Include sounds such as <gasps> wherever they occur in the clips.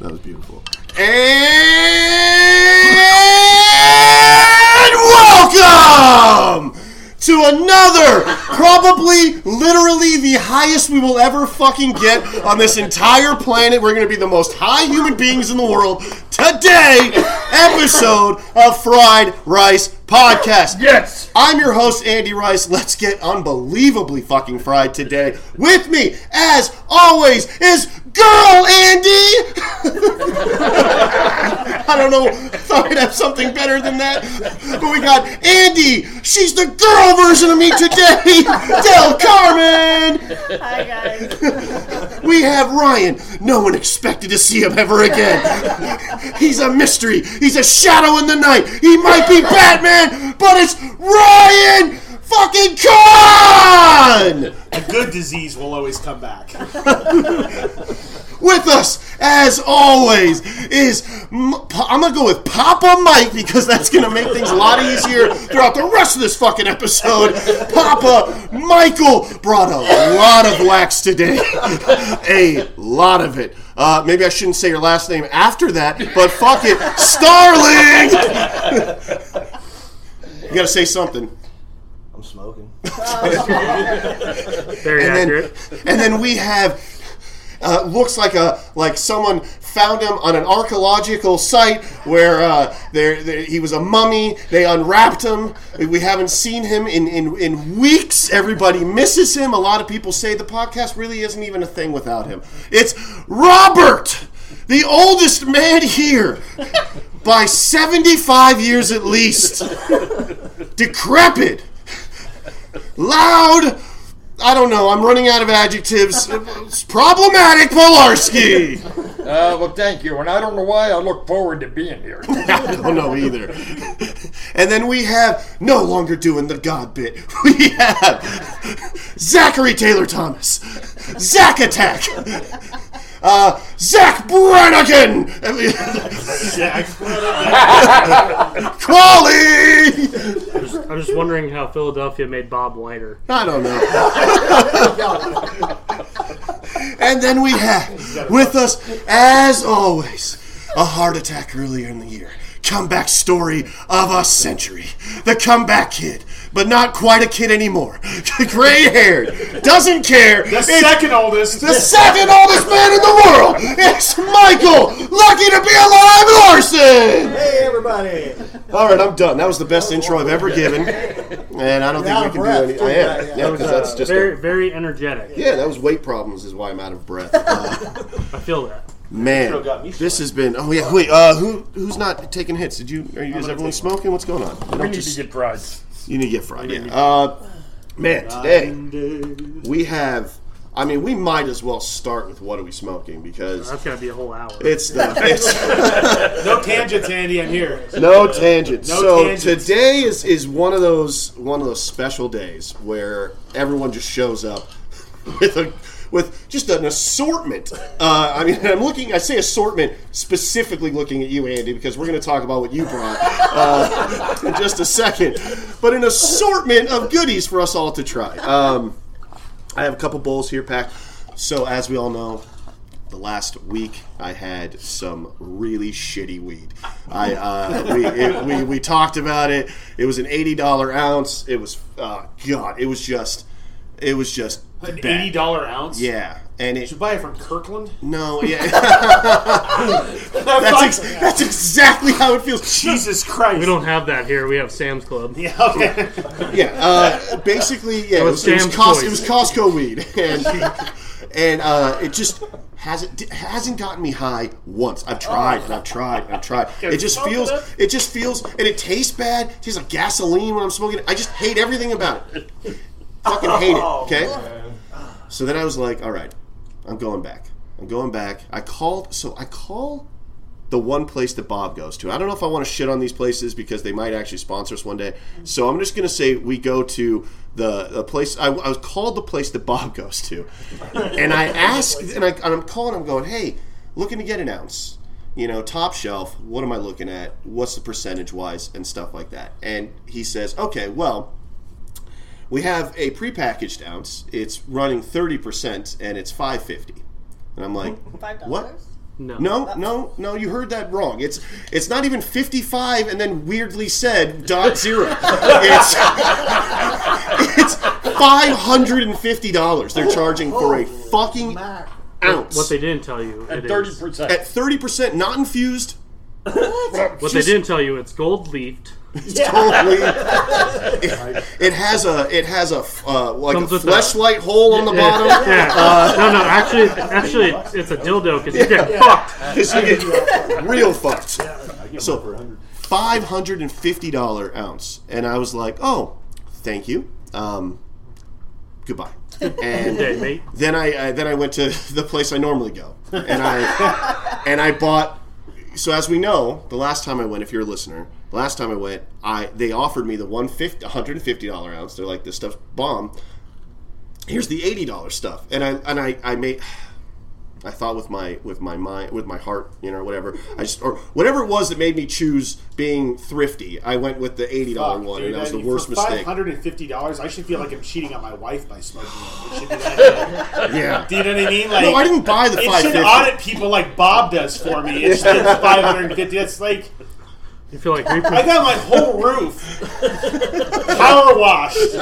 That was beautiful. And welcome to another, probably literally the highest we will ever fucking get on this entire planet. We're going to be the most high human beings in the world today. Episode of Fried Rice Podcast. Yes! I'm your host, Andy Rice. Let's get unbelievably fucking fried today. With me, as always, is Girl Andy! <laughs> I don't know. I thought we'd have something better than that. But we got Andy! She's the girl version of me today! <laughs> Del Carmen! Hi guys. We have Ryan. No one expected to see him ever again. He's a mystery. He's a shadow in the night. He might be Batman, but it's Ryan fucking Khan! good disease will always come back. With us, as always, is M- Pa- I'm gonna go with Papa Mike because that's gonna make things a lot easier throughout the rest of this fucking episode. Papa Michael brought a lot of wax today, <laughs> a lot of it. Uh, maybe I shouldn't say your last name after that, but fuck it, Starling. <laughs> you gotta say something. I'm smoking. Very and accurate. then, and then we have uh, looks like a like someone found him on an archaeological site where uh, there there- he was a mummy. They unwrapped him. We haven't seen him in, in in weeks. Everybody misses him. A lot of people say the podcast really isn't even a thing without him. It's Robert, the oldest man here. By 75 years at least. Decrepit. Loud, I don't know. I'm running out of adjectives. It's problematic Polarski. <laughs> Uh, well, thank you, and I don't know why I look forward to being here. I don't know either. And then we have no longer doing the God bit. <laughs> We have Zachary Taylor Thomas, Zach Attack, uh, Zach Brannigan, <laughs> Jack. Crawley. I'm just wondering how Philadelphia made Bob whiter. I don't know. <laughs> and then we have with us, as always, a heart attack earlier in the year. Comeback story of a century. The comeback kid, but not quite a kid anymore. <laughs> Gray haired, doesn't care. <laughs> The It's second oldest. the second oldest man in the world. It's Michael, lucky to be alive, Larson. Hey everybody! All right, I'm done. That was the best intro I've ever given, and I don't think You're out we of can breath, do any. too, I yeah, am, yeah. yeah, That because that's just a- uh, Very, very energetic. Yeah, that was weight problems is why I'm out of breath. Uh, I feel that. man, got me this has been. Oh yeah, wait. Uh, who who's not taking hits? Did you? Are you? Is everyone smoking? What's going on? I We don't need just- to get fried. you need to get fried. Yeah. Uh, man, today we have. I mean, we might as well start with what are we smoking because That's gonna be a whole hour. it's the it's No tangents, Andy. I'm here. no tangents. No so tangents. today is is one of those one of those special days where everyone just shows up <laughs> with a with just an assortment. Uh, I mean, I'm looking. I say assortment specifically looking at you, Andy, because we're going to talk about what you brought uh, <laughs> in just a second. But an assortment of goodies for us all to try. Um, I have a couple bowls here packed. So as we all know, the last week I had some really shitty weed. I uh, we, it, we we talked about it. It was an eighty dollar ounce. It was uh, God. It was just. It was just An bad. eighty dollar ounce. Yeah, and it Did you buy it from Kirkland? <laughs> no, yeah, <laughs> that's ex- that's exactly how it feels. Jesus Christ. We don't have that here. We have Sam's Club. Yeah, <laughs> okay. Yeah, uh, basically, yeah, it was, was it was, Sam's Cos- it was choice. Costco weed, <laughs> and and uh, it just hasn't d- hasn't gotten me high once. I've tried and I've tried and I've tried. It just smoke feels, it up? it just feels, and it tastes bad. It tastes like gasoline when I'm smoking. it. I just hate everything about it. Fucking hate it. Okay. So then I was like, all right, I'm going back. I'm going back. I called, so I call the one place that Bob goes to. I don't know if I want to shit on these places because they might actually sponsor us one day. So I'm just going to say we go to the, the place. I, I was called the place that Bob <laughs> goes to, and I asked, and, I, and I'm calling. I'm going, hey, looking to get an ounce. You know, top shelf. What am I looking at? What's the percentage wise and stuff like that? And he says, okay, well, we have a prepackaged ounce. It's running thirty percent, and it's five fifty. And I'm like, Five what? dollars. No. No, no, no, you heard that wrong. It's it's not even 55 and then weirdly said dot zero. It's it's $550 they're charging for a fucking Mac. ounce. What they didn't tell you. At it is- thirty percent. at 30% not infused. What they didn't tell you, it's gold leafed. Totally. It, it has a it has a f- uh, like Comes a with that. fleshlight hole on the bottom. Yeah. Uh, no, no. Actually, actually, it's a dildo because you get <laughs> fucked. Because you get real fucked. So, five hundred and fifty dollar ounce, and I was like, "Oh, thank you, um, goodbye." Day, And mate. then I, I then I went to <laughs> the place I normally go, and <laughs> I and I bought. So as we know, the last time I went, if you're a listener, the last time I went, I they offered me the one fifty, one hundred and fifty dollar ounce. They're like, "This stuff's bomb." Here's the eighty dollar stuff, and I and I I made. <sighs> I thought with my with my mind with my heart, you know, whatever. I just or whatever it was that made me choose being thrifty. I went with the eighty dollar one, and that was the worst Five mistake. hundred and fifty dollars. I should feel like I'm cheating on my wife by smoking it. It should be that. Yeah. <laughs> Do you know what I mean? Like, No, I didn't buy the It five should fifty. audit people like Bob does for me. <laughs> It's five hundred and fifty. That's like You feel like I reproducing. got my whole roof power washed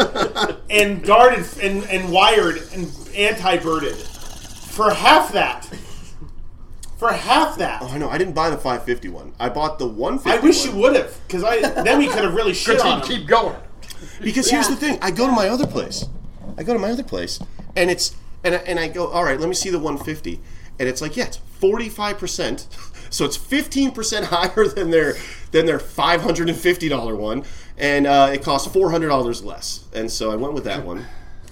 and guarded and, and wired and anti birded for half that. For half that. I know I didn't buy the five fifty one. I bought the one I fifty. wish you would have, because I then we could have really shit on him. keep going. Because here's the thing: I go to my other place. I go to my other place, and it's and I, and I go, all right, let me see the 150, and it's like, yeah, it's 45 percent, <laughs> so it's 15 percent <laughs> higher than their than their 550 dollar one, and uh, it costs 400 dollars less, and so I went with that one,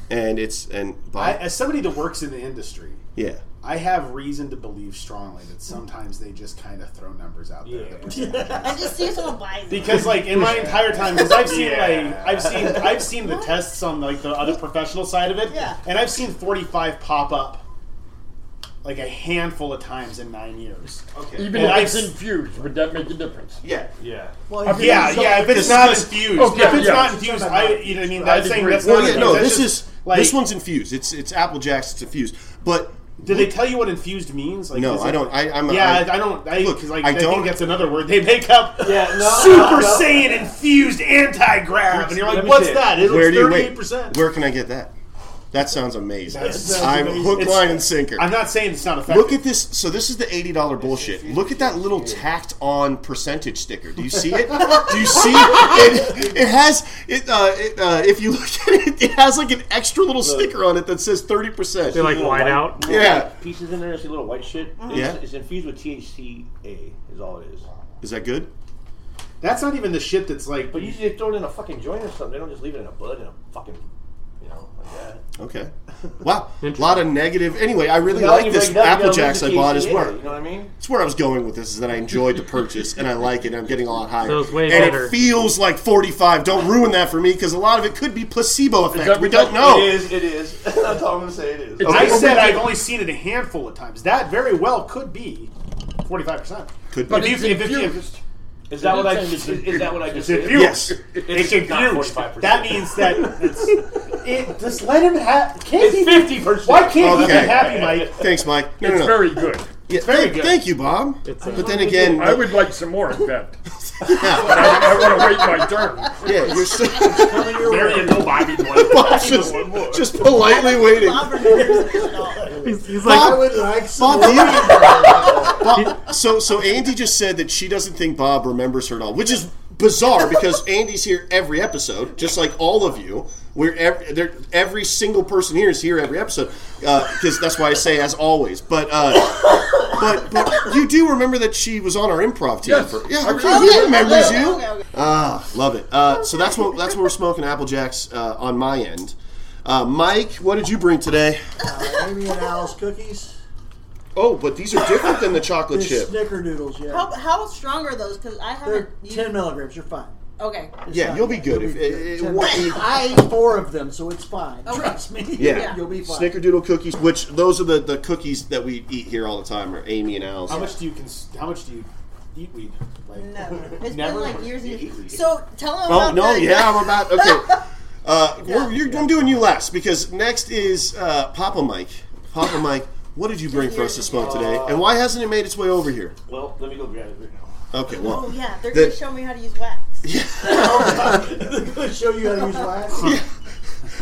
and it's and I, by, as somebody that works in the industry, yeah, I have reason to believe strongly that sometimes they just kind of throw numbers out there. Yeah. I just see someone buy them. Because like in my entire time, because I've seen like I've seen I've seen the tests on like the other professional side of it, Yeah. and I've seen forty five pop up like a handful of times in nine years. okay, Even And I if it's s- infused, would that make a difference? yeah, Yeah. I mean, Yeah, so- yeah. If it's not infused, Okay, if it's yeah. not infused, I you know what I mean. I'd That's saying agree. that's Well, not yeah, infused. no, That's this just, is like this one's infused. It's it's Apple Jacks. It's infused, but Did they tell you what infused means? Like, no, is I it- don't. I, I'm a- Yeah, I- I, I don't. I, Look, cause like, I I, don't- think that's another word they <laughs> make up. Yeah, no, Super no. Saiyan infused anti grab, and you're Let like, me what's see it. that? It's where do you thirty-eight wait? percent. Where can I get that? That sounds amazing. sounds I'm amazing. hook, It's- line, and sinker. I'm not saying it's not effective. Look at this. So this is the eighty dollar bullshit. Look at that little tacked on percentage sticker. Do you see it? Do you see it? It, it has it, uh, it uh, If you look at it, it has like an extra little sticker on it that says thirty percent. They like white out. Yeah. Mm-hmm. Pieces in there, see little white shit. It's, Yeah. it's infused with THCA, is all it is. Is that good? That's not even the shit that's like. But Mm-hmm. usually they throw it in a fucking joint or something. They don't just leave it in a bud in a fucking, you know, like that. Okay. Wow. A lot of negative. Anyway, I really Now you like break this it down, you gotta Apple look Jacks at I bought as THCA, well. You know what I mean? That's where I was going with this. Is that I enjoyed the purchase and I like it. and I'm getting a lot higher. So it's way and better. it feels like 45. Don't ruin that for me because a lot of it could be placebo effect. that- We don't know. It is, it is. <laughs> That's all I'm going to say, it is. It's- I Okay. said I've only seen it a handful of times. That very well could be forty-five percent. Could But be. it's if- if- infused. Is that what I It's is, is that what I just It's infused. said? Yes. It's, It's not infused. 45%. That means that it's, <laughs> it. Just let him have. Can't It's he? fifty percent. Why can't he Okay. be happy, Mike? Thanks, Mike. No, no, It's no. very good. uh, Yeah, very thank, good. thank you, Bob. It's but a, then again, I would like some more of that. yeah, I, I want to wait my turn. yeah, <laughs> you're so, <laughs> There you go, Bobby. Bob's just, just politely waiting. Bob remembers this at all. he's, he's I like, would like some. Bob, do you- <laughs> Bob- so so Andy just said that she doesn't think Bob remembers her at all, which is bizarre because Andy's here every episode, just like all of you. We're ev- there- every single person here is here every episode because that's why I say as always. But uh, but but you do remember that she was on our improv team. Yes. for- yeah, I okay, remember. he <laughs> remembers Okay, you. okay, okay. Ah, love it. Uh, so that's what that's what we're smoking Apple Jacks uh, on my end. Uh, Mike, what did you bring today? Uh, Amy and Al's cookies. Oh, but these are different than the chocolate They're chip. Snickerdoodles, yeah. How, how strong are those? Because I haven't. They're used- 10 milligrams. You're fine. Okay. <laughs> It's Yeah, fine. you'll be good if- eh, good. it- it 10 won't milligrams. be- I ate four of them, so it's fine. Okay. Trust me. Yeah. <laughs> You'll be fine. Snickerdoodle cookies, which those are the, the cookies that we eat here all the time, are Amy and Al's. How much do you cons- How much do you eat weed? Like, <laughs> Never. It's Never? been like years. and years. So tell them Oh about no, the- yeah, I'm about okay. Uh, we're, you're, I'm doing you last because next is uh, Papa Mike. Papa Mike, What did you bring for us to smoke today? And why hasn't it made its way over here? Well, let me go grab it right now. Okay, well. Oh yeah, they're The- gonna show me how to use wax. Gonna show you how to <laughs> use wax.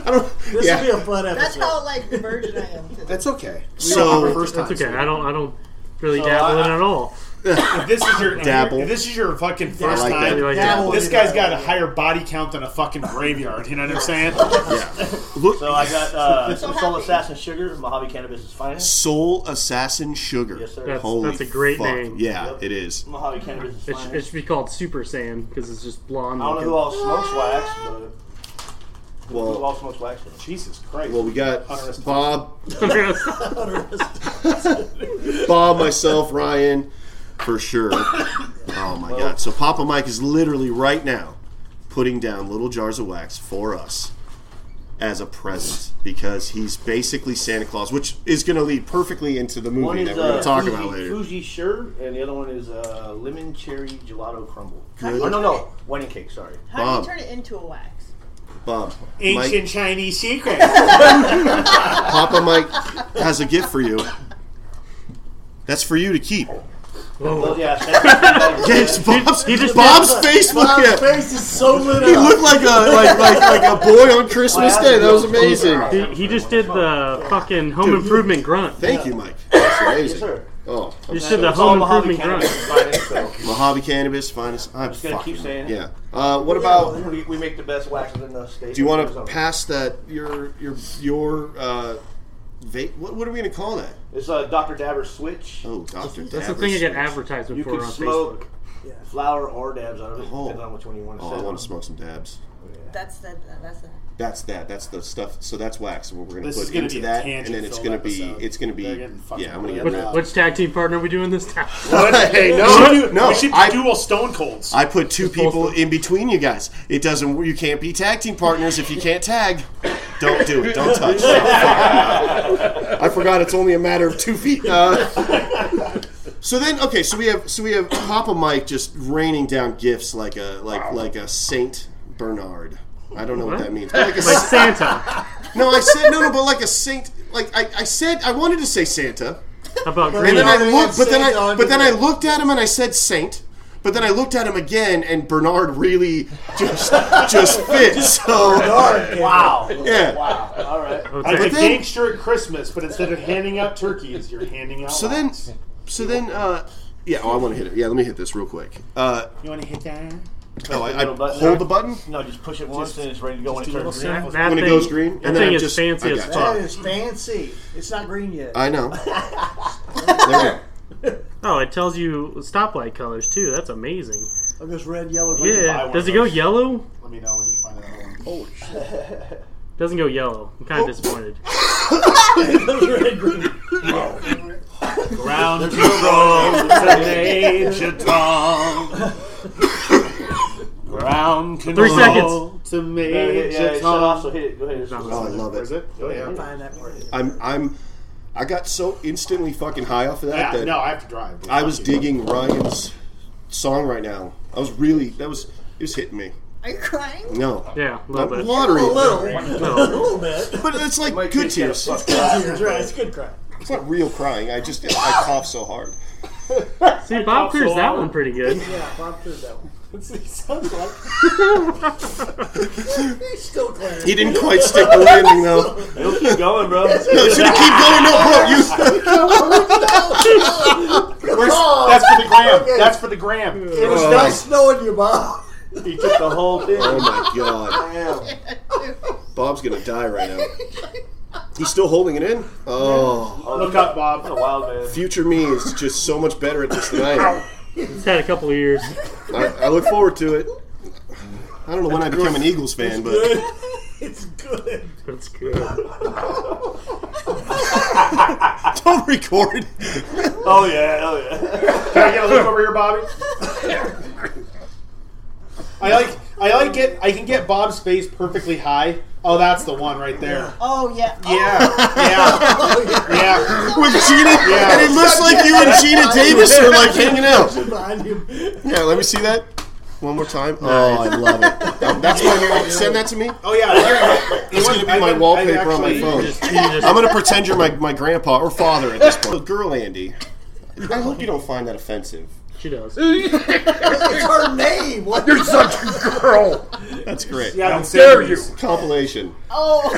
I don't. This yeah, will be a fun That's episode. how like virgin I am. To that's okay. Our So first time. That's okay. I don't. I don't really dabble in it at all. If this is <laughs> your Dabble. If this is your fucking I first like time. that. Dabble This in guy's it. got a higher body count than a fucking graveyard. You know what I'm saying? look, So <laughs> I got uh, So Soul happy. Assassin Sugar, Mojave Cannabis is finest. Soul Assassin Sugar. Yes, sir. That's- Holy a great fuck. name. Yeah, Yep. it is. Mojave Cannabis is It, sh- finest. it should be called Super Saiyan because it's just blonde. I don't know who looking. all smokes wax, but who Well, all smokes wax? though? <laughs> Jesus Christ. well, we got Bob, <laughs> <laughs> Andreas. Bob, myself, Ryan, for sure. <coughs> Oh my god! So Papa Mike is literally right now putting down little jars of wax for us as a present because he's basically Santa Claus, which is going to lead perfectly into the One movie is that we're going uh, to talk Fuji, about later. Fuji shirt, and the other one is uh, lemon cherry gelato crumble. How do you Oh no turn no, wedding <laughs> cake. Sorry. it- How Bob. do you turn it into a wax? Bob, Ancient Mike, Chinese secret. Papa Mike has a gift for you. That's for you to keep. Well, yeah. that's- Yes, Bob's, he just- Bob's face looked His at. face is so lit He up. looked like a like, like like a boy on Christmas Day. That was amazing. Dude, he just did the fucking home improvement grunt. Thank you, Mike. That's amazing. sir. Oh, You just did <laughs> the It's all home Mojave improvement Cannabis grunt. is finest. So Mojave cannabis, finest. I'm just gonna fucking- keep saying it. Yeah. Uh, <laughs> what about? we, we make the best waxes in the state. Do you want to Arizona. pass that your your your uh, vape? What, what are we gonna call that? It's a Dr. Dabber switch. Oh, Doctor. That's the thing you get advertisement you for can on smoke Yeah. flower or dabs out of it. Oh. Depends on which one you want to. Oh, I want to smoke some dabs. That's the that's the That's that. That's the stuff. So that's wax. What we're gonna This put is gonna into be a that, and then it's gonna tangent-filled be episode. it's gonna be They're getting fucking yeah. I'm gonna get blown Facebook. rid Which, of which tag team partner are we doing this time? that. <laughs> Hey, We no, should do- no. We should I- do a Stone Colds. I put two people both of them. in between you guys. It doesn't. You can't be tag team partners if you can't tag. Don't do it. Don't touch. I forgot. It's only a matter of two feet. Uh, so then, okay. So we have so we have Papa Mike just raining down gifts like a like like a Saint Bernard. I don't know what, What? that means. But like a, Like Santa. How no, I said no, no, but like a saint. Like I, I said, I wanted to say Santa, about and green? then Yeah. I looked, but then Saint I, on but then I the- looked at him and I said Saint. But then I looked at him again, and Bernard really just just fit. So Wow. Yeah. Wow. <laughs> All right. Okay. Like a then- gangster at Christmas, but instead of handing out turkeys, you're handing out. so then, lives. so then, uh, yeah. Oh, I want to hit it. Yeah, let me hit this real quick. Uh, you want to hit that? oh, I, I Little button. hold the button No, just push it once and it's ready to go when it do a turns little green. That, when thing, it goes green, That then thing I is just- fancy I as got it. fuck. uh, That is fancy. It's not green yet. I know. There we go. Oh, it tells you stoplight colors too. That's amazing. It goes red, yellow, green. buy Yeah. one Does it of go those. yellow? Let me know when you find another one. Doesn't go yellow. I'm kind of disappointed. Round to roll today, Tom. Round Three control seconds. to Yeah, yeah, yeah, Major it shut off, Tom. so hit it. Go ahead. It's Oh, I love Where is it. it? Oh, yeah. Find that part. I'm I'm I got so instantly fucking high off of that Yeah, that no, I have to drive. <laughs> I was digging Ryan's song right now. I was really that was it was hitting me. Are you crying? No, Yeah, a I'm little bit. watery. A little, a No. little <laughs> bit. But it's like Mike, good you gotta tears. fuck It's up. That's right. It's good cry. not real crying. I just I cough so hard. See, Bob clears that one pretty good. Yeah, Bob did that one. He sounds like <laughs> He's still clear. He didn't quite stick the landing though. It'll keep going, bro. No, it's gonna keep going. No, bro, <laughs> you. That's <laughs> for the gram. That's for the gram. It was Oh. not snowing you, Bob. <laughs> He took the whole thing. Oh my god, Bob's gonna die right now. He's still holding it in. Oh, Look up, Bob. That's a wild man. future me is just so much better at this than I am. It's had a couple of years. I, I look forward to it. I don't know when I become an Eagles fan, but It's good. That's good. <laughs> don't record. Oh yeah, oh yeah. Can I get a look over here, Bobby? I like. I like get. I can get Bob's face perfectly high. Oh, that's the one right there. Oh yeah. Yeah, <laughs> yeah, yeah. With Gina, Yeah. and it looks like you and Gina Davis are like hanging out. Behind him. Yeah, let me see that. one more time? Oh, I love it. Um, That's my favorite. Send that to me. Oh yeah, It's going to be I've my been- wallpaper I've on my actually- phone. Just- you just- I'm going to pretend you're my, my grandpa or father at this point. <laughs> Girl Andy, I hope you don't find that offensive. she does. It's her name. What? You're such a girl. That's great. Yeah, I've been Dare saving you? these. Compilation. Oh,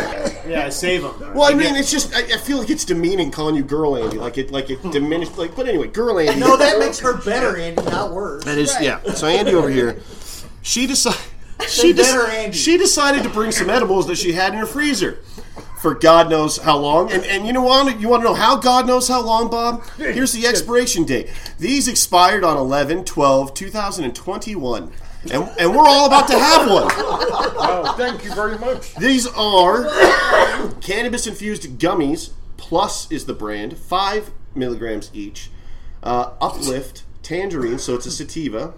Yeah, I save them. Well, I mean, it's just I, I feel like it's demeaning calling you girl Andy, like it like it diminished. Like, but anyway, girl Andy. No, that makes her better, Andy, not worse. That is yeah. So Andy over here, she <laughs> decided she Say dec- better, Andy. she decided to bring some edibles that she had in her freezer for God knows how long. And and you know what? You want to know how God knows how long, <laughs> Bob? Here's the expiration date. These expired on 11 12 2021. And, and we're all about to have one. Wow, thank you very much. These are <coughs> cannabis infused gummies, plus is the brand, five milligrams each. Uh, uplift, tangerine, so it's a sativa.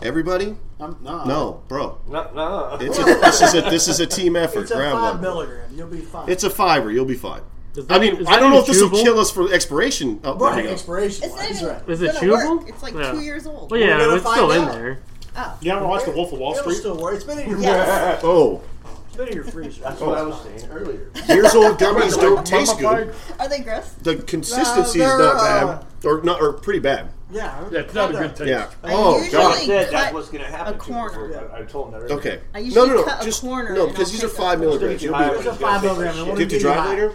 Everybody, I'm not. no, bro. No, no, no. It's a, this is a this is a team effort. It's a Grab five one. milligram. You'll be fine. It's a fiver. You'll be fine. Is I that- mean, is I that don't know if even this will chewable? kill us for expiration. Oh, there we right. go. Expiration. it's not wise, even. right. Is it gonna work. chewable? It's like Yeah. two years old. Well, gonna yeah, it's find still in out. there. Oh. You haven't watched The Wolf of Wall It'll Street? still work. It's been in your Yes. Oh, it's been in your freezer. That's what I was saying earlier. years <laughs> old gummies don't taste Mummified? good. Are they gross? The consistency they're, is not uh, bad, or not, or pretty bad. Yeah. That's not a good taste. Yeah. I Oh usually god. I said that's cut what's going to happen. to you. corner. I, I told him that earlier. Okay. I usually no, no, no. cut a Just corner no, and because I'll these are take five that. milligrams. You'll be It's It's do a five milligram. It you won't have to do drive hot. later.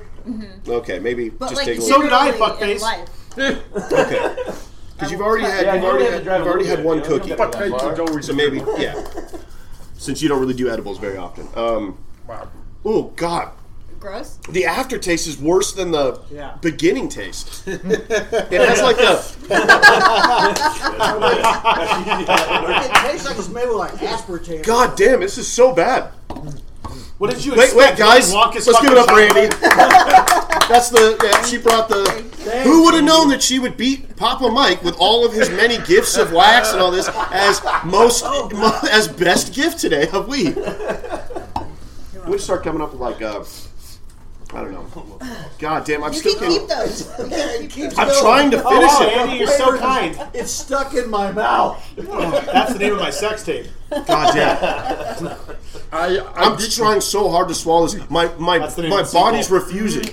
Okay, maybe Mm-hmm. But just like, take a So look. did I, literally in fuckface. life, <laughs> Okay, because you've already had Yeah, you've you already only have had to drive you've already a had one little bit. You don't cookie. have to But cakes is always So maybe, yeah. Since you don't really do edibles very often. Um, Wow. oh God, gross. the aftertaste is worse than the Yeah. beginning taste. it has like the It tastes like it's made with like aspartame. <laughs> God damn, this is so bad. What did you Wait, expect? wait, guys, Walk let's his give it up, for fucking- Randy. <laughs> That's the yeah, she brought the. Who would have known that she would beat Papa Mike with all of his many gifts of wax and all this as most mo- as best gift today of weed? We start coming up with like uh, I don't know. God damn, I'm You still can can't- keep those. You can keep those. I'm trying to Oh, finish wow, it. Andy, you're so kind. It's stuck in my mouth. That's the name of my sex tape. God damn. I, I I'm just trying so hard to swallow this. My my That's the name my of the sequel. body's refusing.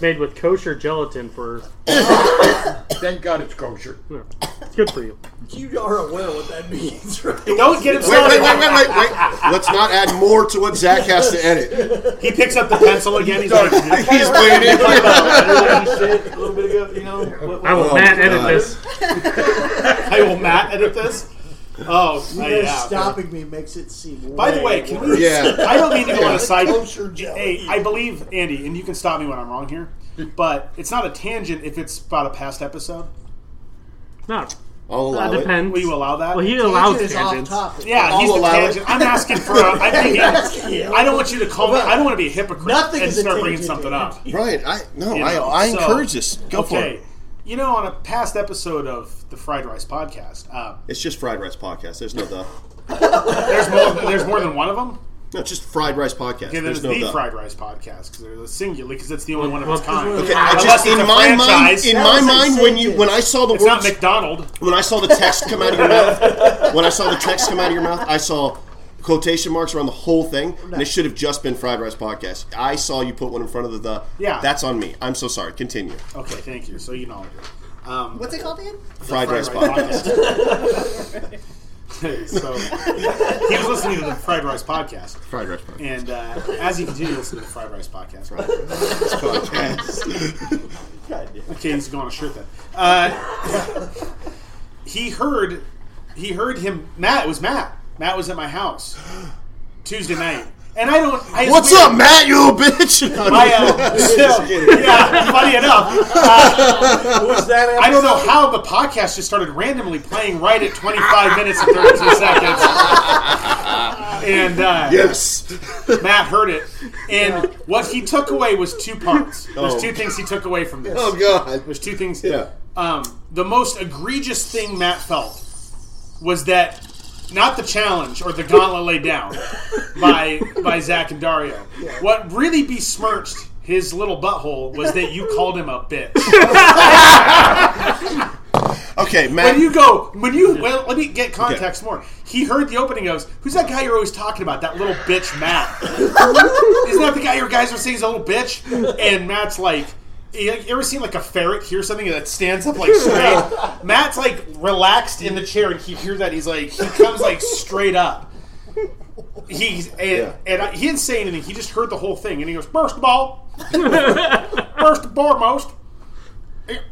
Made with kosher gelatin for. thank God it's kosher. you know, it's good for you. You are aware what that <laughs> means, right? Don't get him Wait, wait, started. wait, wait, wait, wait. Let's not add more to what Zach has to edit. He picks up the pencil again. He's like, He's waiting. What he said a little bit ago, you know. What, I will Oh, Matt edit God. this. I will Matt edit this. Oh, I- Even yeah. stopping me makes it seem. By the way, can we? <laughs> Yeah. I don't mean to go on a side. Kosher jelly. Hey, I believe Andy, and you can stop me when I'm wrong here, but it's not a tangent if it's about a past episode. No, I'll allow that it. depends. Will you allow that? Well, he Tangent allows is off tangents. topic. yeah, I'll he's the allow it. tangent. I'm asking for. <laughs> A, I'm thinking. I don't want you to call me. I don't want to be a hypocrite Nothing and is a start bringing tangent, something up. Andy. Right. I no. You know, I, I so- encourage this. Go for okay. it. You know, on a past episode of the Fried Rice Podcast, uh, It's just fried rice podcast. There's no the. there's more. There's more than one of them. No, it's just fried rice podcast. <laughs> Yeah, there's there's no the the. Fried Rice Podcast because they're singularly because it's the only one of its well, 'cause kind. we're- Okay, Ah, I unless just it's in a my mind, franchise. in That my was mind, when you incentive. when I saw the It's not words, McDonald. when I saw the text come out of your mouth, when I saw the text come out of your mouth, I saw quotation marks around the whole thing, and it should have just been fried rice podcast. I saw you put one in front of the. the Yeah. that's on me. I'm so sorry. Continue. Okay, thank you. So you know. Um, What's it called again? Fried, rice podcast. <laughs> podcast. so he was listening to the Fried Rice podcast, Fried rice podcast. and uh, as he continued listening to the Fried Rice podcast, right? Okay, he's going on a shirt then. Uh, <laughs> he heard, he heard him. Matt it was Matt. Matt was at my house Tuesday night, and I don't. I, it's What's weird. up, Matt? You little bitch. <laughs> I, uh, so, <laughs> yeah, funny enough, Uh, <laughs> was that? I don't know how the podcast just started randomly playing right at 25 minutes and 32 seconds. And uh, yes. Matt heard it. And what he took away was two parts. There's Oh. two things he took away from this. <laughs> Oh God. There's two things. Yeah. Um, the most egregious thing Matt felt was that not the challenge or the gauntlet laid down by by Zach and Dario. What really besmirched his little butthole was that you called him a bitch. Okay, Matt. When you go, when you well, let me get context more. He heard the opening. Goes, who's that guy you're always talking about? That little bitch, Matt. Isn't that the guy your guys are saying is a little bitch? And Matt's like, you you ever seen like a ferret hear something that stands up like straight? Matt's like relaxed in the chair, and he hears that he's like he comes like straight up. He's and, Yeah. and I, he didn't say anything. He just heard the whole thing, and he goes, first of all, <laughs> first and foremost.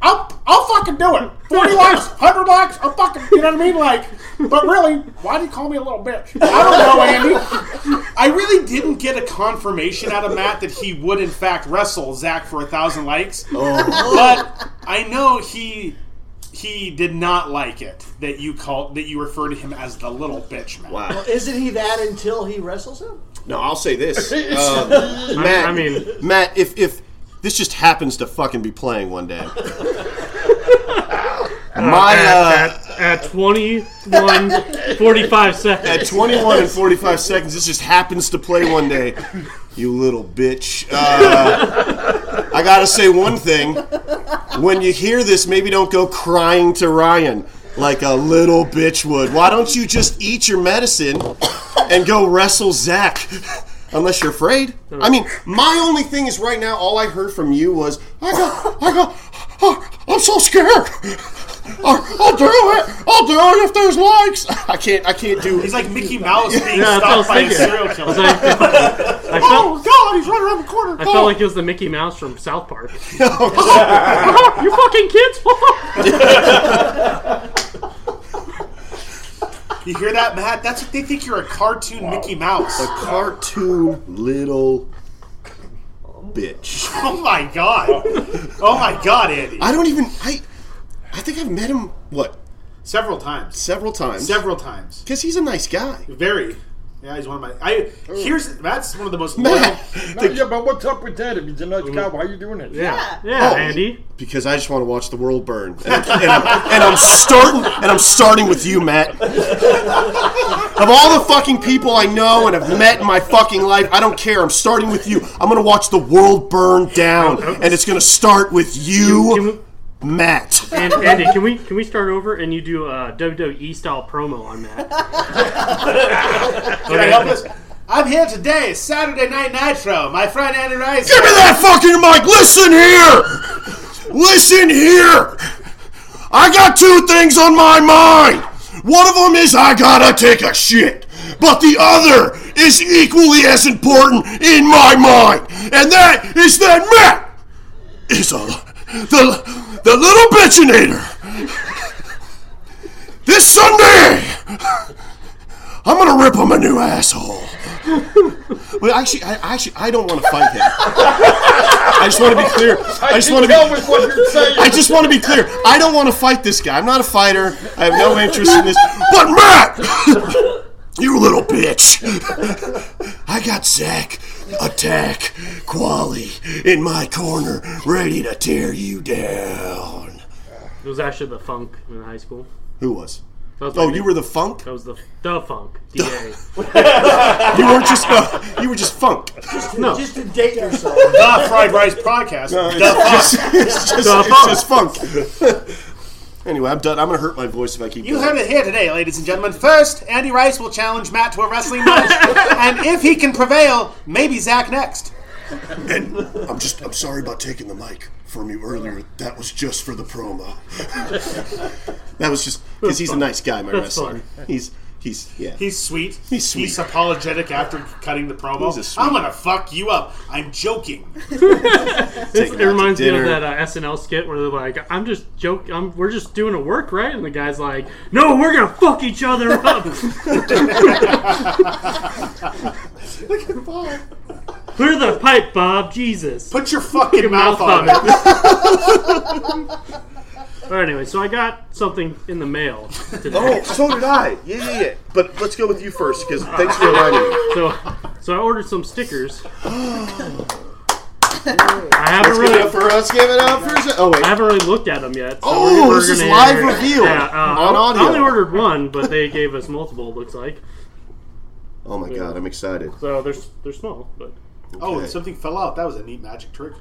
I'll, I'll fucking do it. 40 likes, 100 likes, I'll fucking, you know what I mean? Like, but really, why do you call me a little bitch? I don't know, Andy. I really didn't get a confirmation out of Matt that he would, in fact, wrestle Zach for a thousand likes. Oh, But I know he he did not like it that you called that you referred to him as the little bitch, Matt. wow. Isn't he that until he wrestles him? No, I'll say this, uh, Matt. I mean- Matt, if if this just happens to fucking be playing one day, my at, uh, at, at 21, 45 seconds. <laughs> at 21 and 45 seconds, this just happens to play one day. You little bitch. Uh, I gotta say one thing. When you hear this, maybe don't go crying to Ryan like a little bitch would. Why don't you just eat your medicine and go wrestle Zach? Unless you're afraid. I mean, my only thing is right now, all I heard from you was, I got, I got, oh, I'm so scared. I'll I'll do it. I'll do it if there's likes. <laughs> I can't. I can't do. He's like Mickey Mouse being Yeah, that's what I was stopped by a thinking. serial I, was killer. like, I Oh felt, God! He's running around the corner. I felt like it was the Mickey Mouse from <laughs> South Park. like. <laughs> you fucking kids! <laughs> You hear that, Matt? That's what they think you're a cartoon Mickey Mouse. cartoon little bitch. <laughs> Oh my <laughs> god! Oh my god, Andy! I don't even I I think I've met him what Several times. several times. Several times. because he's a nice guy. Very. Yeah, he's one of my. I here's that's one of <laughs> the most loyal. Matt, No, yeah, but what's up with that? If he's a nice Mm. guy, why are you doing it? Yeah, Yeah. yeah, Oh. Andy. because I just want to watch the world burn, and, and I'm, and I'm starting and I'm starting with you, Matt. Of all the fucking people I know and have met in my fucking life, I don't care. I'm starting with you. I'm gonna watch the world burn down, and it's gonna start with Can you, we- Matt. and Andy, can we can we start over and you do a WWE style promo on that? Can I help us? I'm here today, Saturday Night Nitro. My friend Andy Rice. Give me that fucking mic. Listen here. Listen here. I got two things on my mind. One of them is I gotta take a shit. But the other is equally as important in my mind. And that is that Matt is a, the, the little bitchinator. This Sunday, I'm gonna rip him a new asshole. Well, actually, I actually I don't want to fight him. I just want to be clear. I just want to tell be. with what you're saying. <laughs> I just want to be clear. I don't want to fight this guy. I'm not a fighter. I have no interest in this. But Matt, you little bitch. I got Zach Attack Quali in my corner, ready to tear you down. It was actually the funk in high school. Who was? That was Oh, like you were the funk. That was the the funk. <laughs> D A. You weren't just. Uh, you were just funk. <laughs> No. Just to date yourself. The Fried Rice Podcast. It's The fuck. just, it's just, The it's just funk. <laughs> anyway, I'm done. I'm gonna hurt my voice if I keep. You going. heard it here today, ladies and gentlemen. First, Andy Rice will challenge Matt to a wrestling <laughs> match, and if he can prevail, maybe Zach next. And I'm just, I'm sorry about taking the mic from you earlier. That was just for the promo. <laughs> that was just because he's a nice guy, my That's wrestler. He's, he's, yeah. He's sweet. He's sweet. He's apologetic after cutting the promo. He's a sweet- I'm gonna fuck you up. I'm joking. Taking out It to reminds me of dinner. that uh, SNL skit where they're like, "I'm just joke. I'm, we're just doing a work, right?" And the guy's like, "No, we're gonna fuck each other up." <laughs> Clear the pipe, Bob. Jesus. Put your fucking your mouth, on it. <laughs> But anyway, so I got something in the mail today. <laughs> Oh, so did I. Yeah, yeah, yeah. But let's go with you first because thanks for reminding me. So, so I ordered some stickers. I haven't Let's give it really, up for us. Give it up for us. Oh wait. I haven't really looked at them yet. so Oh, this is gonna- live reveal Yeah, uh, on I- audio. I only ordered one, but they gave us multiple. It looks like Oh my god, I'm excited. so. They're s- they're small, but Oh, Okay. something fell out. That was a neat magic trick.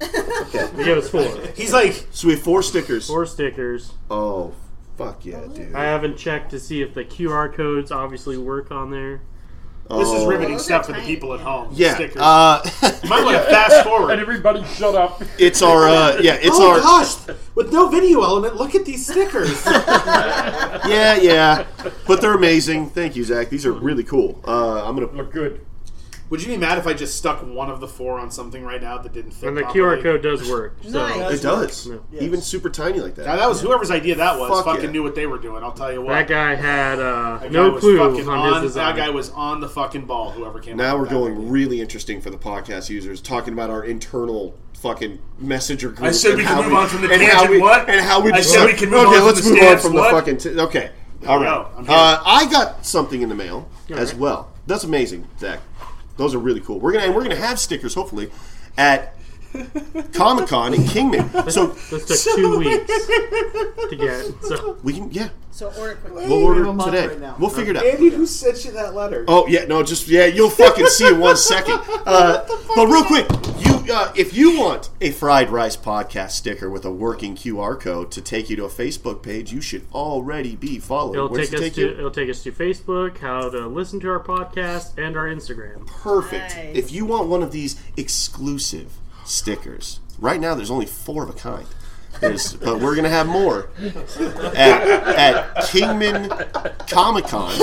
They gave <laughs> us four. He's like, So we have four stickers. Four stickers. Oh, fuck yeah, dude. I haven't checked to see if the QR codes obviously work on there. this is Oh. riveting Those stuff for are the tiny, people at yeah. home. Yeah, Stickers. uh, <laughs> You might want to fast And forward. everybody shut up. it's our uh, yeah, it's oh our gosh, with no video element, look at these stickers. <laughs> yeah, yeah. But they're amazing. Thank you, Zach. These are really cool. Uh, I'm gonna Look good. Would you be mad if I just stuck one of the four on something right now that didn't fit? And the properly? QR code does work. So Nice. It does. No. Even super tiny like Now that. that was whoever's idea that was. Fuck fucking yeah. knew what they were doing. I'll tell you what. that guy had uh, That guy no was clue fucking on, his That design. guy was on the fucking ball. Whoever came. Now up we're with that going idea. really interesting for the podcast users, talking about our internal fucking messenger group. I said and we can how move on from the and how tangent, we- what? And how we I said we can move okay, on let's from the move on stance, from what? the fucking. T- okay, all right. No, I'm here. uh, I got something in the mail as right. well. That's amazing, Zach. Those are really cool. We're gonna and we're gonna have stickers hopefully <laughs> at Comic Con in Kingman. So This <laughs> took two weeks to get. So we can yeah, So order quickly. we'll Leave order them up today. right now. We'll figure it out. Andy, who sent you that letter? Oh yeah, no, just yeah, you'll fucking see in one second. Uh, but real quick, you uh, if you want a fried rice podcast sticker with a working QR code to take you to a Facebook page, you should already be following. it'll Where's take us it take to you? it'll take us to Facebook, how to listen to our podcast, and our Instagram. <laughs> Perfect. Nice. If you want one of these exclusive stickers, right now there's only four of a kind. There's, but we're gonna have more at, at Kingman Comic Con,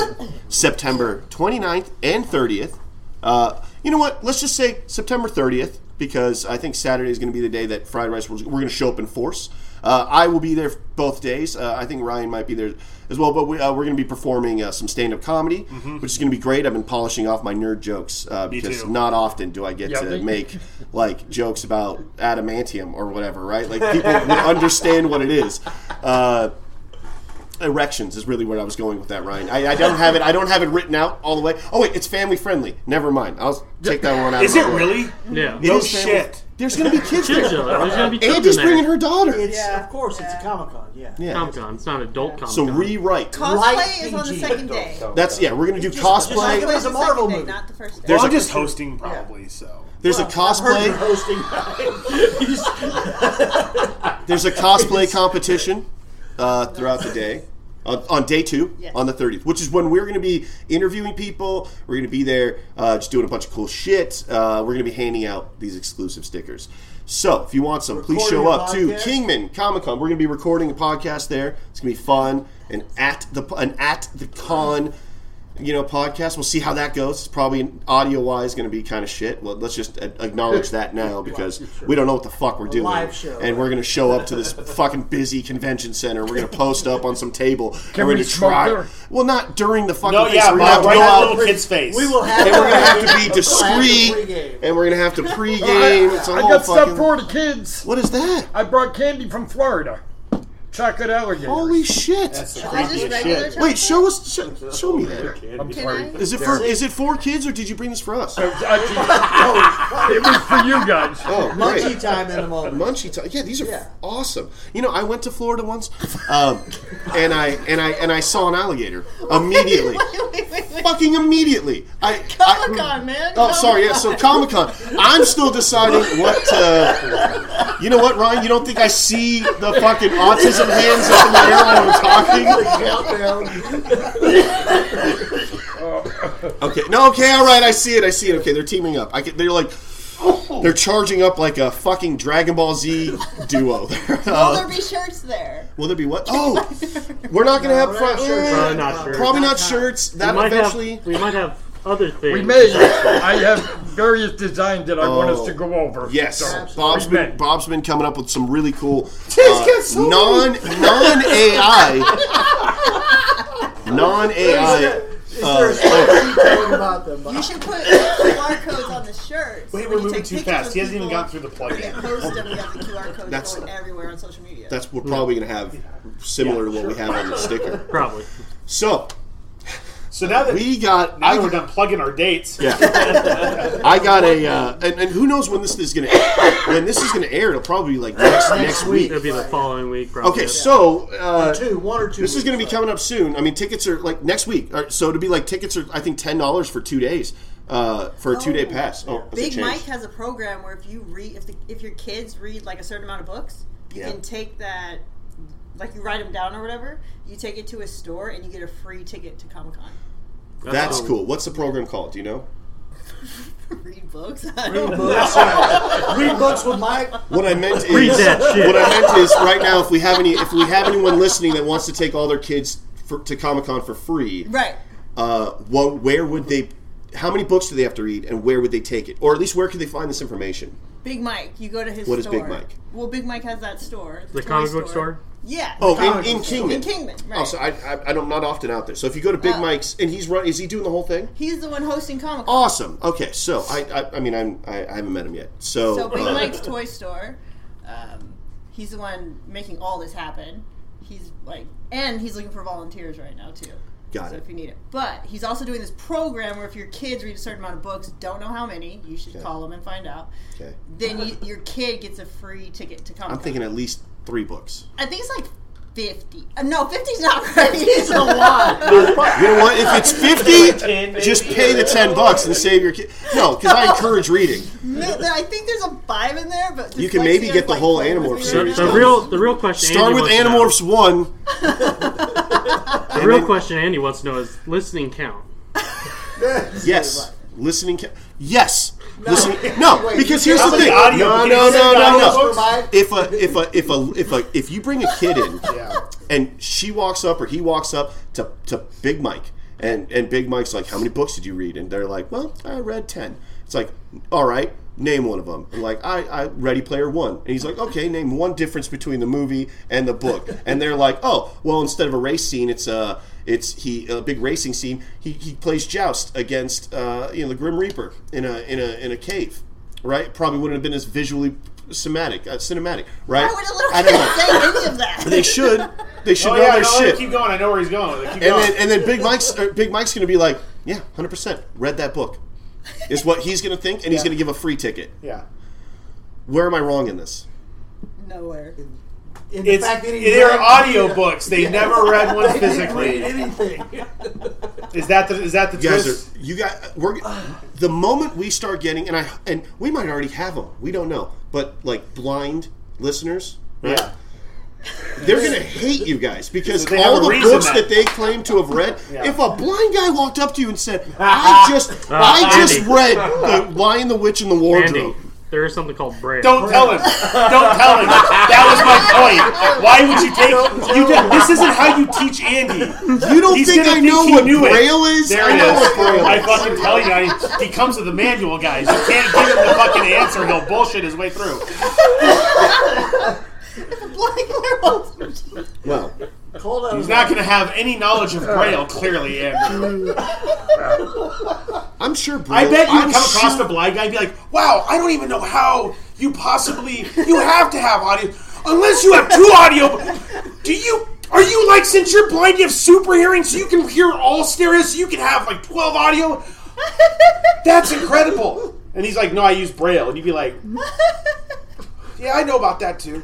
September 29th and 30th. Uh, you know what? Let's just say September 30th because I think Saturday is gonna be the day that Fried Rice we're gonna show up in force. Uh, I will be there both days. Uh, I think Ryan might be there as well. But we, uh, we're going to be performing uh, some stand-up comedy, which is going to be great. I've been polishing off my nerd jokes uh, because too. not often do I get Yeah, to they- make like jokes about adamantium or whatever, right? Like people <laughs> would understand what it is. Uh, erections is really where I was going with that, Ryan. I, I don't have it. I don't have it written out all the way. Oh wait, it's family friendly. Never mind. I'll take that one out. Is of it my way. really? Yeah. It No is family- shit. There's going to be kids Kids there. are- There's gonna be kids in Andy's bringing there. her daughter. It's Yeah. of course it's a comic con. Yeah. Yeah. Comic Con. It's not adult Comic Con. So rewrite. Light Cosplay is on the PG. second day. That's yeah. We're gonna do like cosplay. it was a Cosplay is the Marvel second day, movie. not the first day. There's I'm a- just hosting probably. So There's a I've heard you're cosplay. hosting. There's a cosplay competition uh, throughout the day. On, on day two, Yes. on the 30th, which is when we're going to be interviewing people. We're going to be there uh, just doing a bunch of cool shit. Uh, we're going to be handing out these exclusive stickers. So if you want some, please Recording show a up to podcast? Kingman Comic Con. We're going to be recording a podcast there. It's going to be fun and at the an at the con, you know, podcast. We'll see how that goes. It's probably audio wise going to be kind of shit. Well, let's just a- acknowledge that <laughs> now because we don't know what the fuck we're doing, live show. and we're going to show up to this fucking busy convention center. We're going to post up on some table. <laughs> Can we're we gonna smoke try. there? Well, not during the fucking. no, thing, yeah, so we're right, gonna right have on to the go little out. kid's face. we <laughs> will have. And we're gonna have to <laughs> be pregame. discreet, and we're gonna have to pregame. It's a <laughs> I whole got fucking. stuff for the kids. what is that? I brought candy from Florida. Chocolate alligators. Holy shit! That's the Is this creepiest regular shit. Wait, show us. Show, show me that. I'm Can <laughs> sorry. I? Is it for is it for kids or did you bring this for us? Oh, It was actually- no, oh, it was for you guys. Oh, Munchie great. time in a moment. Munchie time. Yeah, these are Yeah. awesome. You know, I went to Florida once, um, and I and I and I saw an alligator <laughs> immediately, Wait, wait, wait, wait. fucking immediately. I, I Comic Con, man. Oh, sorry. Yeah, so Comic Con. I'm still deciding what. Uh, you know what, Ryan? You don't think I see the fucking autism hands up in the air when I'm talking? Countdown. Okay. No. Okay. All right. I see it. I see it. Okay. They're teaming up. I can, they're like. They're charging up like a fucking Dragon Ball Z duo. <laughs> Will Uh, there be shirts there? will there be what? Oh, we're not gonna have front Probably not sure. Probably not shirts. we That might eventually. have. We might have other things. We may. I have various designs that I want us Oh, to go over. Yes, So, Bob's we been may. Bob's been coming up with some really cool uh, got so many. non non AI non AI. Is there a story going about them? You should put <laughs> QR codes on the shirts. Wait, so we're we can moving take too pictures fast. of He hasn't even people. gotten through the plug Yeah, yet. post them. We have the QR codes That's- going everywhere on social media. That's we're probably gonna have similar to what we have on the sticker. Probably. So So now that we got now I that we're done plugging our <laughs> dates, yeah I got a uh, and, and who knows when this is gonna when this is gonna air? It'll probably be like next next week. It'll be the following week. Probably. Okay, so uh, Two, one or two. This is Uh, going to be coming up soon. I mean, tickets are like next week. Or, so to be like tickets are, I think, ten dollars for two days. uh, for a two day Oh. pass. Oh, has it Big changed? Mike has a program where if you read, if the, if your kids read like a certain amount of books, you Yeah. can take that, like you write them down or whatever. You take it to a store and you get a free ticket to Comic Con. That's cool. What's the program called? Do you know? <laughs> read books. <laughs> I don't know. Read books with Mike. What I meant is Read that shit. what I meant is right now if we have any if we have anyone listening that wants to take all their kids for, to Comic Con for free, Right. uh, what, where would they? How many books do they have to read, and where would they take it, or at least where could they find this information? Big Mike. You go to his. What is store. Big Mike? Well, Big Mike has that store. The toy comic book store? Yeah. Oh, the comic in, in book store. Kingman. In Kingman. Right. Oh, so I, I, I don't not often out there. So if you go to Big Oh. Mike's, and he's run, is he doing the whole thing? He's the one hosting Comic Con. Awesome. Okay, so I, I, I mean, I'm, I, I haven't met him yet. So, So Big uh, Mike's toy store. Um, he's the one making all this happen. He's like, and he's looking for volunteers right now too. Got so it. If you need it, but he's also doing this program where if your kids read a certain amount of books, don't know how many, you should Okay. call them and find out. okay, Then you, your kid gets a free ticket to Comic. I'm thinking at least three books. I think it's like fifty. Uh, no, 50's <laughs> not right. It's a lot. You know what? If it's Ten, fifty, maybe? just pay the ten bucks and save your kid. No, because I encourage reading. I think there's a five in there, but You can maybe dyslexia get is, the like, whole playing with <laughs> Animorphs me The, series. now. the real, the real question. Start Andy with wants Animorphs to one. know- The real question Andy wants to know is listening count. Yes. Listening. Ca- yes. Listening. No, because here's the How about thing. the audio? No, Can no, no, you send no, audiobooks? no. Mike. If a if a if a if a if you bring a kid in, and she walks up or he walks up to to Big Mike, and and Big Mike's like, "How many books did you read?" And they're like, "Well, I read 10. It's like, "All right." Name one of them. And like I, I, Ready Player One, and he's like, okay, name one difference between the movie and the book. And they're like, oh, well, instead of a race scene, it's a, it's he a big racing scene. He, he plays joust against uh, you know the Grim Reaper in a in a in a cave, right? Probably wouldn't have been as visually cinematic, uh, cinematic, right? Why would a little I don't know. kid say any of that? <laughs> They should. They should Oh know yeah, their no, shit. keep going. I know where he's going. Keep and going. then and then Big Mike's or Big Mike's gonna be like, yeah, hundred percent. Read that book, is what he's gonna think, and he's gonna give a free ticket. yeah. Where am I wrong in this? Nowhere. In the It's fact that he they're read- audio books. They never read one He didn't physically. read anything. Is that the is that the You guys twist? are you got uh, we're the moment we start getting and I and we might already have them. We don't know, but like blind listeners, right? yeah. They're gonna hate you guys because They have all a the reason books that- that they claim to have read. Yeah. If a blind guy walked up to you and said, <laughs> "I just, I just Andy. read the Lion, the Witch, and the Wardrobe," Andy, there is something called Braille. Don't tell him. Don't tell him. That was my point. Why would you take you? did- This isn't how you teach Andy. you don't He's think gonna I think know he what knew it. Braille is? There I it know is. what Braille I is. fucking tell you, I, he comes with the manual, guys. You can't give him the fucking answer. He'll bullshit his way through. Blind werewolves. <laughs> Well, Hold on. He's not going to have any knowledge of Braille, clearly, Andrew. I'm sure. Braille, I bet you I'm would come across sure- the blind guy and be like, wow, I don't even know how you possibly, you have to have audio, unless you have two audio, do you, are you like, since you're blind, you have super hearing, so you can hear all stereos, so you can have like 12 audio? That's incredible. And he's like, no, I use Braille. And you'd be like, yeah, I know about that too.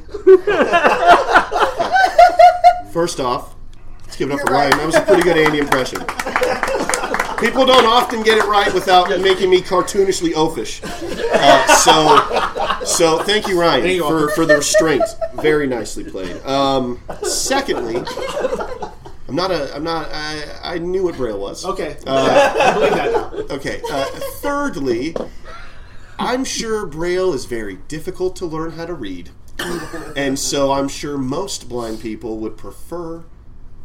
First off, let's give it up for Ryan. That was a pretty good Andy impression. People don't often get it right without making me cartoonishly oafish. Uh, so, so thank you, Ryan, you for, for the restraint. Very nicely played. Um, secondly, I'm not a. I'm not. I, I knew what Braille was. Okay. Uh, I believe that now. okay. Uh, thirdly, I'm sure Braille is very difficult to learn how to read, and so I'm sure most blind people would prefer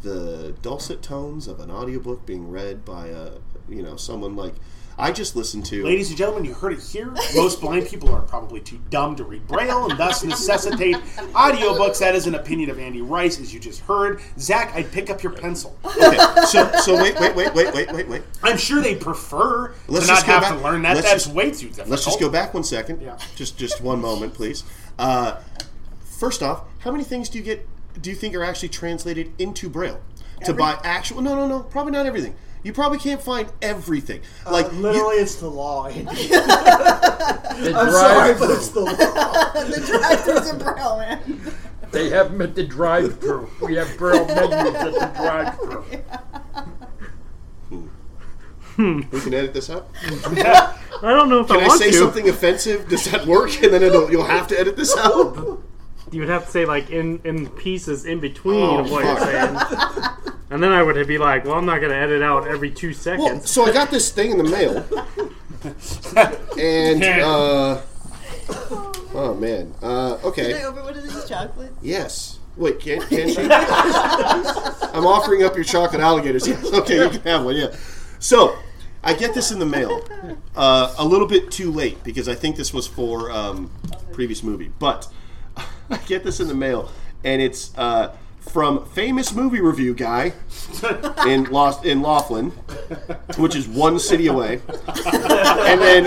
the dulcet tones of an audiobook being read by a you know someone like I just listened to. Ladies and gentlemen, you heard it here. Most blind people are probably too dumb to read Braille and thus necessitate audiobooks. That is an opinion of Andy Rice, as you just heard. Zach, I'd pick up your pencil. Okay, so so wait wait wait wait wait wait wait. I'm sure they prefer Let's to not just go have back- to learn that. let's That's just- way too difficult. Let's just go back one second. Yeah. Just just one moment, please. Uh, first off, how many things do you get? Do you think are actually translated into Braille to buy actual? No, no, no. Probably not everything. You probably can't find everything. Uh, Like you- Literally, it's the law. Andy. The I'm sorry, drive but it's <laughs> the law. the drive-throughs in Braille, man. They have them at the drive through. <laughs> We have Braille menus at the drive through. We can edit this out. I don't know if Can I I want say to. something offensive? Does that work? And then it'll, you'll have to edit this out. You would have to say like in in pieces in between Oh, of what you're fuck. saying, and then I would be like, well, I'm not gonna edit out every two Well, seconds. so I got this thing in the mail, and uh, oh man, uh, Can I okay, open one of these chocolates? yes. Wait, can can she? I'm offering up your chocolate alligators. Yes, okay, you can have one. Yeah. So I get this in the mail uh, a little bit too late because I think this was for um, previous movie, but <laughs> I get this in the mail, and it's uh, from famous movie review guy in Lost in Laughlin, which is one city away, and then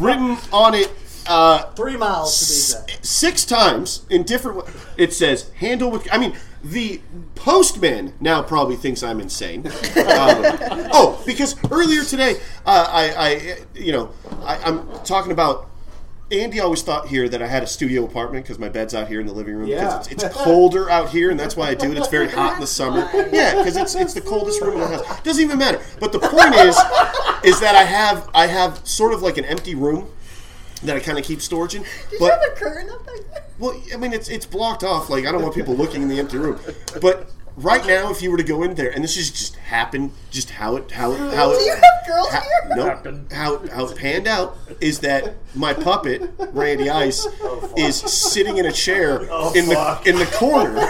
written on it uh, Three miles to be s- exact. six times in different. wa- It says handle with. I mean, the postman now probably thinks I'm insane. Um, oh, because earlier today, uh, I, I, you know, I, I'm talking about. Andy always thought here that I had a studio apartment because my bed's out here in the living room. 'cause Yeah. It's, it's colder out here, and that's why I do it. It's very hot in the summer. Yeah, because it's it's the coldest room in the house. Doesn't even matter. But the point is, is that I have I have sort of like an empty room that I kind of keep storage in. Did you But have a curtain up back there? well, I mean, it's it's blocked off. Like I don't want people looking in the empty room. But right now, if you were to go in there, and this is just happened, just how it how it how Do you it. have girls How, here? nope. How, it- how it panned out is that my puppet Randy Ice Oh, is sitting in a chair in the in the corner.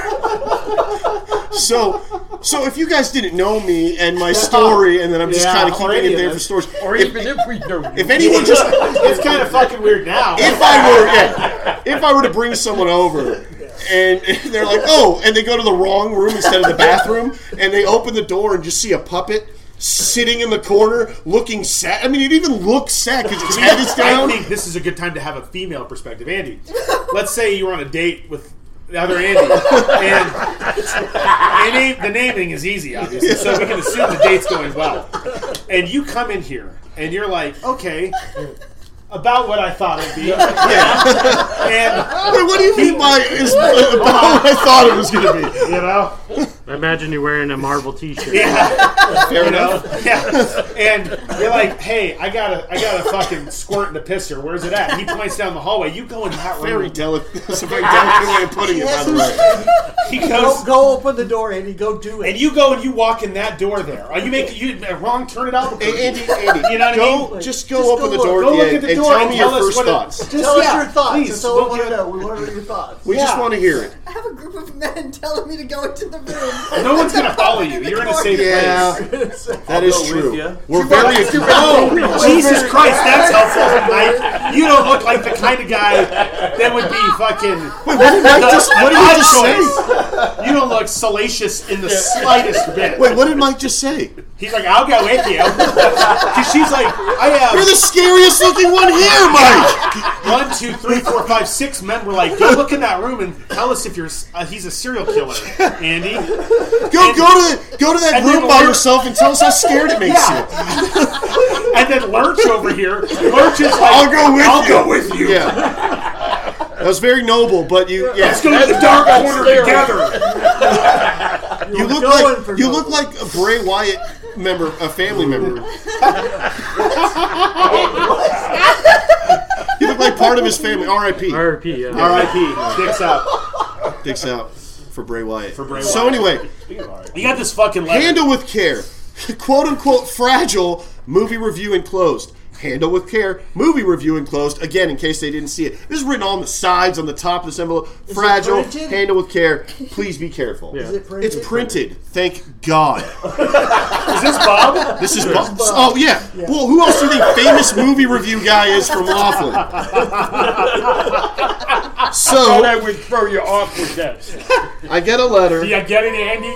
So, so if you guys didn't know me and my story, and then I'm just Yeah, kind of keeping it there already. for stories. Or if, even if we know you. if anyone just It's kind of fucking weird now. if I were yeah, if I were to bring someone over and, and they're like, oh, and they go to the wrong room instead of the bathroom, and they open the door and just see a puppet sitting in the corner looking sad. I mean, it even looks sad because its head is <laughs> I down. think this is a good time to have a female perspective, Andy. Let's say you were on a date with the other Andy, and the, name, the naming is easy, obviously, so we can assume the date's going well. And you come in here, and you're like, okay, about what I thought it'd be, and Wait, what do you mean by is about what I thought it was going to be? you <laughs> know, Imagine you wearing a Marvel T-shirt. yeah, Fair you know, enough. yeah. And you're like, hey, I gotta, I gotta fucking squirt in the pisser. Where's it at? He points down the hallway. You go in that Very room. delicate. That's a very delicate way of putting it, by the way. <laughs> He Go, goes. go open the door, Andy. Go do it. And you go and you walk in that door there. Are you making you a wrong turn at all? Hey, Andy, Andy, You know what I go, mean? just Just go go open the look. door Go at the look end at the and door tell and me tell your us first what it- thoughts. Just Tell us yeah, your thoughts. Please, That's all we so we want to wanna know. We want to know your thoughts. We just Yeah. want to hear it. I have a group of men <laughs> telling me to go into the <laughs> room. No one's gonna follow you. You're in a safe Yeah, place. that is go with true. ya. We're very Oh, Jesus Christ, that's helpful, Mike. You don't look like the kind of guy that would be fucking. Wait, what did Mike just? What did he Odd just choice. say? You don't look salacious in the slightest bit. Wait, what did Mike just say? He's like, I'll go with you. Because she's like, I You're the have scariest looking one here, Mike. one, two, three, four, five, six men. We're like, go look in that room and tell us if you're. s- Uh, he's a serial killer, Andy. Go, go to the, go to that And then room by we're- yourself and tell us how scared it makes you. And then Lurch over here, Lurch is like, I'll <laughs> go with I'll you. go with you. Yeah, that was very noble, but you, Let's yes, go to the dark corner together. you look going for like you noble. look like a Bray Wyatt member, a family member. you look like part of his family. R.I.P. RP. Yeah. R.I.P. Dicks up. Dicks out for Bray Wyatt. For Bray So Wyatt. anyway, You got this fucking letter. Handle with care. <laughs> Quote unquote fragile movie review enclosed. Handle with care. Movie review enclosed. Again, in case they didn't see it, this is written on the sides, on the top of this envelope. fragile. printed? Handle with care. Please be careful. Yeah. Is it printed? It's printed. Thank <laughs> God. Is this Bob? This is Bob. Oh yeah. Well, who else do you think famous movie review guy is from <laughs> Laughlin? Thought So I would throw you off with that. I get a letter. You get it, Andy?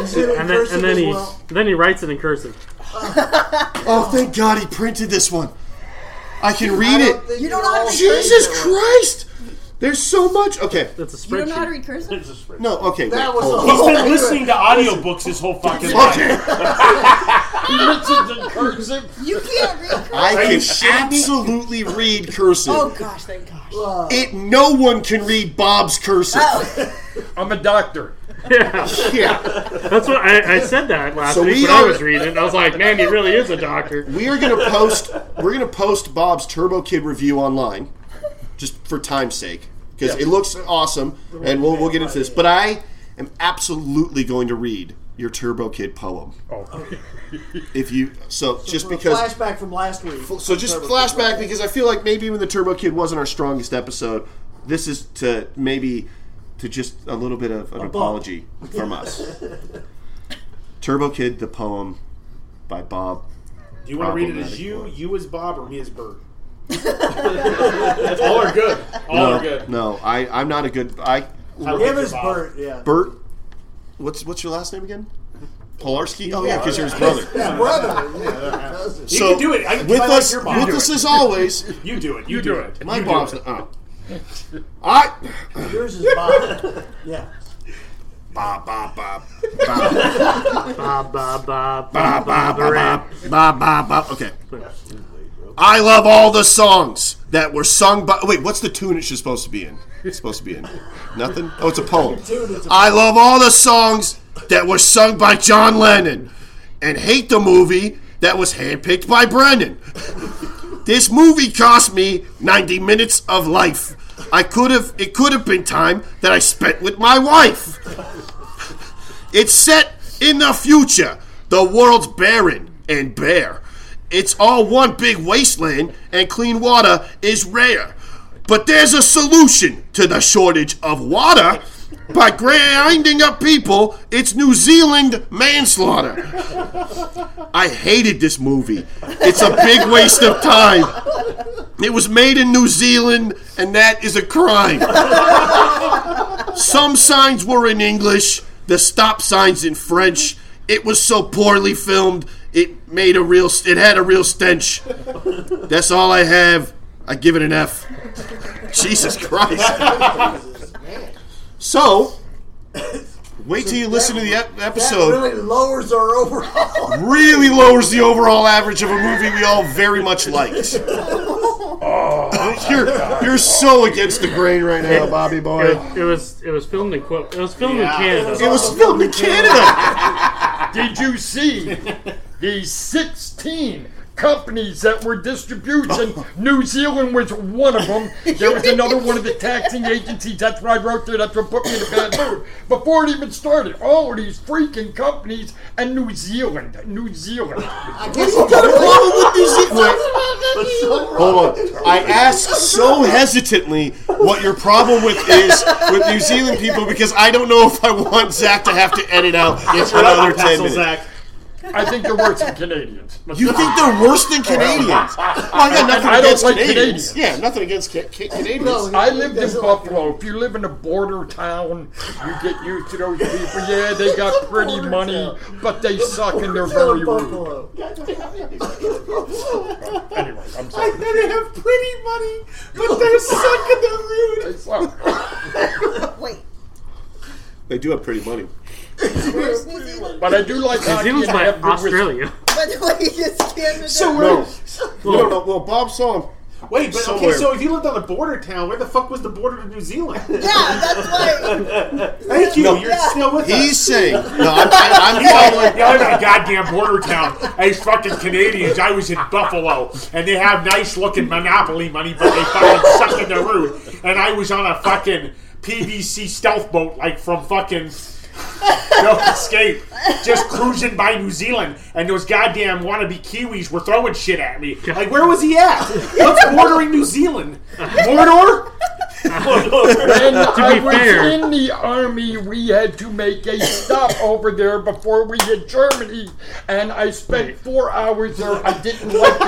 Is it in And then, person and then as he well? then he writes it in cursive. Oh, thank God he printed this one. I can I read don't it. think You don't you're all understand. Jesus thinking it. Christ! There's so much. Okay, That's a You don't know how to spreadsheet. read cursive? no, okay. That wait, was hold on. a He's been listening to audiobooks his whole fucking life. Okay, You can't read cursive? I you can shitting me? absolutely read cursive. <laughs> Oh gosh, thank gosh. It. No one can read Bob's cursive. Oh, I'm a doctor. <laughs> Yeah, Yeah. that's what I, I said that last So we week when are- I was reading. it. I was like, man, he really is a doctor. We are gonna post. We're gonna post Bob's Turbo Kid review online, just for time's sake, because it looks awesome, and we'll we'll get into this. But I am absolutely going to read your Turbo Kid poem. If you Oh. so, just From a because. flashback from last week. So just flashback because I feel like maybe when the Turbo Kid wasn't our strongest episode, this is to maybe to just a little bit of an apology from <laughs> us. Turbo Kid, the poem by Bob. Do you want to read it as Problematic you, one. you as Bob, or me as Bert? All are good. All are good. No, I I'm not a good I I Him like is Bob. Bert, yeah. Bert. What's what's your last name again? Polarski. Oh yeah, because you're his brother. His brother. yeah. cousin. You So, can do it. I can With I like us, your Bob. with us as always. You do it. You, do, it. My You do Bob's. it. Oh. I. Yours is Bob. Yeah. Bob, Bob, Bob. Ba ba ba Ba, ba ba, ba ba. ba, ba, ba, ba, ba. Okay. I love all the songs that were sung by. Wait, what's the tune it's supposed to be in? It's supposed to be in nothing. Oh, it's a poem. I love all the songs that were sung by John Lennon, and hate the movie that was handpicked by Brendan. This movie cost me 90 minutes of life. I could have. It could have been time that I spent with my wife. It's set in the future. The world's barren and bare. It's all one big wasteland, and clean water is rare. But there's a solution to the shortage of water. By grinding up people, it's New Zealand manslaughter. I hated this movie. It's a big waste of time. It was made in New Zealand, and that is a crime. Some signs were in English, the stop signs in French. It was so poorly filmed, it made a real it had a real stench. That's all I have. I give it an F. Jesus Christ. So, wait till you listen to the ep- That episode really lowers our <laughs> overall. really lowers the overall average of a movie we all very much liked. Oh, <laughs> you're, you're so against the grain right now, Bobby boy. It, it was it was filmed in Qu- it was filmed Yeah. in Canada. It was filmed in <laughs> Canada. Did you see the 16 companies that were distribution? <laughs> New Zealand was one of them. There was another one of the taxing agencies. That's what I wrote there. That's what put me in a bad mood. Before it even started, all of these freaking companies and New Zealand. New <laughs> Zealand. Hold on. I asked so hesitantly what your problem with is with New Zealand people because I don't know if I want Zach to have to edit <laughs> out another ten Tassel minutes. Zach. I think they're worse than Canadians. But You think they're worse than Canadians? <laughs> Well, I got nothing I don't against like Canadians. Canadians. Yeah, nothing against ca- ca- Canadians. I lived in Buffalo. If you live in a border town, you get used to those people. Yeah, they got pretty money, but they suck and they're very rude. Buffalo. Anyway, I'm sorry. They have pretty money, but they're sucking their rude. They suck. Wait, They do have pretty money. where's New Zealand? But I do like New hockey. Zealand's and I by have good respect. Australia. By the way, it's Canada. No. We don't know. Well, Bob saw him. Wait, but Somewhere. okay, so if you lived on a border town, where the fuck was the border to New Zealand? yeah, that's why. Thank you. No. You're still with us. He's saying, no, I'm, <laughs> I'm <laughs> following. Yeah, I live in a goddamn border town. I was fucking Canadians. I was in Buffalo, and they have nice looking Monopoly money, but they fucking suck in the root. And I was on a fucking PVC stealth boat, like from fucking No Escape, just cruising by New Zealand. And those goddamn wannabe Kiwis were throwing shit at me. Like, where was he at? What's bordering New Zealand? Mordor? When I be was fair- in the army, we had to make a stop over there before we hit Germany, and I spent four hours there. I didn't like the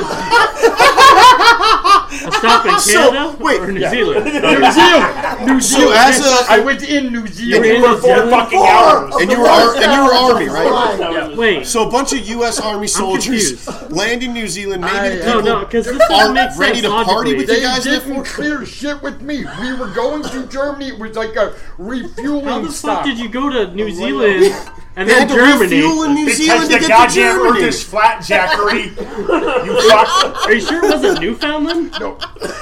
people. A stop in Canada wait, or New Zealand. New Zealand. New Zealand. as a- I was in New Zealand. You were Four fucking hours. And you were ar- and you were army, right? Wait, So a bunch of U.S. Army soldiers confused. land in New Zealand. Maybe I- the no, people no, because this doesn't aren't make sense ready to party logically. with They you guys live didn't clear shit with me. We were going to Germany. It was like a refueling How the stop. fuck did you go to New Zealand and They had then to Germany. refuel in New Because Zealand the to get to goddamn Germany. Earth is flat, Jackery. <laughs> you fuck. Are you sure it wasn't Newfoundland? No,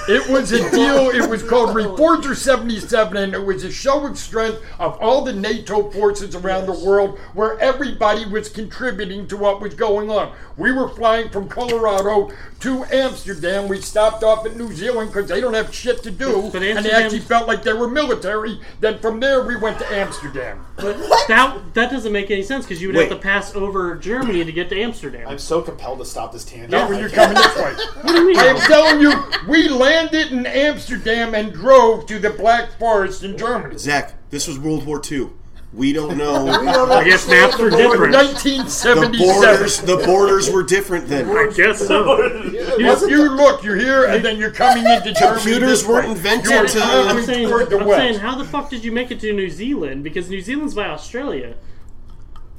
it was a deal. It was called Reforger 77, and it was a show of strength of all the NATO forces around the world where everybody was contributing to what was going on. We were flying from Colorado to Amsterdam. We stopped off at New Zealand because they don't have shit to do, But and they Amsterdam- actually felt like they were military. Then from there, we went to Amsterdam. But that that doesn't make any sense because you would Wait. have to pass over Germany to get to Amsterdam. I'm so compelled to stop this tangent. Now when you're coming this way. what do you mean? I am telling you, we landed in Amsterdam and drove to the Black Forest in Germany. Zach, this was World War II. We <laughs> don't know. I guess maps are different. 1977. the borders. The borders were different then. I guess so. If you look, you're here, and then you're coming into Germany. Computers this way. weren't invented You were to- I'm, traveling saying, toward the I'm west. saying, how the fuck did you make it to New Zealand? Because New Zealand's by Australia.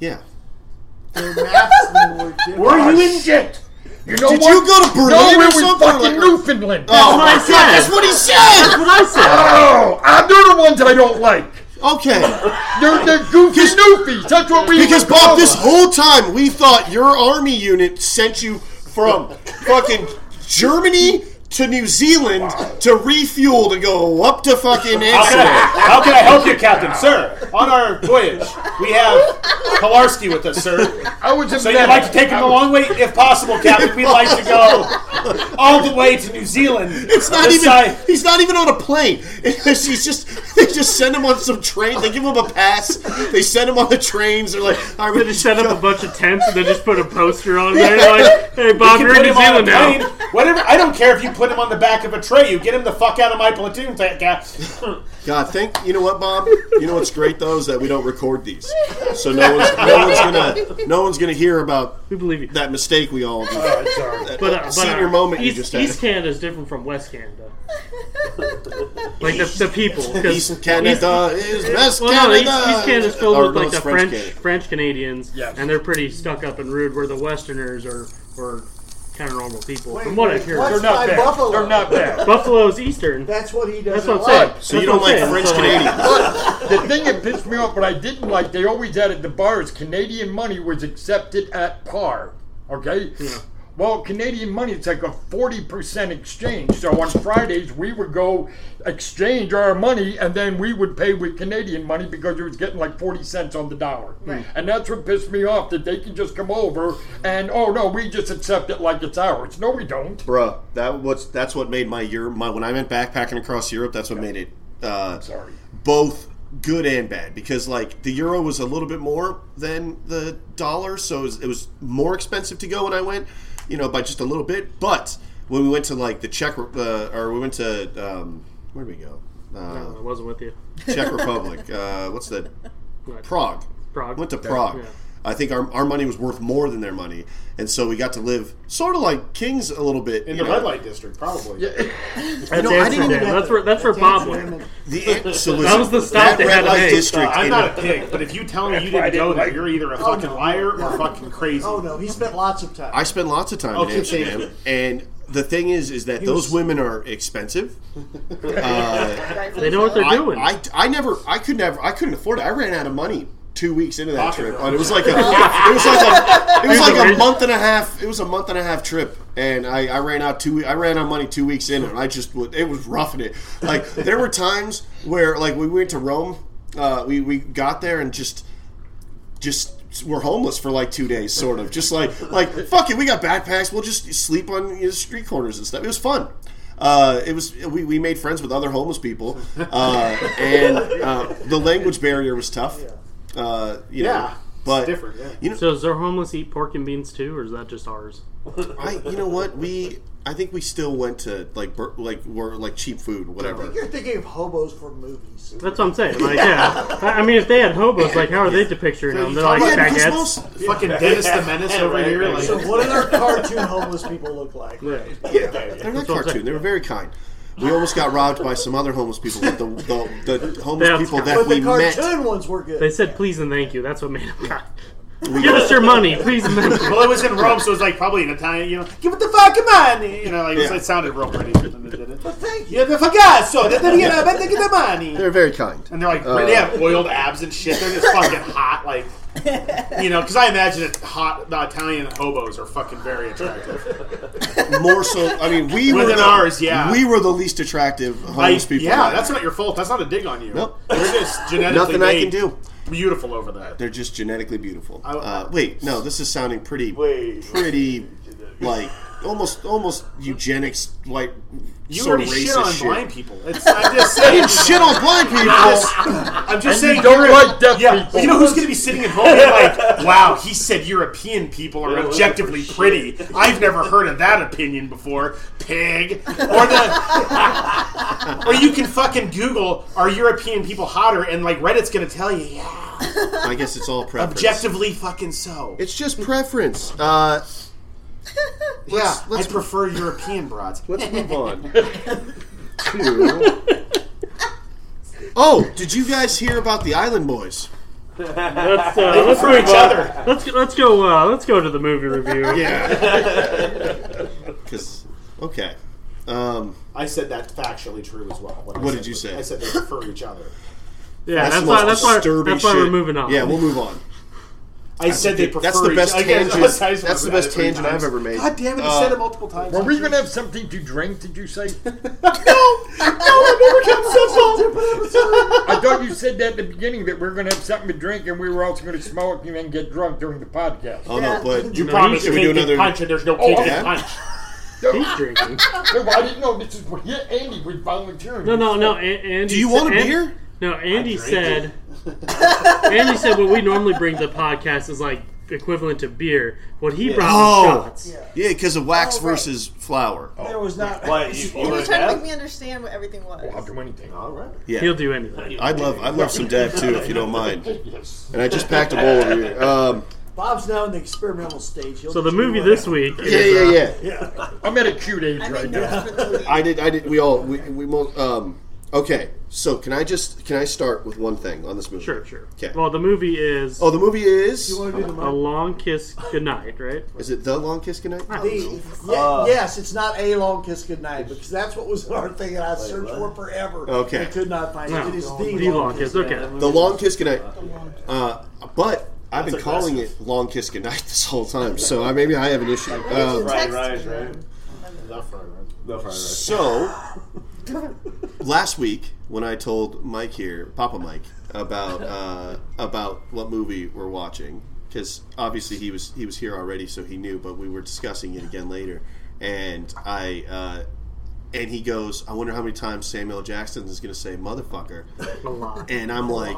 Yeah. Their maps were different. Were you in shit? You know Did what? you go to Berlin No, it or was something? fucking Like- Newfoundland. Oh what I my God, said. that's what he <laughs> said. What I said. Oh, I do the ones I don't like. Okay. They're, they're goofy noofies. That's what we Because would call Bob, this them. whole time we thought your army unit sent you from fucking Germany to New Zealand to refuel to go up to fucking How can, I, Amsterdam. how can I help you, Captain? Sir, on our voyage, we have Kolarski with us, sir. I was in So you'd like to take him the long way, if possible, Captain. We'd like to go all the way to New Zealand. It's not This even. side- He's not even on a plane. It's- he's just. They just send him on some train. They give him a pass. They send him on the trains. They're like, all right, They we just set up a bunch of tents and they just put a poster on there like, "Hey Bob, you you're put in New him on a Zealand plane. now." Whatever. I don't care if you put him on the back of a tray. You get him the fuck out of my platoon, fat guy. God, think you know what, Bob? You know what's great though is that we don't record these, so no one's no one's gonna no one's gonna hear about We believe you. that mistake we all All right, sorry. But, uh, but, senior uh, moment you East, just had. East Canada is different from West Canada. like the, the people. 'cause- East Canada is best well, no, Canada. East, East Canada's filled Or with no, like it's the French French, Canada. Canadians, Yes. and they're pretty stuck up and rude. Where the Westerners are, are kind of normal people. Wait, from what I wait, hear, what? They're not By bad. Buffalo. They're not bad. Buffalo's Eastern. That's That's what he what doesn't I'm saying. like. So you That's don't what I'm like saying. French So, like, <laughs> Canadians? The thing that pissed me off, but I didn't like, they always had at the bars, Canadian money was accepted at par. Okay? Well, Canadian money, it's like a 40% exchange. So on Fridays, we would go exchange our money and then we would pay with Canadian money because it was getting like 40 cents on the dollar. Right. And that's what pissed me off that they can just come over and, oh no, we just accept it like it's ours. No, we don't. <laughs> Bruh, that what's that's what made my year. My when I went backpacking across Europe, that's what made it. Uh, Sorry. both good and bad because like the euro was a little bit more than the dollar so it was, it was more expensive to go when i went you know by just a little bit but when we went to like the czech uh, or we went to um, where did we go No, I uh, wasn't with you. czech republic uh, what's that Right. prague Prague. went to prague Yeah. i think our, our money was worth more than their money and so we got to live sort of like kings a little bit <laughs> In you the know. red light district, probably. That's know, I didn't Amsterdam. even have That's to- where that's where Bob went. The- <laughs> so listen, That was the stop that they red had to light make. district Uh, I'm in- not a pig, but if you tell me you why I didn't didn't go there, like- you're either a fucking liar or fucking crazy. Oh no, he spent lots of time. I spent lots of time Okay. in Amsterdam, and the thing is, is that those women are expensive. They know what they're I, doing. I, I never, I could never, I couldn't afford it. I ran out of money two weeks into that Pocket trip, roll. and it was like a, it was like a, it was Here's like the a month and a half. It was a month and a half trip, and I, I ran out two, I ran out of money two weeks in, and I just, would- it was roughing it. Like there were times where, like we went to Rome, uh, we we got there and just just we're homeless for like two days, sort of. Just like like fuck it, we got backpacks. We'll just sleep on you know, street corners and stuff. It was fun. Uh, it was we, we made friends with other homeless people, uh, and uh, the language barrier was tough. Uh, you know, Yeah, but different, yeah. You know, So is their homeless eat pork and beans too, or is that just ours? I you know what we. I think we still went to like bur- like were like cheap food, whatever. You're thinking of hobos from movies. That's what I'm saying. Like, yeah. I I mean, if they had hobos, like, how are they depicting them? They're like Yeah, because baguettes. most fucking Dennis the Menace over right, here. right. Like, So what do their cartoon homeless people look like? Yeah. they're not what I'm cartoon. saying. They were very kind. We almost got robbed by some other homeless people, but the the, the homeless That's people kind- that But we the met cartoon ones were good. They said please and thank you. That's what made them cry. Give us your money, please and thank you. well, it was in Rome, so it was like probably an Italian. You know, give it the fucking money. You know, like it, Yeah. was, it sounded real pretty. Yeah, Thank you. the fagasso, the italiano, but they get the money. They're very kind. And they're like, they have oiled abs and shit. They're just fucking hot. Like, You know, because I imagine it's hot. The Italian hobos are fucking very attractive. More so, I mean, we were Within the, ours, yeah. We were the least attractive homeless I- people. yeah, there. that's not your fault. That's not a dig on you. Nope. You're just genetically nothing I can made do. Beautiful over that. They're just genetically beautiful. I- uh, wait, no, this is sounding pretty, Wait. pretty, like almost, almost eugenics, like You sort already of shit racist on shit. blind people. It's, I'm just <laughs> saying. Shit on blind <laughs> people. I'm just, I'm just saying. You don't you're- like deaf yeah, people. you know who's going to be sitting at home and <laughs> like, wow, he said European people are They're looking objectively for pretty. I've never heard of that opinion before, pig. Or the, <laughs> or you can fucking Google, are European people hotter? And like Reddit's going to tell you, yeah, I guess it's all preference. objectively fucking so. It's just preference. Uh, yeah, let's- I prefer European broads. let's move on. to- Oh, did you guys hear about the Island Boys? Let's uh, let's For move each on. other. Let's let's go. Uh, let's go to the movie review. Yeah. Because okay, um, I said that factually true as well. I What said did you was- say? I said they prefer each other. yeah. That's the why. most That's why. disturbing That's why we're shit. moving on. Yeah, we'll move on. I said they prefer. That's the each- best I guess- tangent. I just That's the wanted to best add it three tangent I've times. ever made. God damn it! I said it multiple times. Were we gonna have something to drink? Did you <laughs> say? I thought you said that at the beginning that we were gonna have something to drink and we were also gonna smoke and then get drunk during the <laughs> podcast. Oh no, but You you promised should you we do do another- another Oh, punch, and there's no cake yeah? in punch. He's drinking. No, I didn't know this is what yeah, Andy was volunteering. No, no, no. A- Andy. Do you want a said- An- beer? No, Andy said. Andy said what we normally bring to the podcast is like equivalent to beer. What he brought Oh. was shots. yeah, because of wax Oh, right. versus flour. Oh, Uh, There was not. What? You, He you was would trying to have? make me understand what everything was. I'll do anything. All right. He'll do anything. I'd love, I'd love some dab too, if you don't mind. Yes. And I just packed a bowl over here. Um, Bob's now in the experimental stage. He'll So the just do movie whatever. this week. yeah, Is, yeah, uh, yeah. I'm at a cute age I right made now. notes for the movie. I did. I did. We all. We. we mo- um, okay. So can I just? Can I start with one thing on this movie? Sure, sure. Okay. Well, the movie is Oh, the movie is. You want to do the A movie? Long Kiss Goodnight, right? Is it the Long Kiss Goodnight? The- ye- Uh, yes, it's not a long kiss goodnight because that's what was in our thing that I searched what? for forever. Okay. I could not find No. it. It is the, The Long Kiss. Okay. Yeah. The Long Kiss Goodnight. Uh, but I've been calling it Long Kiss Goodnight <laughs> this whole time, so I, maybe I have an issue. Um, Fried rice, right? No fried rice. So, <laughs> last week when I told Mike here, Papa Mike, about uh, about what movie we're watching, because obviously he was he was here already, so he knew, but we were discussing it again later, and I uh, and he goes, I wonder how many times Samuel Jackson is going to say motherfucker, A lot. and I'm like,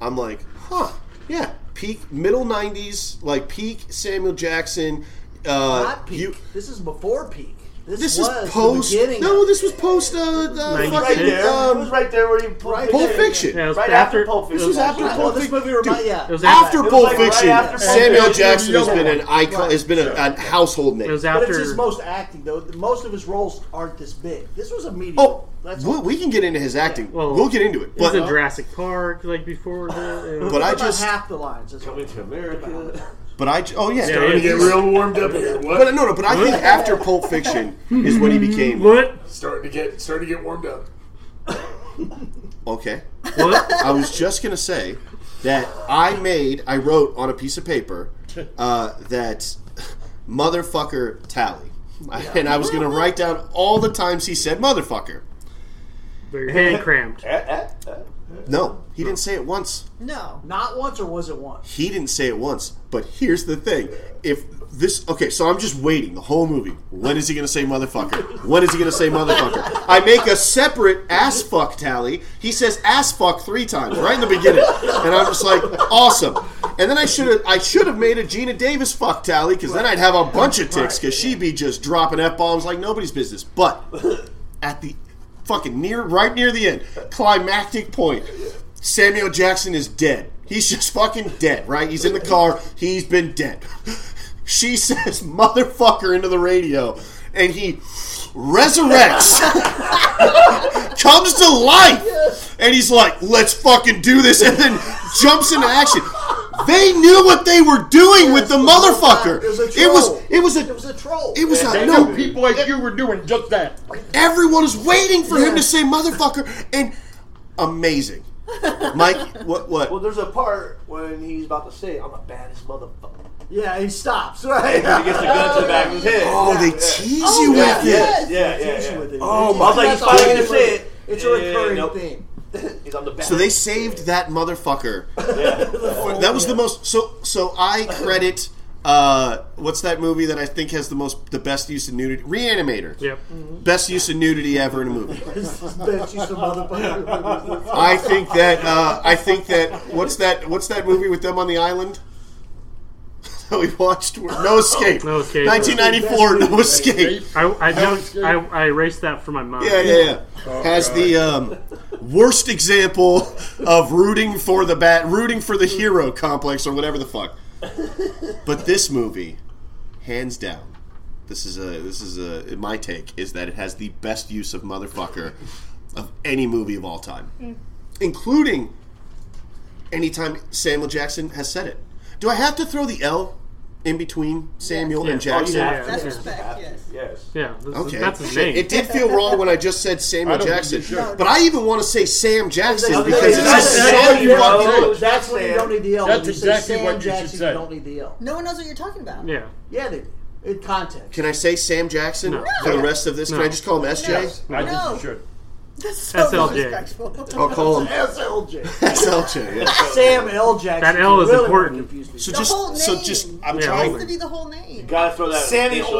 I'm like, huh, yeah, peak middle '90s, like peak Samuel Jackson. Uh, not peak. you- this is before peak. This, this is was post. The beginning No, of this was post. Uh, uh, Ninety-six. Right fucking, there. it was um, right there where you put Right Pulp there. Fiction. Yeah, it was Right after. after Pulp it This was after Well, Pulp this Fiction. movie remind- Dude, yeah. It was after. After was Pulp like right Fiction, after Pulp Samuel Fiction. Jackson has been an Right. icon. Has been a, a household name. It was But after. it's his most acting though. Most of his roles aren't this big. This was a medium. oh, that's we, we can get into his acting. Well, we'll get into it. It was But in Jurassic Park, like before the. but I about just half the lines. That's all. Coming to America. but I j- oh yeah. Yeah, yeah. You get real warmed up here. What? But no, no. But I think after Pulp Fiction is when he became <laughs> What? Starting to get starting to get warmed up. okay. What? <laughs> I was just gonna say that I made, I wrote on a piece of paper uh, that motherfucker tally, and I was gonna write down all the times he said motherfucker. But your hand cramped. No, he didn't say it once. No. Not once or was it once? He didn't say it once. But here's the thing: if this, okay, so I'm just waiting the whole movie. When is he gonna say motherfucker? When is he gonna say motherfucker? I make a separate ass fuck tally. He says ass fuck three times right in the beginning, and I'm just like, awesome. And then I should have I should have made a Gina Davis fuck tally because then I'd have a bunch of ticks because she'd be just dropping f bombs like nobody's business. But at the fucking near right near the end climactic point samuel jackson is dead he's just fucking dead right he's in the car he's been dead she says motherfucker into the radio and he resurrects <laughs> comes to life and he's like let's fucking do this and then jumps into action they knew what they were doing <laughs> with the motherfucker It was a it was troll. it was a It was a troll. it was I a know no people like you were doing just that. Everyone is waiting for him to say motherfucker and amazing. Mike, what? What? Well, there's a part when he's about to say, "I'm the baddest motherfucker." Yeah, he stops. <laughs> Right. He gets the gun to the back of his head. oh, they tease you yeah, with yeah. it. Yeah, yeah, yeah. Tension with it. Oh, It's- my- I was like, he's that's finally all gonna say it. It's a Yeah, recurring nope. <laughs> theme. He's on the back. So they saved that motherfucker. Yeah. That was the most. So so I credit. Uh, what's that movie that I think has the most, the best use of nudity? Reanimator. Yep. Best use of nudity ever in a movie. Bet you some <laughs> motherfucker. <laughs> I think that uh, I think that what's that what's that movie with them on the island <laughs> that we watched? No Escape. No Escape. 1994. No Escape. I I, don't, escape. I I erased that from my mind. Yeah, yeah, yeah. Has the um, worst example of rooting for the bat, rooting for the hero complex, or whatever the fuck. But this movie, hands down, this is a this is a my take is that it has the best use of motherfucker of any movie of all time, including anytime Samuel Jackson has said it. Do I have to throw the L in between Samuel and Oh, Jackson? you have Yeah. to. That's You have respect, to. yes. Yes. Yeah, that's, Okay. that's his Shit, name. It did feel wrong when I just said Samuel I don't Jackson, think you should. but I even want to say Sam Jackson No, because it's no, a no, no, Sam no, no, fucking- no, no. That's when you don't need the L. When That's you say exactly Sam what you should Jackson, say. You don't need the L. No one knows what you're talking about. yeah. Yeah, they do. In context. Can I say Sam Jackson No. for the rest of this? Can No. I just call him SJ? I No. think you should. <laughs> That's so SLJ. I'll disrespectful. call him SLJ. SLJ. yeah. Sam L. Jackson. That L is really important. confused me. So The just, whole so name. just, I'm Yeah. It has to trying be the whole name. Gotta throw that. Sammy initial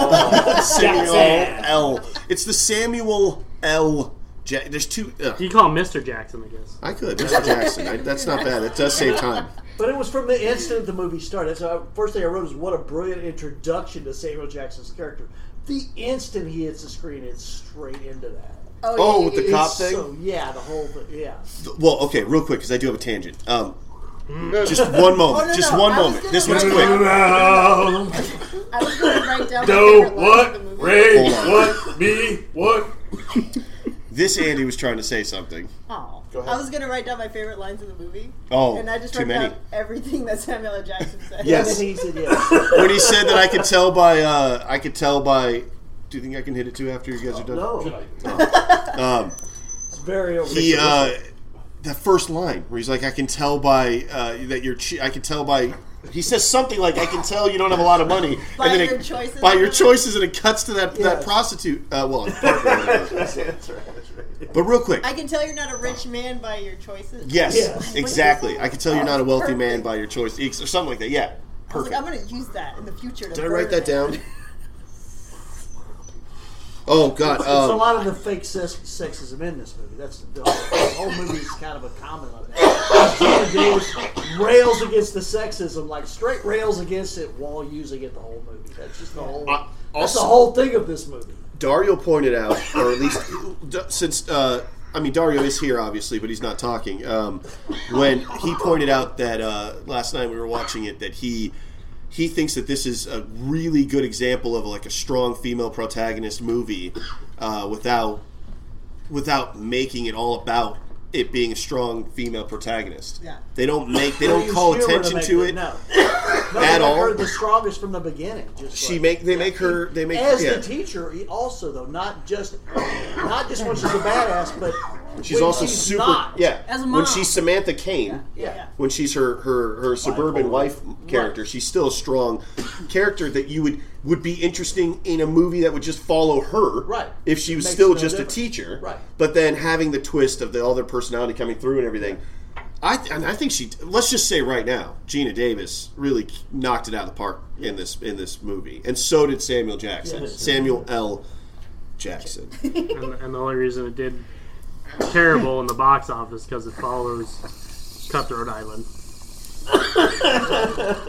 in there. Oh. Samuel L. It's the Samuel L. Ja- There's two. ugh. You call him Mr. Jackson, I guess. I could Mr. Jackson. I, that's not bad. It does save time. But it was from the instant the movie started. That's the first thing I wrote is what a brilliant introduction to Samuel Jackson's character. The instant he hits the screen, it's straight into that. Oh, yeah, with the yeah, yeah. cop thing. So yeah, the whole thing. Yeah. Well, okay, real quick because I do have a tangent. Um, just one moment. Oh, no, just no, one I was moment. gonna This one's write quick. down- I was going to write down. No, what? Hold on. What? Me? <laughs> What? This Andy was trying to say something. Oh, I was going to write down my favorite lines in the movie. Oh, and I just too wrote many. down everything that Samuel L. Jackson said. Yes. Everything he said, yeah. When he said that I could tell by, uh, I could tell by. Do you think I can hit it too after you guys are done? No, Um, <laughs> it's very over. he, uh, that first line where he's like, "I can tell by uh, that you're. Che- I can tell by." He says something like, "I can tell you don't have a lot of money." By and then your it, choices. By your choices, and it cuts to that that Yes. prostitute. Uh, well, partly. That's it, That's right. That's right. but real quick. I can tell you're not a rich man by your choices. yes, Yes. exactly. I can tell you're not a wealthy Perfect. man by your choice, or something like that. Yeah, I was perfect. like, I'm going to use that in the future. To Did I write burn that it. down? Oh God! There's a Um, lot of the fake sex, sexism in this movie. That's the, the whole movie is kind of a comment on that. Jonah Davis rails against the sexism, like straight rails against it while using it the whole movie. That's just the whole. I- that's also- the whole thing of this movie. Dario pointed out, or at least d- since uh, I mean Dario is here obviously, but he's not talking. Um, when he pointed out that uh, last night we were watching it, that he he thinks that this is a really good example of like a strong female protagonist movie uh, without without making it all about it being a strong female protagonist. Yeah. They don't make they don't call She was attention gonna to make it. <laughs> No, at all. Her the strongest from the beginning. Just She like- make they make her they make as yeah. the teacher he also though not just not just when she's a badass, but She's when also she's super. not. Yeah, As a when mom. she's Samantha Kane, Yeah. Yeah. when she's her her, her suburban wife character, she's still a strong character that you would would be interesting in a movie that would just follow her. Right. If she It was makes still no just difference. a teacher. Right. But then having the twist of the other personality coming through and everything. I, th- and I think she. Let's just say right now, Gina Davis really knocked it out of the park in this in this movie, and so did Samuel Jackson. Samuel L. <laughs> Jackson. And, and the only reason it did terrible in the box office because it follows Cutthroat Island.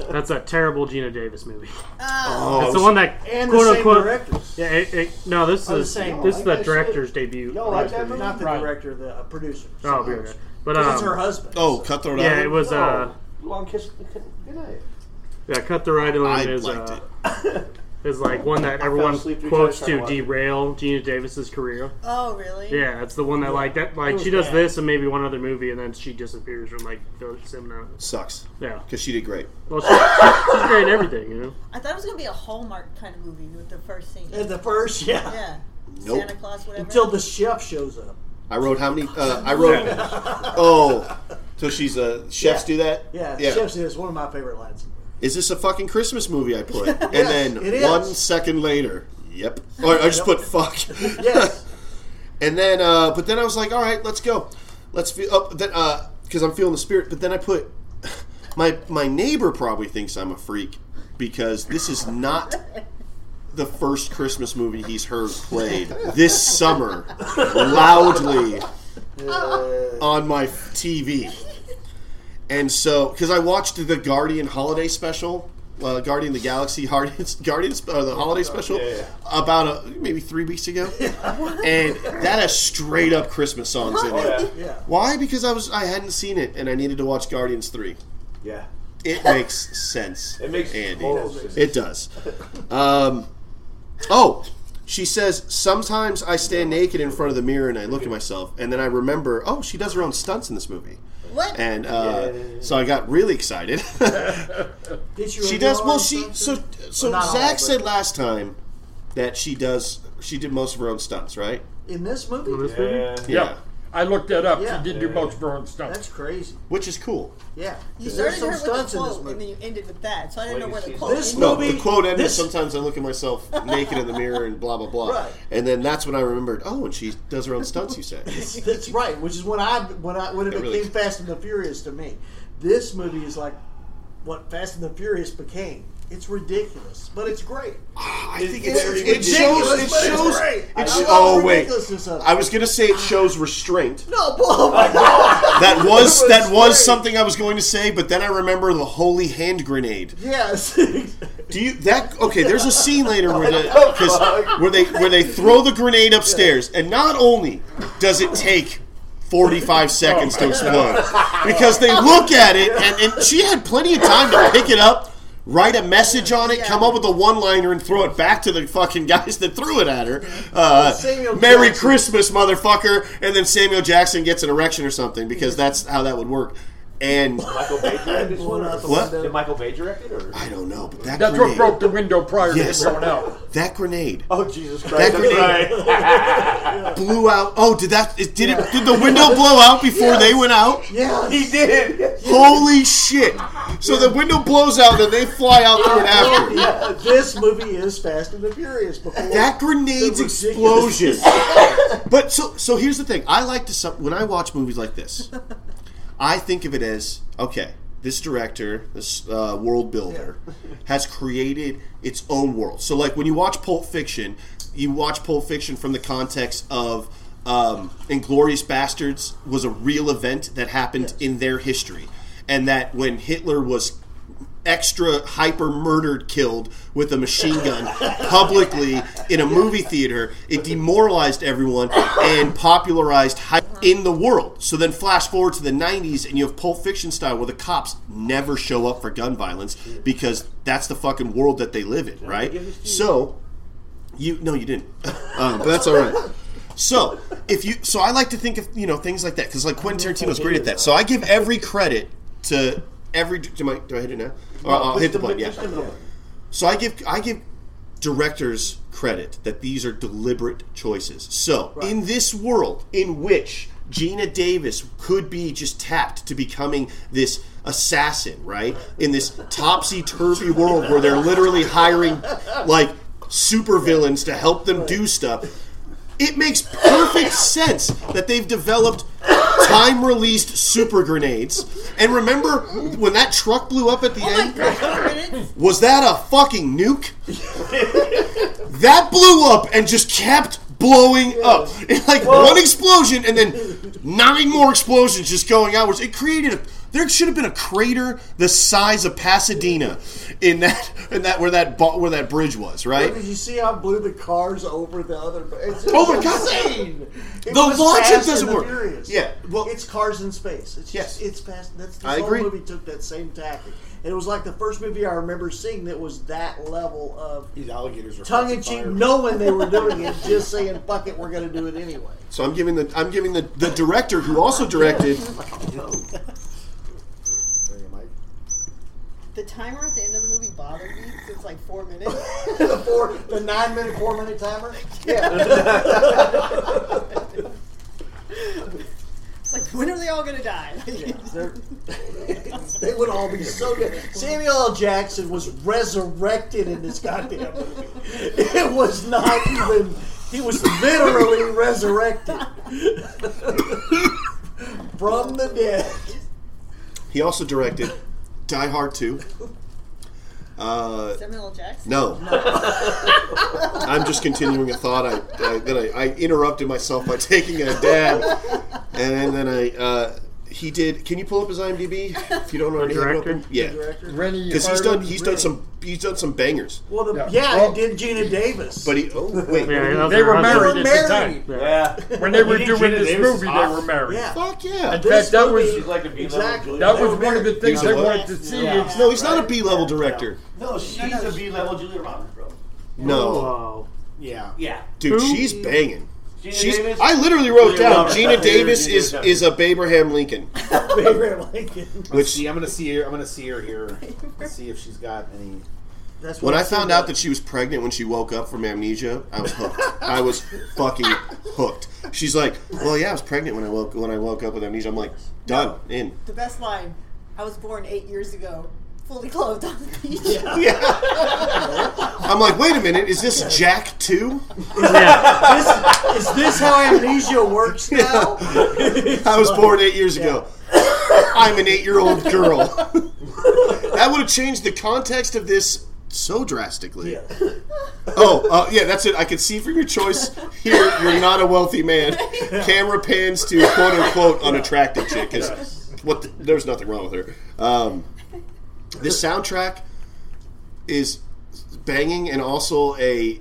That's a terrible Gina Davis movie. Oh, It's the one that And quote the same unquote. directors. Yeah, it, it, no, this the is same. this is the Like I director's debut. don't like that movie? Not the Right. director, the uh, producer. Oh, weird. It's But her um, husband. oh, Cutthroat yeah, Island? it was uh, Long kiss. Good night. yeah, Cutthroat Island I is liked uh, is like one that everyone asleep three quotes times trying to to watch it. derail Gina Davis's career. Oh, really? Yeah, that's the one that like that like she does this and maybe one other movie and then she disappears from like the seminar. Sucks Yeah, because she did great. well she, she's great in everything, you know. I thought it was going to be a Hallmark kind of movie with the first scene. In the first, yeah. yeah. Nope. Santa Claus, whatever. Until the chef shows up. I wrote how many? Uh, I wrote. <laughs> Oh, so she's a chefs Yeah. do that. Yeah, yeah. Chef's is one of my favorite lines. Is this a fucking Christmas movie I <laughs> put? And it then is. one second later, yep. Or I just put fuck. <laughs> Yes. And then, uh, but then I was like, all right, let's go. Let's feel up then because I'm feeling the spirit. But then I put <laughs> my my neighbor probably thinks I'm a freak because this is not the first Christmas movie he's heard played this summer loudly on my TV. And so, because I watched the Guardian holiday special, uh, Guardian of the Galaxy, <laughs> Guardians, Guardians, uh, the holiday special, Oh, yeah, about a, maybe three weeks <laughs> ago, and that has straight up Christmas songs in it. Yeah. yeah. Why? Because I was I hadn't seen it, and I needed to watch Guardians three. Yeah. <laughs> It makes sense. It makes Andy. total sense. It does. Um, oh, she says sometimes I stand naked in front of the mirror and I look at myself, and then I remember, oh, she does her own stunts in this movie. What? And uh, so I got really excited. <laughs> Did you she remember does all well. the She stuff? so so Not all, Zach but- said last time that she does she did most of her own stunts, right? in this movie. In this movie? Yeah. Yeah. I looked that up. Yeah. She did do most of her own stuff. That's crazy. which is cool. Yeah, You there's started her some with the stunts in this quote, and then movie. you ended with that. So I didn't know where the Legacy. quote. This ended. No, movie- the quote ended. this- Sometimes I look at myself naked in the mirror and blah blah blah, Right. and then that's when I remembered. Oh, and she does her own stunts. You said That's right. Which is when I when I when it It became really- Fast and the Furious to me. This movie is like what Fast and the Furious became. It's ridiculous, but it's great. I think it's- it it's shows. ridiculous, It but it's shows. great. I It love shows. the Oh wait, ridiculousness of it. I was gonna say it shows <laughs> restraint. No, bull. That was was that was great. something I was going to say, but then I remember the holy hand grenade. yes. <laughs> Do you that okay? There's a scene later where the 'cause where they where they throw the grenade upstairs, and not only does it take. 45 seconds to explode because they look at it and, and she had plenty of time to pick it up write a message on it come up with a one-liner and throw it back to the fucking guys that threw it at her uh, Samuel merry Jackson. christmas motherfucker and then samuel jackson gets an erection or something because that's how that would work and Michael Bay directed Blown one. or- out the What? window. Did Michael Bay direct it or? i don't know but that That's what grenade, broke the window prior Yes. to it going <laughs> out. that grenade Oh Jesus that Christ! grenade <laughs> blew out. Oh, did that? It, did it? Did the window blow out before they went out? Yeah. He did. Holy shit! So the window blows out, and they fly out through it after. Yeah, this movie is Fast and the Furious. Before That grenade's The ridiculous- explosion. but so so here's the thing. I like to some when I watch movies like this, I think of it as okay. This director, this uh, world builder, has created its own world. So like when you watch Pulp Fiction, you watch Pulp Fiction from the context of. Um, Inglorious Bastards was a real event that happened in their history, and that when Hitler was extra hyper murdered killed with a machine gun publicly in a movie theater it demoralized everyone and popularized hype in the world so then flash forward to the 90s and you have pulp fiction style where the cops never show up for gun violence because that's the fucking world that they live in right so you no, you <laughs> didn't. Um, but that's all right. So if you, so I like to think of you know things like that because like Quentin Tarantino's great at that. So I give every credit to every. Do I, do I hit it now? Or I'll hit the button. Just a Yeah. minute. So I give I give directors credit that these are deliberate choices. So in this world in which Gina Davis could be just tapped to becoming this assassin, right? In this topsy turvy world where they're literally hiring like supervillains to help them do stuff. It makes perfect sense that they've developed time released super grenades. And remember when that truck blew up at the Oh my end? <laughs> God, minutes. Was that a fucking nuke? that blew up and just kept blowing up. <laughs> It, like one explosion and then nine more explosions just going outwards. It created a there should have been a crater the size of Pasadena in that in that where that bo- where that bridge was, right? Did you see how blew the cars over the other? It's, it's Oh my God. insane. It The was logic Fast doesn't and the work. Furious. Yeah, well- it's cars in space. It's Yes. just, it's fast. That's this I whole agree. movie took that same tactic, and it was like the first movie I remember seeing that was that level of These alligators are tongue in cheek, knowing they were doing it, just saying "fuck it, we're going to do it anyway." <laughs> So I'm giving the I'm giving the, the director who also directed The timer at the end of the movie bothered me. 'cause It's like four minutes. the four, the nine minute, four minute timer. When are they all gonna die? <laughs> They're- they would all be so good. Samuel L. Jackson was resurrected in this goddamn movie. It was not even. He was literally resurrected from the dead. He also directed Die Hard 2. Uh, Samuel L. Jackson. no. I'm just continuing a thought. I, I then I, I interrupted myself by taking a dab, and then I uh, he did. Can you pull up his IMDb if you don't already have it director? open? Yeah, Director. Rennie, because he's Harlan, done he's Rennie. done some he's done some bangers. Well, the, yeah, Yeah. and Well- then Gina Davis. But he oh wait Yeah, that was They her were husband. married at the married. time. Yeah. When they were think doing Gina this Davis movie, is they awesome? were married. <laughs> yeah. fuck yeah. That- This that was- movie- She's like a B-level Exactly. Julia That Roberts. was one of the things He's a I what? wanted to see. Yeah. It's- No, he's not a B level director. No, she's a B-level Julia Roberts, bro. No, Wow. Oh. Yeah. Yeah. dude, Who? she's banging. Gina She's. Davis? I literally wrote Julia down Roberts. Gina Yeah, Davis Gina is Davis. is a Abraham Lincoln. Abraham Lincoln. Which- Which see, I'm gonna see her. I'm gonna see her here. Let's see if she's got any. That's When I said found out that she was pregnant when she woke up from amnesia, I was hooked. I was fucking hooked. She's like, "Well, yeah, I was pregnant when I woke when I woke up with amnesia." I'm like, "Done, in." The best line. I was born eight years ago, fully clothed on the beach. I'm like, "Wait a minute, is this Jack too?" Yeah. Is this how <laughs> amnesia works now? I was born eight years ago. I'm an eight year old girl. <laughs> that would have changed the context of this so drastically. Yeah. Oh, uh, yeah, that's it. I can see from your choice here, you're not a wealthy man. Camera pans to quote unquote unattractive chick. 'cause what? The, there's nothing wrong with her. Um, this soundtrack is banging and also a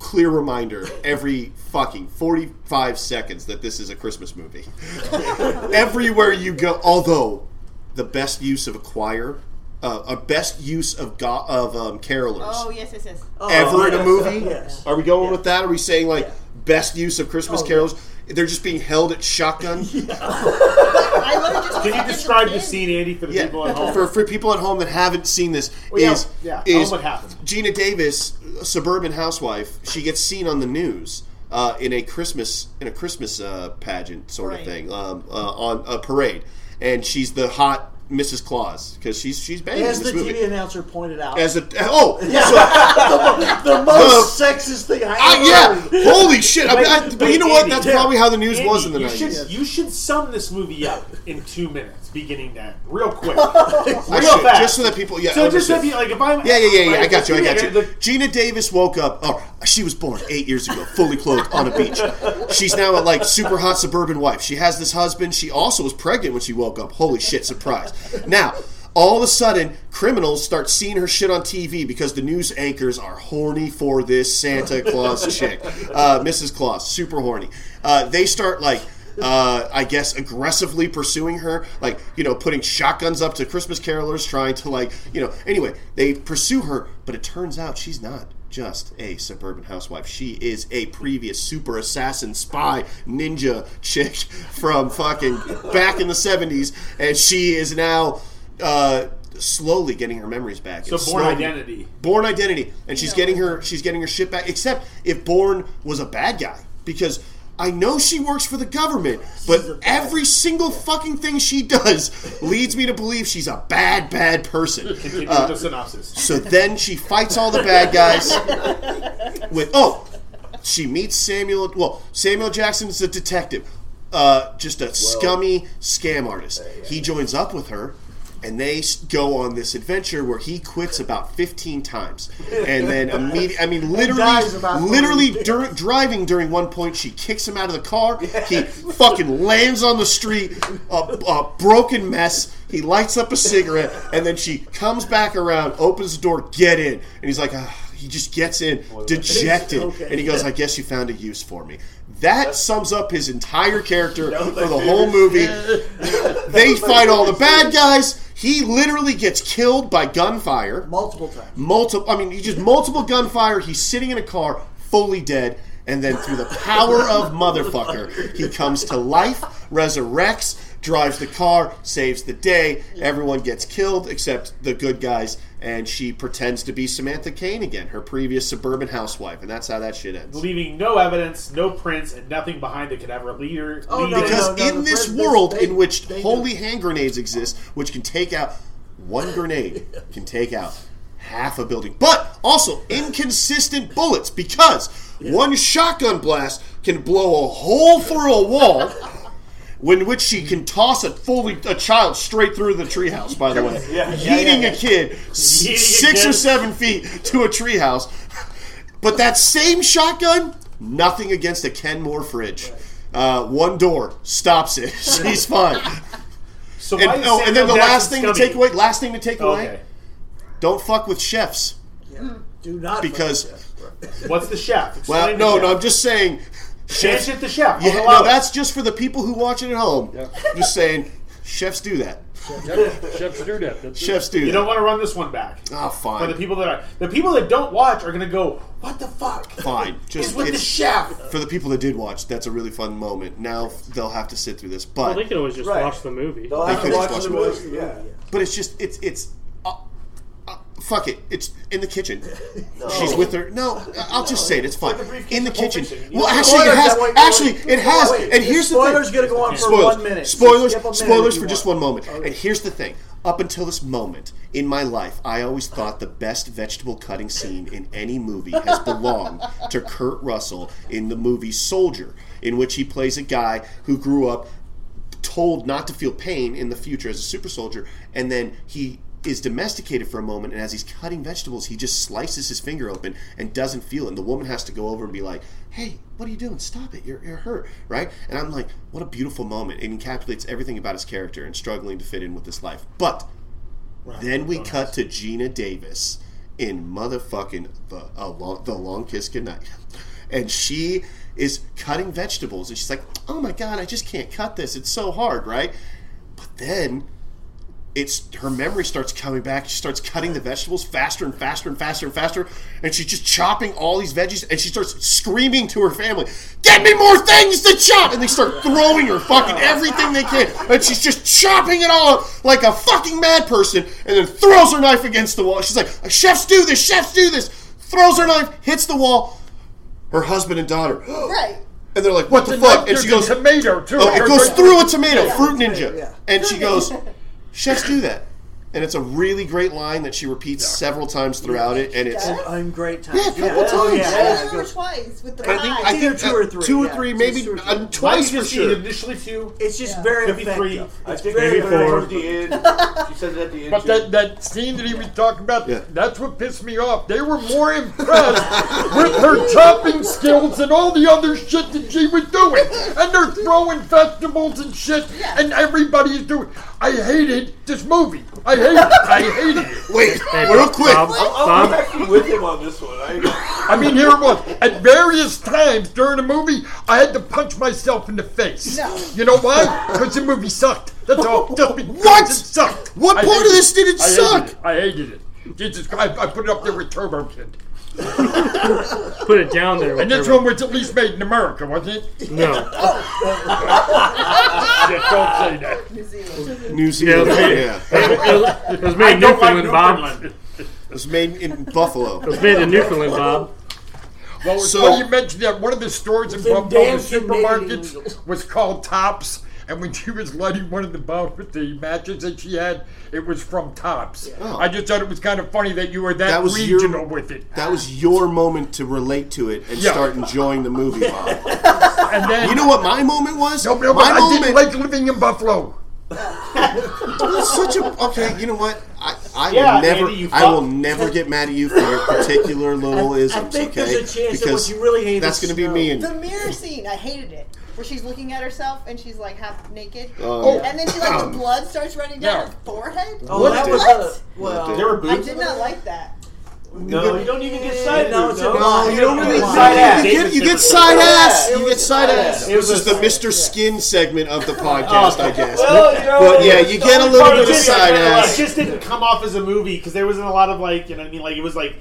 clear reminder every fucking 45 seconds that this is a Christmas movie. <laughs> Everywhere you go, although the best use of a choir, uh, a best use of go- of um, carolers <laughs> Oh yes, yes, yes. ever in a yes. movie? Yes. Are we going with that? Are we saying like Yeah. best use of Christmas Oh, carols? They're just being held at shotgun. <laughs> I literally just. Can you describe the scene, Andy, for the Yeah. people at home? For for people at home that haven't seen this, Well, yeah, is yeah, tell is them what happened. Gina Davis, a suburban housewife, she gets seen on the news. Uh, in a Christmas in a Christmas uh, pageant sort Right. of thing um, uh, on a parade, and she's the hot Mrs. Claus because she's she's banging As in the this movie TV announcer pointed out, as a <laughs> oh so the most sexist thing I I, ever heard. Uh, <laughs> yeah, holy shit! I mean, I, but you know what? That's Andy, probably how the news Andy, was in the you nineties. Should, you should sum this movie up in two minutes, beginning to end, real <laughs> quick. I real should, fast. Just so that people, yeah, so just understood. if you like, if I'm yeah, yeah, yeah, yeah. I like, got you. I yeah, got you. the- Gina Davis woke up. Oh, she was born eight years ago, fully clothed on a beach. She's now a like super hot suburban wife. She has this husband. She also was pregnant when she woke up. Holy shit! Surprise. Now. All of a sudden, criminals start seeing her shit on TV because the news anchors are horny for this Santa Claus chick, uh, Mrs. Claus, super horny. Uh, they start like uh, I guess aggressively pursuing her, like you know, putting shotguns up to Christmas carolers, trying to like you know. Anyway, they pursue her, but it turns out she's not just a suburban housewife. She is a previous super assassin, spy, ninja chick from fucking back in the seventies, and she is now uh, slowly getting her memories back. So It's Born slowly- Identity. Born Identity, and she's No. getting her she's getting her shit back. Except if Born was a bad guy, because I know she works for the government, but every single fucking thing she does leads me to believe she's a bad, bad person. Uh, Continue with the synopsis. So then she fights all the bad guys with oh, she meets Samuel. Well, Samuel Jackson is a detective, uh, just a scummy scam artist. He joins up with her. And they s- go on this adventure where he quits about 15 times, and then immediately, <laughs> I mean, dies about literally, forty literally dur- driving during one point, she kicks him out of the <laughs> car. He fucking lands on the street, a, a broken mess. He lights up a cigarette, and then she comes back around, opens the door, get in, and he's like, ah. <sighs> He just gets in, dejected, Okay. and he goes, "I guess you found a use for me." That sums up his entire character was for my the favorite whole movie. they fight all the bad guys. He literally gets killed by gunfire multiple times. multiple. I mean, he just multiple gunfire. He's sitting in a car, fully dead, <laughs> and then through the power of motherfucker, he comes to life, resurrects, drives the car, saves the day. Everyone gets killed except the good guys, and she pretends to be Samantha Kane again, her previous suburban housewife, and that's how that shit ends. leaving no evidence, no prints, and nothing behind that could ever lead her. Oh, lead no, her- Because no, no, in the this friends- world they- in which they holy hand grenades exist, which can take out one grenade, <laughs> can take out half a building, but also inconsistent bullets because one shotgun blast can blow a hole through a <laughs> wall. In which she can toss a fully a child straight through the treehouse. By the way, Yeah, yeah, yeeting yeah. a kid s- Yeeting a six or kid. seven feet to a treehouse, but that same shotgun, nothing against a Kenmore fridge. Uh, one door stops it. <laughs> She's fine. So And, why is oh, and then Samuel the last Jackson thing to scummy? take away. Last thing to take away. Okay, Don't fuck with chefs Do not because. what's the chef? Explain Well, the no, chef. no. I'm just saying. Dance at the chef. Yeah, Allow no, it. that's just for the people who watch it at home. I'm just saying, chefs do that. Yep. Chefs do that. That's it. Chefs do you that. don't want to run this one back. Ah, But the fine, people that are the people that don't watch are gonna go, what the fuck? fine. Just With the it's, chef. for the people that did watch, that's a really fun moment. Now they'll have to sit through this, Well, but they could always just Right. watch the movie. They'll have could to just watch watch the the movie. Yeah. But it's just it's it's uh, uh, fuck it. It's in the <laughs> kitchen. She's with her. No, I'll just say it. It's fine. briefcase in the of Pulp kitchen. Fiction. You Well, know, actually, it spoilers, has. that way- Actually, it wait, has. wait, and here's the spoilers thing. going to go on for Spoilers. one minute. So Spoilers. skip a minute if spoilers you for just one want. moment. And here's the thing. Up until this moment in my life, I always thought the best vegetable cutting scene in any movie has <laughs> belonged to Kurt Russell in the movie Soldier, in which he plays a guy who grew up told not to feel pain in the future as a super soldier, and then he is domesticated for a moment, and as he's cutting vegetables, he just slices his finger open and doesn't feel it. And the woman has to go over and be like, "Hey, what are you doing? Stop it! You're, you're hurt, right?" And I'm like, "What a beautiful moment! It encapsulates everything about his character and struggling to fit in with his life." But then we cut to Gina Davis in motherfucking the a long, the long kiss goodnight, and she is cutting vegetables, and she's like, "Oh my god, I just can't cut this. It's so hard, right?" But then it's her memory starts coming back. She starts cutting the vegetables faster and faster and faster and faster, and she's just chopping all these veggies. And she starts screaming to her family, "Get me more things to chop!" And they start throwing her fucking everything they can, and she's just chopping it all up like a fucking mad person. And then throws her knife against the wall. She's like, "Chefs do this. Chefs do this." Throws her knife, hits the wall. Her husband and daughter, <gasps> Right. and they're like, "What the And fuck?" like, And there's she a goes, tomato too. Oh, it goes through a tomato, fruit ninja. yeah. And she goes, chefs do that. And it's a really great line that she repeats several times throughout it. And it's, And I'm great times. Yeah, a couple Oh, times. yeah, I yeah, only it remember goes- twice with the I think, I pie. think Either two or uh, three, two or yeah, three, it's maybe two or three. uh, twice for Just sure. initially two. It's just very Could be three. effective. I It's think very maybe effective. towards the <laughs> end. She says it at the end. But too. that, that scene that he was talking about, Yeah. that's what pissed me off. They were more impressed <laughs> with her chopping skills and all the other shit that she was doing. And they're throwing vegetables and shit, and everybody is doing. I hated this movie. I hate it. I hated it. Wait, Hey, real quick. Bob, I'm Bob, actually with him on this one. I, I mean, here it was. At various times during the movie, I had to punch myself in the face. No. You know why? Because the movie sucked. That's <laughs> all. Just because What? It sucked. What I part hated of this it. did it I suck? Hated it. I hated it. Jesus Christ, I put it up there with Turbo Kid. put it down there. And this whatever. one was at least made in America, wasn't it? no, Yeah, <laughs> don't say that. New Zealand. Yeah, Yeah, okay. it was made in don't like Newfoundland, Bob. Newfoundland. It was made in Buffalo. It was made in Newfoundland, Bob. Well, So- so you mentioned that one of the stores in them Buffalo, damn the Canadian supermarkets, Eagles. was called Tops. And when she was lighting one of the bulbs with the matches that she had, it was from Tops. Oh. I just thought it was kind of funny that you were that, That was your- regional <laughs> with it. That was your moment to relate to it and Yeah. start enjoying the movie, Bob. And then You know what my moment was? no, no, my I didn't like living in Buffalo. That's such a okay. You know what? I, I Yeah, will never. Andy, you I will fuck. never get mad at you for your particular little isms. I think okay? there's a chance that what because you really hate that's is going to be snow. me. And The mirror scene, I hated it. Where she's looking at herself and she's like half naked. Oh, and then she like the blood starts running down her forehead. Oh, What that did- was What? a, well. There were I boobs. did not like that. no, you don't even get Yeah, side no, boob, it's a no? Oh, lie. you don't really. Side ass. you get, you get side ass. You get side ass. It was This is a- the Mr. Skin segment of the podcast, I guess. Oh, Well, you know, But yeah, it's you the get a only little part bit of the video I side kinda ass. It just didn't come off as a movie because there wasn't a lot of like, you know what I mean? Like it was like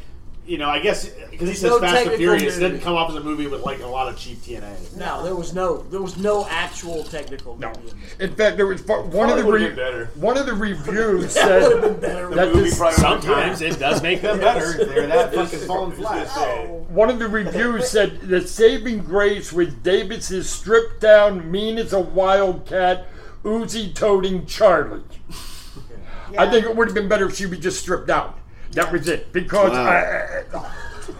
you know, I guess because he There's says no Fast and technical Furious it movie. didn't come off as a movie with like a lot of cheap TNA. No, there was no there was no actual technical No. movie in there. In fact, there was fu- one of the would've re- been better. one of the reviews <laughs> said that movie this, probably would've been Sometimes it does make them better. if They're that fucking falling flat. Oh. one of the reviews said the saving grace was Davis's stripped down, mean as a wildcat, Uzi toting Charlie. I think it would have been better if she was just stripped out. That was it because Wow. I,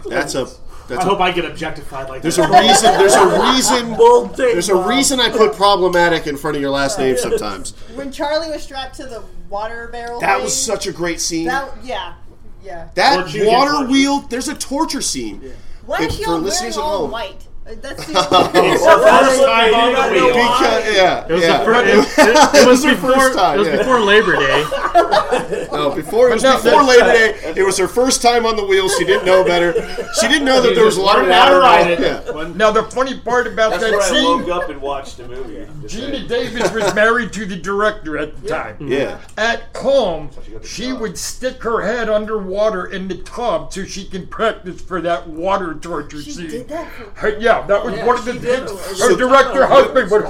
That's a I that's a hope I get objectified like There's that. a reason. There's a reason. Bold take, There's a Bob. reason I put problematic in front of your last name sometimes. When Charlie was strapped to the water barrel. That thing, was such a great scene. That yeah, yeah. That Torture, yeah, water torture. wheel. There's a torture scene. Why is For- she for all wearing listeners at all home. white? Uh, <laughs> That's the <laughs> It's the first time on the wheel. Because yeah, It was yeah. the first. It, it- it was her before. first time, it was yeah. before Labor Day. <laughs> No, before it was no, before that's- Labor Day. It was her first time on the wheel. She didn't know better. She didn't know that there was a lot of Learn how to water. ride involved. it. Yeah. When- now the funny part about That's that where I scene, woke up and watched the movie. Just Gina saying. Davis was married to the director at the time. Yeah. At home, she got the she job. would stick her head underwater in the tub so she can practice for that water torture she scene. did that. For, Her- yeah, that was one of the she did. things She her did. director husband would.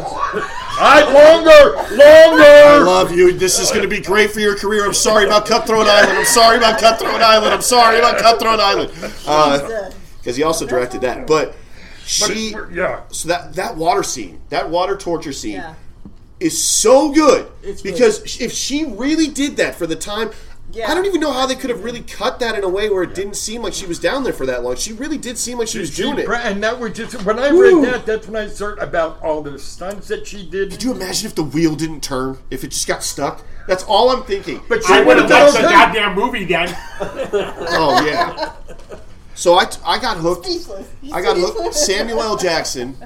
I longer, I longer. love you. This is going to be great for your career. I'm sorry about Cutthroat Island. I'm sorry about Cutthroat Island. I'm sorry about Cutthroat Island. Because uh, he also directed that, but But she. it- yeah, So that that water scene, that water torture scene, yeah. is so good It's good. because if she really did that for the time. Yeah. I don't even know how they could have Mm-hmm. really cut that in a way where it didn't seem like she was down there for that long. She really did seem like she was doing it. Bra- and that was just when I Woo. read that. That's when I heard about all the stunts that she did. Could you imagine if the wheel didn't turn? If it just got stuck? That's all I'm thinking. but she I would have would've done watched the okay. goddamn movie then. Oh <laughs> yeah. So I, t- I got hooked. Speechless. He's I got <laughs> speechless. hooked. Samuel L. Jackson.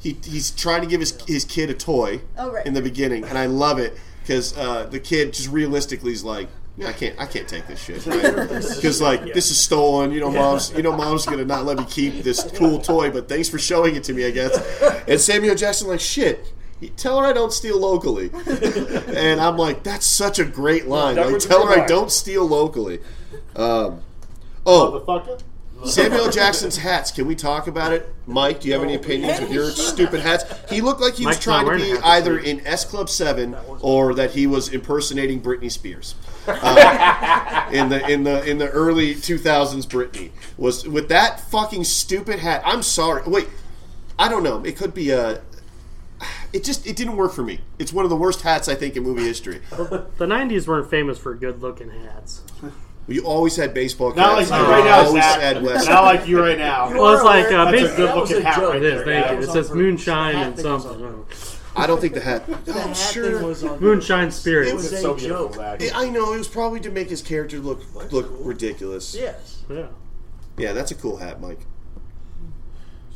He, he's trying to give his his kid a toy Oh, right. in the beginning, and I love it because uh, the kid just realistically is like, "Yeah, I can't I can't take this shit because like this is stolen. You know, mom's you know mom's gonna not let me keep this cool toy, but thanks for showing it to me, I guess. And Samuel Jackson like shit. Tell her I don't steal <laughs> locally, and I'm like, that's such a great line. That Like, was a tell good her I line. don't steal locally. Um, oh, Motherfucker. Samuel Jackson's hats. Can we talk about it, Mike? Do you have any opinions of your stupid hats? He looked like he was Mike's trying not to wearing be a hat this either in S Club Seven or that he was impersonating Britney <laughs> Spears Uh, in the in the in the early two thousands. Britney was with that fucking stupid hat. I'm sorry. Wait, I don't know. It could be a. It just it didn't work for me. It's one of the worst hats I think in movie history. The '90s weren't famous for good-looking hats. You always had baseball Not like caps. you right now, always Zach. had West. Not like you right <laughs> now. Well, it's like uh, That's a basically good-looking That was a hat joke. right it is. there. Thank That you. was It on says purpose. moonshine That and thing was on something. I don't think the hat. Oh, The hat thing sure. was on Moonshine spirit. It was It's a so beautiful, joke. Zach. I know it was probably to make his character look look ridiculous. Yeah. Yes. Yeah. that's a cool hat, Mike.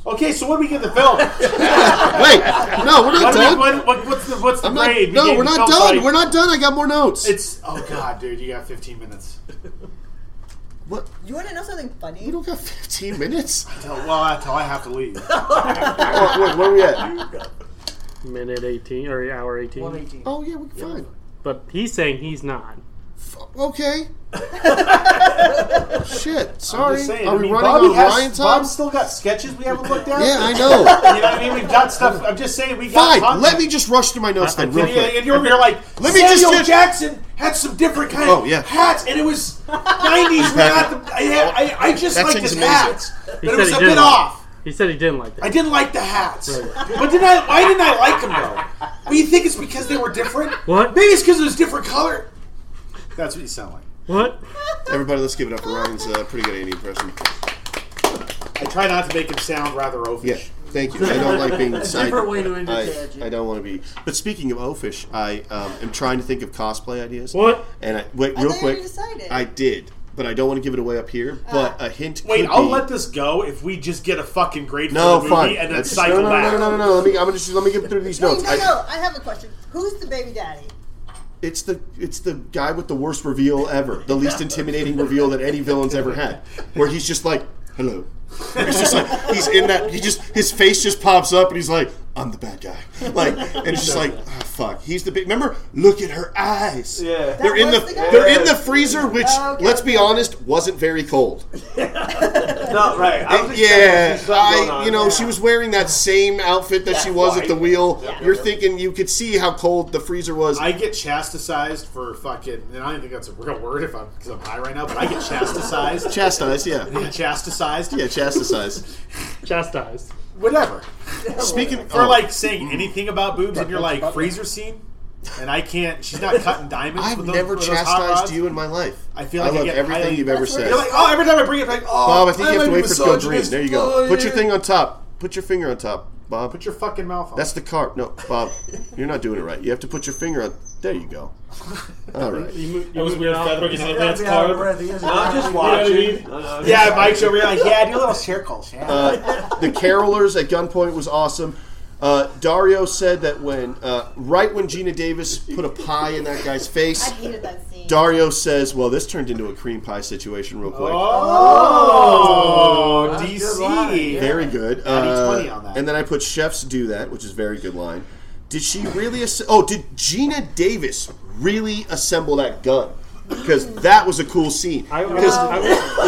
Okay, so what do we give the <laughs> film? <laughs> Wait, no, we're not What do we- done. what- what- what's the what's the I'm not- grade? we no, gave we're the not film? done. Like, We're not done. I got more notes. It's oh god, dude, you got 15 minutes. what? You want to know something funny? We don't got 15 <laughs> minutes. Until, well, until I have to leave. oh, wait, where are we at? Minute 18 or hour One 18. eighteen. Oh yeah, we're fine. But he's saying he's not. <laughs> Okay. Shit. Sorry. Just saying, Are I we mean, running Bobby on has- Ryan time? Bob's still got sketches we haven't looked at. Yeah, I know. <laughs> You know what I mean? We've got stuff. I'm just saying we got. Fine. content. Let me just rush through my notes then, real And, you- quick. and you're, you're like, Let let me me just Samuel sit- Jackson had some different kind Oh, of yeah. hats, and <laughs> it was 90s. we got the, I, had- I, I just That liked thing's his amazing. hats, but He it said was he a didn't bit like- off. He said he didn't like I that. didn't like the hats. But did I? Why didn't I like them though? Well, you think it's because they were different? What? Maybe it's because it was different color. That's what you sound like. What? <laughs> Everybody, let's give it up for Ryan's uh, pretty good Andy impression. I try not to make him sound rather oafish. Yeah, thank you. I don't like being side- different way to end <laughs> a I- tangent. I, don't want to be. But speaking of oafish, I um, am trying to think of cosplay ideas. What? And I wait I real thought you quick. already decided. Uh, I did, but I don't want to give it away up here. But a hint. Wait, could I'll be- let this go if we just get a fucking grade No, for the fine. movie and then That's- cycle no, no, back. no, no, no, no, no. Let me. I'm gonna just let me get through these Wait, notes. no, I- no. I have a question. Who's the baby daddy? It's the it's the <laughs> guy with the worst reveal ever, the least intimidating reveal that any villain's ever had, where he's just like, hello. It's just like he's in that. He just his face just pops up, and he's like, "I'm the bad guy." Like, and it's just like, ah, "Fuck." He's the big. Remember, look at her eyes. Yeah. That they're in the, was the guy? they're in the freezer, which Oh, okay, let's be honest, wasn't very <laughs> cold. No, right. I was Yeah, expecting to see something going I on. you know she was wearing that same outfit that she was at the wheel. You're thinking you could see how cold the freezer was. I get chastised for fucking, and I don't think that's a real word if I'm because I'm high right now. But I get chastised, chastised, yeah, chastised, yeah, chastised. Chastised. whatever. Speaking For oh, like saying anything about boobs, and you're like freezer scene, and I can't. She's not cutting diamonds. I've with those, never with those hot rods. chastised you in my life. I feel like I love get everything highly- you've ever That's said. right. You're like, oh, every time I bring it back, oh, Bob, I think you have to I'm wait for it to go green. misogynist. There you go. Oh, Put your yeah. thing on top. Put your finger on top, Bob. Put your fucking mouth on. That's the carp. No, Bob, you're not doing it right. You have to put your finger on. There you go. All <laughs> right. It was weird. That's carb. I'm just You watching. know yeah, Mike's over here like, yeah, do a little circles. Yeah. Uh, the carolers at gunpoint was awesome. Uh, Dario said that when uh, right when Gina Davis put a pie in that guy's I face, hated that scene. Dario says, "Well, this turned into a cream pie situation real quick." Oh, That's a good line, DC. yeah. Very good. Adding 20 Uh, on that. And then I put chefs do that, which is a very good line. Did she really? Ass- oh, did Gina Davis really assemble that gun? Because that was a cool scene. I, I, I,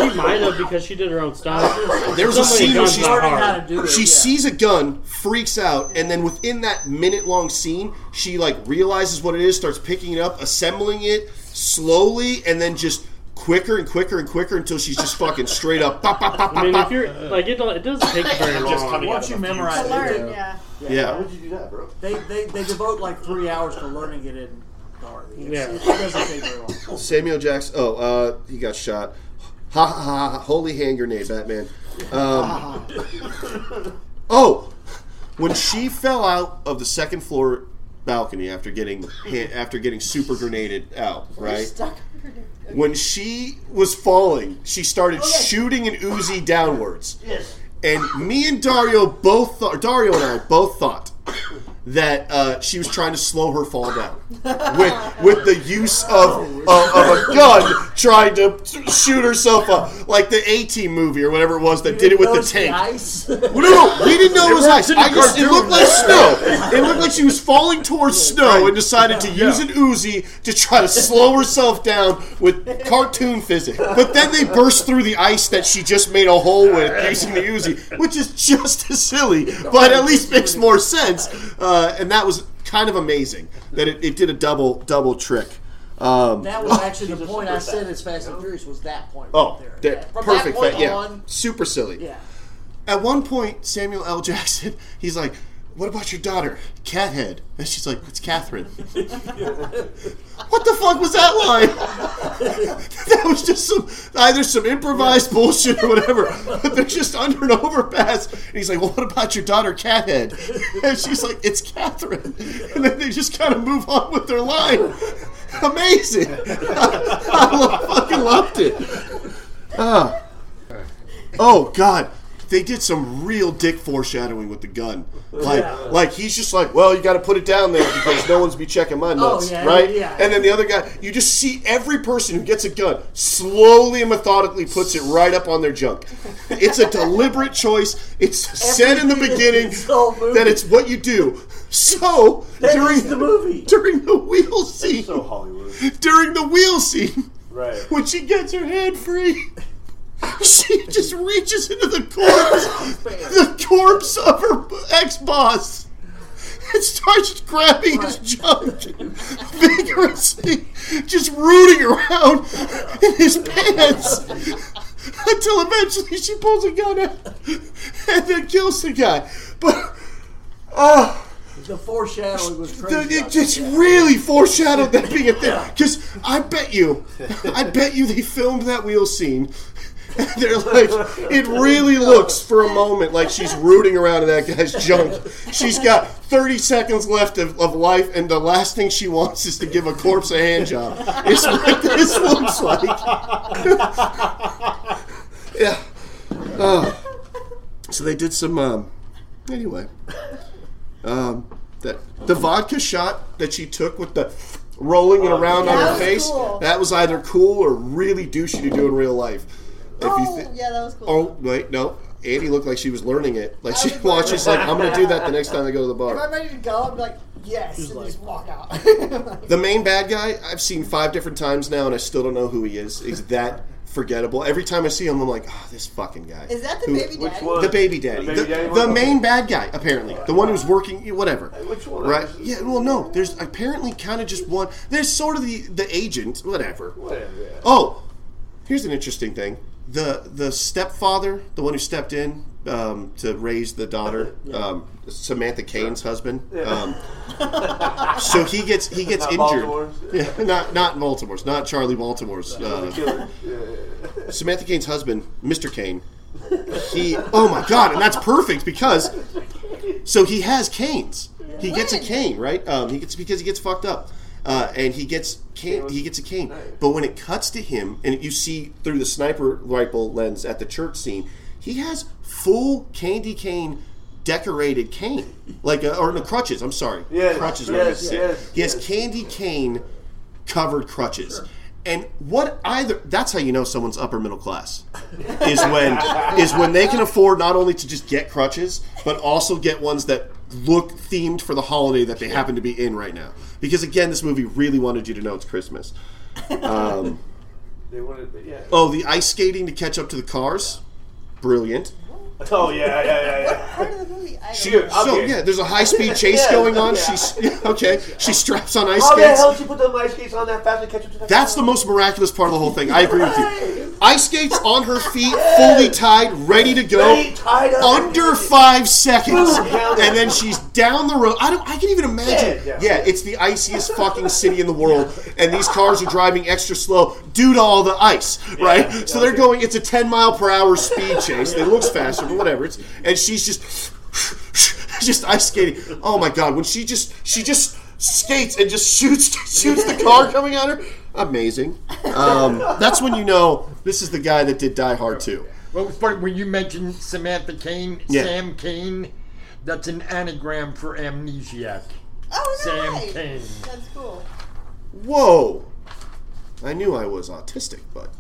she might have because she did her own style. There was a Somebody scene where guns she's- that Learning how hard. to do it. She yeah. sees a gun, freaks out, and then within that minute long scene, she like realizes what it is, starts picking it up, assembling it slowly, and then just quicker and quicker and quicker until she's just fucking straight up. Pop, pop, pop, I pop, mean, if pop. you're like it, don't- it doesn't <laughs> take you very long. Just coming out Once of you a fuse. memorize To it, learn, yeah. Yeah. Why'd you do that, bro? they, they they devote like three hours to learning it in Darby. Yeah. It doesn't take <laughs> very long. Samuel Jackson. Oh, uh, he got shot. Ha ha ha! ha. Holy hand grenade, Batman. Um, oh, when she fell out of the second floor balcony after getting hit, after getting super grenaded out, right? Stuck. When she was falling, she started shooting an Uzi downwards. Yes. And me and Dario both thought, Dario and I both thought that uh, she was trying to slow her fall down with with the use of uh, of, of a gun, trying to shoot herself up, like the A Team movie or whatever it was that did it with the Notice tank. ice. Well, no, no, we didn't know it was ice. in the I just, it cartoon. looked like snow. <laughs> It looked like she was falling towards snow and decided to use an Uzi to try to slow herself down with cartoon physics. But then they burst through the ice that she just made a hole with using the Uzi, which is just as silly, but at least makes more sense. Uh, and that was kind of amazing that it, it did a double double trick. Um, That was actually the point I said as Fast and Furious was that point oh, right there. that- From perfect. that point that- yeah, on, super silly. yeah. At one point, Samuel L. <laughs> Jackson, he's like, "What about your daughter, Cathead?" And she's like, "It's <laughs> Catherine." what the fuck was that line? <laughs> <laughs> that was just some either some improvised bullshit or whatever. <laughs> But they're just under an overpass, and he's like, "Well, what about your daughter, Cathead?" <laughs> And she's like, "It's Catherine." And then they just kind of move on with their line. <laughs> Amazing! <laughs> I lo- fucking loved it. Oh God, they did some real dick foreshadowing with the gun. Like, like he's just like, well, you got to put it down there because no one's be checking my nuts, Oh, yeah, right? yeah. And then the other guy, you just see every person who gets a gun slowly and methodically puts it right up on their junk. It's a deliberate choice. It's said in the Everything is <laughs> beginning this whole movie. that it's what you do. So during the movie. during the wheel scene, So Hollywood. during the wheel scene, Right. when she gets her hand free, she just reaches into the corpse, the corpse of her ex-boss, and starts grabbing his junk vigorously, just rooting around in his pants until eventually she pulls a gun out and then kills the guy. But oh. The foreshadowing <laughs> was The- crazy. it just really foreshadowed that being a thing. Because I bet you, I bet you they filmed that wheel scene. and They're like, it really looks for a moment like she's rooting around in that guy's junk. She's got 30 seconds left of, of life, and the last thing she wants is to give a corpse a hand job. It's what this looks like. <laughs> yeah. Oh. So they did some. Um, anyway, um, that the vodka shot that she took with the rolling it around on Oh, That her was face cool. that was either cool or really douchey to do in real life. If you Oh, thi- yeah, that was cool. Oh wait, no. Annie looked like she was learning it. Like she I was <laughs> watched, she's like, learning. "I'm gonna do that the next time I go to the If I'm bar." ready to go, I'm like, yes, and like- just walk out. The main bad guy, I've seen five different times now, and I still don't know who he is. Is that forgettable? Every time I see him, I'm like, "Ah, this fucking guy." Is that the Who- baby Which daddy? one? The baby daddy, The the, baby daddy the one? main bad guy, apparently, the one who's working, whatever. Which one? Right? Yeah. Well, no. There's apparently kind of just one. There's sort of the the agent, whatever. Whatever. yeah. Oh, here's an interesting thing. The the stepfather, the one who stepped in um, to raise the <laughs> daughter, um, Samantha Kane's husband. Um, so he gets he gets Not injured. Baltimore's? Yeah, <laughs> not not Baltimore's, not Charlie Baltimore's. Uh, Killer. Yeah. Samantha Kane's husband, Mr. Kane, he oh my god, and that's perfect because so he has canes. He gets a When? cane, right? Um, he gets because he gets fucked up, uh, and he gets cane, he gets a cane. But when it cuts to him, and you see through the sniper rifle lens at the church scene, he has full candy cane decorated cane, like a, or no crutches. I'm sorry, Yes, crutches. yes, what I said. yes, he has yes. candy cane covered crutches. And what either that's how you know someone's upper middle class is <laughs> when is when they can afford not only to just get crutches but also get ones that look themed for the holiday that they happen to be in right now. Because again, this movie really wanted you to know it's Christmas. Um, They wanted. Yeah. Oh. oh, the ice skating to catch up to the cars, brilliant. Oh, yeah, yeah, yeah, yeah. Part of the movie. I don't Shoot. know. I'll So get- yeah, there's a high speed chase <laughs> Yeah, going on. yeah. She's <laughs> okay. She straps on ice How the skates. hell did you put the ice skates on that fast and catch up to that? That's the most miraculous part of the whole thing. I agree with you. Ice skates on her feet, fully tied, ready to go. Ready, tied up. Under five seconds, <laughs> Boom, down and then she's down the road. I don't. I can even imagine. Yeah, Yeah, yeah. it's the iciest fucking city in the world, and these cars are driving extra slow due to all the ice, right? yeah, so they're okay. going. It's a ten mile per hour speed chase. It looks faster, but whatever. It's and she's just, <laughs> just ice skating. Oh my god! When she just she just skates and just shoots <laughs> shoots the car coming at her. Amazing. Um, that's when you know this is the guy that did Die Hard too. Well, it's funny when you mentioned Samantha Kane, Yeah. Sam Kane. That's an anagram for amnesiac. Oh, no Sam way. Kane. That's cool. <laughs> Whoa! I knew I was autistic, <laughs> but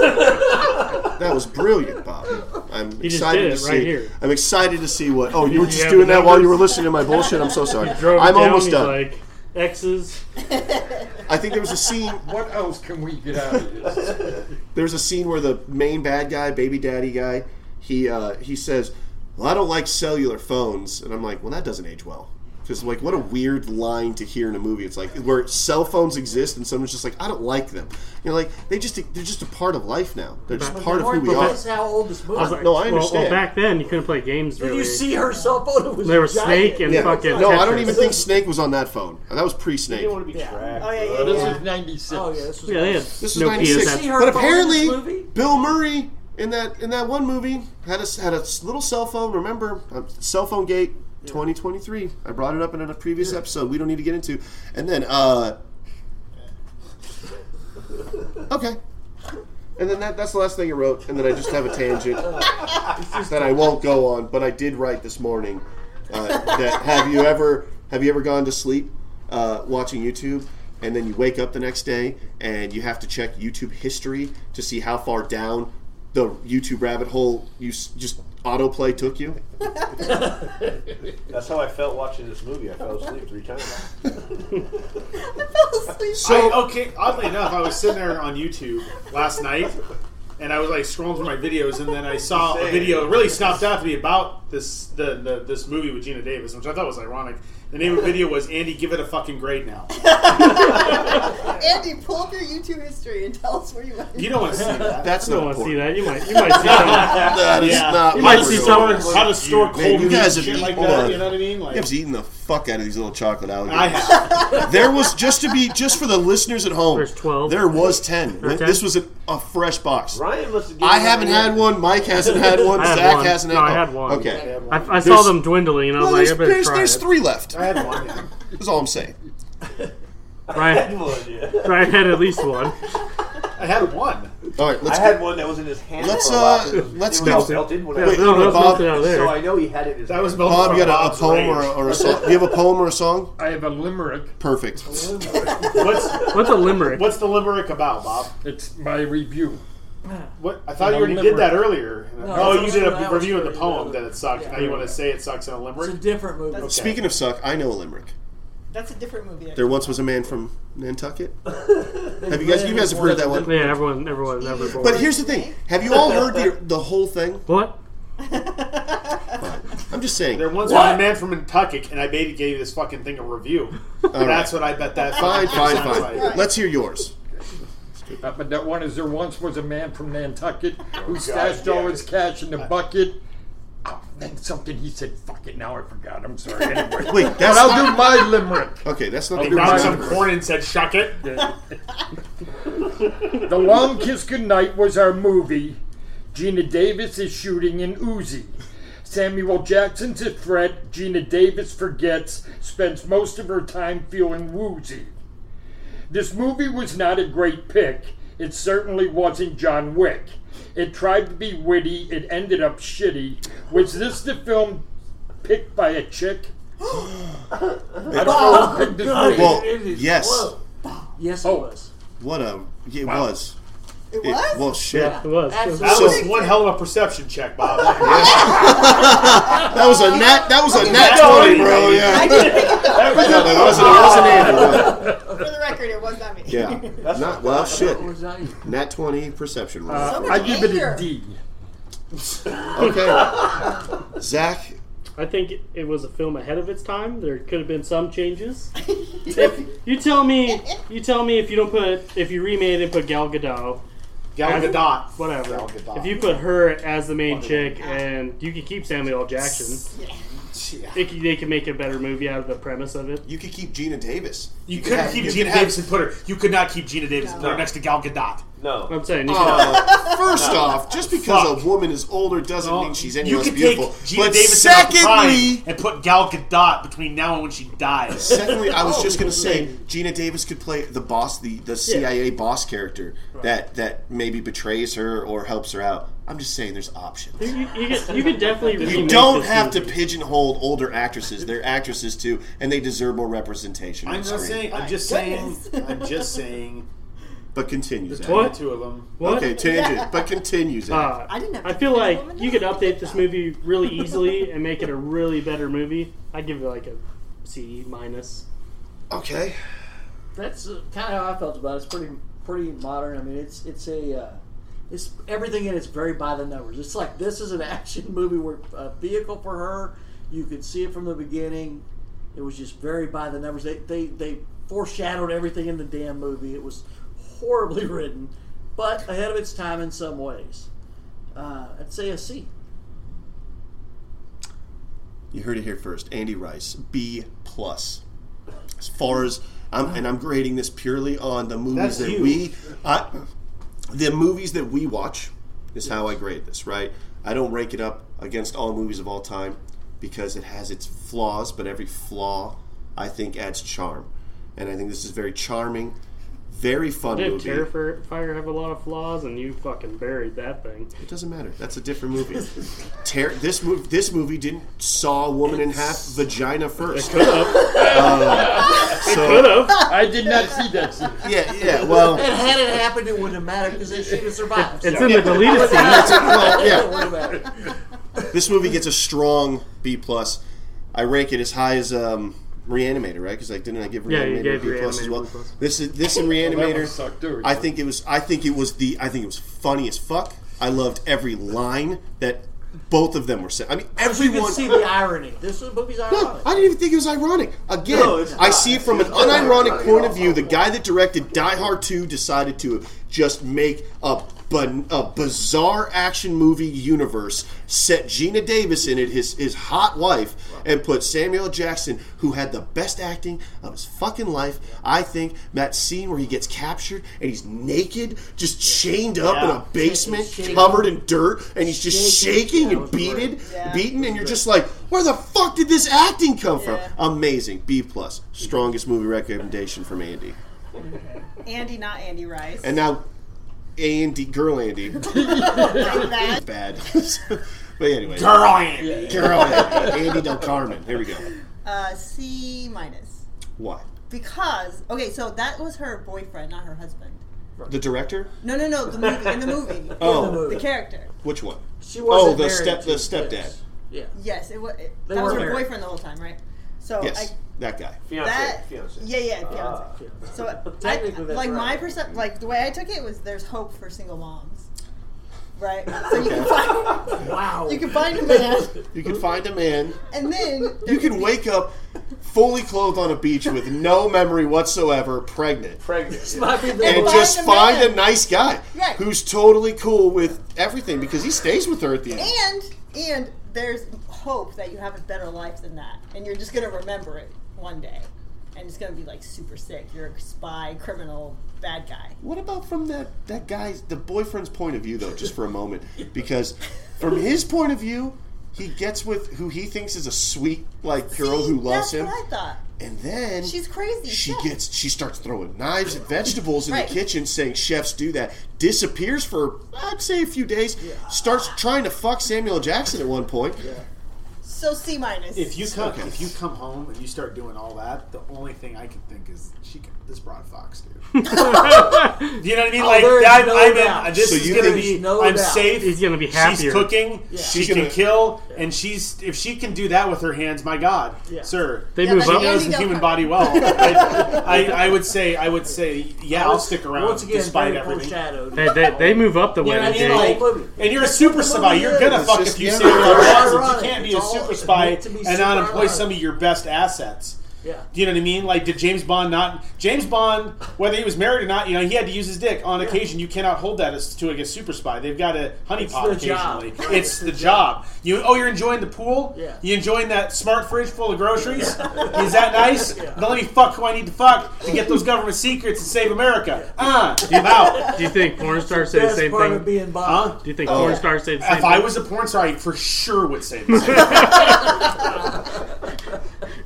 that was brilliant, Bob. I'm just excited did it to right see. here. I'm excited to see what. Oh, you were You just have doing the that while you were numbers? listening to my bullshit. I'm so sorry. Drove I'm down, almost he's done. Like X's. I think there was a scene. What else can we get out of this? There's a scene where the main bad guy, baby daddy guy, he uh, he says, "Well, I don't like cellular phones," and I'm like, "Well, that doesn't age well." Because like, what a weird line to hear in a movie. It's like where cell phones exist, and someone's just like, "I don't like them." You're like, they just they're just a part of life now. They're just part of who we are. That's how old this movie I was is. like, No, I well- Well, understand. back then you couldn't play games Did really. you see her cell phone? It was There was giant. Snake and Yeah. fucking. No, I don't Tetris. even think Snake was on that phone. That was They pre-Snake. didn't want to be tracked. Oh, yeah, yeah, bro. This yeah. is 96. Oh yeah, this was. Yeah, they had This is no '96. See PSS. her But phone in this apparently, movie? Bill Murray in that in that one movie had a s- had a s- little cell phone. Remember, uh, cell phone gate 2023. I brought it up in a previous episode. We don't need to get into. And then, <laughs> uh, okay. And then that, that's the last thing I wrote. And then I just have a <laughs> tangent that I won't go on, but I did write this morning. Uh, that have you ever have you ever gone to sleep uh, watching YouTube and then you wake up the next day and you have to check YouTube history to see how far down the YouTube rabbit hole you s- just autoplay took you? That's how I felt watching this movie. I fell asleep three times. I fell asleep. So I- okay, oddly enough, I was sitting there on YouTube last night, and I was like scrolling through my videos, and then I saw a video that really snapped out to me about this the, the this movie with Gina Davis, which I thought was ironic. The name of the video was "Andy, give it a fucking grade now." uh, Andy, pull up your YouTube history and tell us where you went. You don't want to <laughs> see that. that's I not don't want to see important. that. You might. You might <laughs> see something. That is Yeah. not. what You might we're see doing. someone- How to store cold Man, you meat guys have and shit eaten- like hold that. on. You know what I mean? Like, I was eating the fuck out of these little chocolate alligators. I have. There was just to be just for the listeners at home. There's 12. There was ten. Or 10? This was a, a fresh box. Ryan must have. I haven't had one. Mike hasn't had one. <laughs> I had Zach one. hasn't had No, I one. had one. Okay. I, I saw them dwindling, and I was Well, like, I there's, better there's, try there's it. three left. I had one. yeah. That's all I'm saying. <laughs> Ryan, one. Yeah. Ryan had at least one. I had one. All right, I let's had one that was in his hand. Let's, for a while. uh, It was- let's it was go. melted when I Yeah, Wait, was- no, wait, no, it's Bob- nothing out of there. So I know he had it. In his That was hand. both Bob, from you got a, a Bob's poem or a, range. or a song? Do you have a poem or a song? I have a limerick. Perfect. What's What's a limerick? what's the limerick about, Bob? It's my review. What? I thought you No, already limerick. did that earlier. No, oh, you that's did what I a was review of the reading. poem that it sucked. Yeah. Now you want to say it sucks in a limerick? It's a different movie. That's- Speaking of suck, I know a limerick. That's a different movie. <laughs> There once was a man from Nantucket. have you guys? You guys have heard that one? Yeah, everyone, everyone, everyone. But here's the thing: Have you all heard the, the whole thing? what? I'm just saying. There once was a man from Nantucket, and I maybe gave this fucking thing <laughs> a review. That's what I bet that. Fine, fine, sounds fine. like. Let's hear yours. Uh, but that one is there once was a man from Nantucket Oh, who God, stashed all yeah. his cash in a bucket. Oh, then something he said, fuck it, now I forgot. I'm <laughs> sorry. Anyway. Wait, but that's I'll do not. my limerick. Okay, that's not I'll the do Dropped original. some corn and said, "Shuck it." The Long Kiss Goodnight was our movie. Gina Davis is shooting an Uzi. Samuel Jackson's a threat. Gina Davis forgets, spends most of her time feeling woozy. This movie was not a great pick. It certainly wasn't John Wick. It tried to be witty, it ended up shitty. Was this the film picked by a chick? I don't know who picked this movie. Well, It is- yes. whoa. Yes, Oh. it was. What a it Wow. was. It It, was? well, shit. It was. Absolutely. That So- was one hell of a perception check, <laughs> Bob. That was a nat. That was a nat at twenty, that. bro. Yeah. <laughs> I didn't pick it up. No, that <laughs> wasn't. It wasn't Andrew. no. For the record, it was not me. Yeah. not well. Shit. What was that? Nat twenty perception roll. Uh, much I give it a anger. D. okay. Zach, I think it was a film ahead of its time. There could have been some changes. if you tell me, you tell me if you don't put if you remade it, put Gal Gadot, Gal Gadot. whatever. Gal Gadot. If you put her as the main chick, and you could keep Samuel L. Jackson, Yeah. it could, they could make a better movie out of the premise of it. you could keep Gina Davis. You couldn't have- keep you Gina could have- Davis and put her. You could not keep Gina Davis and put her No. next to Gal Gadot. No. I'm saying you could- Uh, <laughs> first off, just because Fuck. a woman is older doesn't No, mean she's any you less could beautiful. take Gina but Davis out the prime secondly, and put Gal Gadot between now and when she dies. secondly, I was just going to say Gina Davis could play the boss, the, the CIA boss character that that maybe betrays her or helps her out. I'm just saying, there's options. you, you, could, you could definitely. You remake don't this have to movie. pigeonhole older actresses. They're actresses too, and they deserve more representation. on I'm screen. just saying. I'm just saying. I'm just saying. but continue. Zach. What? The two of them. <laughs> What? Okay, tangent. but continue. Zach. Uh, I didn't have I to feel pick a like woman you to could update this movie really easily and make it a really better movie. I'd give it like a C minus. Ah. okay. That's kind of how I felt about it. It's pretty pretty modern. I mean, it's it's a uh, it's everything in it's very by the numbers. It's like this is an <laughs> action movie where a vehicle for her. You could see it from the beginning. It was just very by the numbers. They they they foreshadowed everything in the damn movie. It was horribly <laughs> written, but ahead of its time in some ways. Uh, I'd say a C. You heard it here first. Andy Rice, B plus. As far as I'm, and I'm grading this purely on the movies That's that you. we, I, the movies that we watch, is how I grade this. Right? I don't rank it up against all movies of all time because it has its flaws, but every flaw I think adds charm, and I think this is very charming, very fun Did movie. Terrifier have a lot of flaws, and you fucking buried that thing? It doesn't matter. That's a different movie. Ter- this movie, this movie didn't saw a woman in half vagina first. Um, Could have, could So have. I did not see that scene. yeah, yeah. Well, And had it happened, it wouldn't have mattered because they should have survived. It's in the deleted scene. that's- well, It yeah. wouldn't have mattered. This movie gets a strong B plus. I rank it as high as um, Reanimator, right? Because like, didn't I give Reanimator Yeah, you a gave B plus as Reanimator well? B plus. This is this and That one <laughs> Reanimator. sucked, too. I think it was. I think it was the. I think it was funny as fuck. I loved every line that both of them were saying. I mean, You everyone. can see the irony. This movie's No, ironic. I didn't even think it was ironic. Again, No, it's I not. see from an unironic point of view, the guy that directed Die Hard 2 decided to just make a, ban- a bizarre action movie universe, set Gina Davis in it, his, his hot wife, and put Samuel Jackson, who had the best acting of his fucking life. I think that scene where he gets captured and he's naked, just chained up in Yeah. a basement, Shaking. covered in dirt, and he's just Shaking. shaking That and was the word. beated, Yeah. beaten, and you're just like, where the fuck did this acting come Yeah. from? Amazing. B plus. Strongest movie recommendation from Andy. Andy, not Andy Rice. And now Andy girl Andy. <laughs> Like that. Bad. <laughs> but anyway. Girl, Andy. Girl Andy. Andy Del Carmen. There we go. Uh, C minus. Why? Because okay, so that was her boyfriend, not her husband. The director? No, no, no. The movie <laughs> in the movie, In the Oh, movie. the character. which one? She wasn't Oh, the married step- to the his stepdad. kids. Yeah. Yes, it was. It, They that was her weren't married. boyfriend the whole time, right? So Oh, Yes, I, that guy. Fiance. that fiance. yeah, yeah, fiance. Ah. So I, Technically, that's like my right. percep like the way I took it was there's hope for single moms, right? So you can find Wow. you can find a man, You can find a man. and then You can wake up fully clothed on a beach with no memory whatsoever, pregnant. Pregnant. might be the And find most- just a find man. a nice guy Right. who's totally cool with everything because he stays with her at the end. and and there's hope that you have a better life than that, and you're just gonna remember it one day, and it's gonna be like super sick. You're a spy, criminal, bad guy. What about from that that guy's the boyfriend's point of view though, just for a moment, because from his point of view, he gets with who he thinks is a sweet like girl See, who loves that's him, What I thought. and then She's crazy. She yeah. gets she starts throwing knives and vegetables in Right. the kitchen, saying chefs do that. Disappears for I'd say a few days. Starts trying to fuck Samuel L. Jackson at one point. so C minus. If you come, Okay. if you come home and you start doing all that, the only thing I can think is she can, this broad fox <laughs> dude. Do you know what I mean? Oh, like there is I'm, no I'm doubt. in, this So is you gonna think- be. No I'm doubt. safe. He's gonna be happier. She's cooking. She She's can gonna- kill, and she's if she can do that with her hands, my God, Yeah. sir. They Yeah, move that's she up. knows Andy the human Delcott. body well. I, I, I would say, I would say, yeah, I'll Once- stick around Once again, despite very everything. foreshadowed. They, they, they move up the You know what I wedding mean? date. Like, movie. And you're a super spy. You're gonna It's fuck just- if you yeah. say you're It's a ironic. You can't be a It's all- super it's spy meant to be and super not employ ironic. some of your best assets. Yeah. Do you know what I mean? Like, did James Bond not? James Bond, whether he was married or not, you know, he had to use his dick on occasion. You cannot hold that as to like a super spy. They've got a honeypot the job. occasionally. It's the job. You oh, you're enjoying the pool. Yeah. You enjoying that smart fridge full of groceries? <laughs> Is that nice? Now let me fuck who I need to fuck to get those government secrets and save America. Ah, I'm out. <laughs> Do you think porn stars say the Best same part thing? of being Bob. Huh? Do you think Oh. porn stars say the same If I thing? was a porn star, I for sure would <laughs> say this.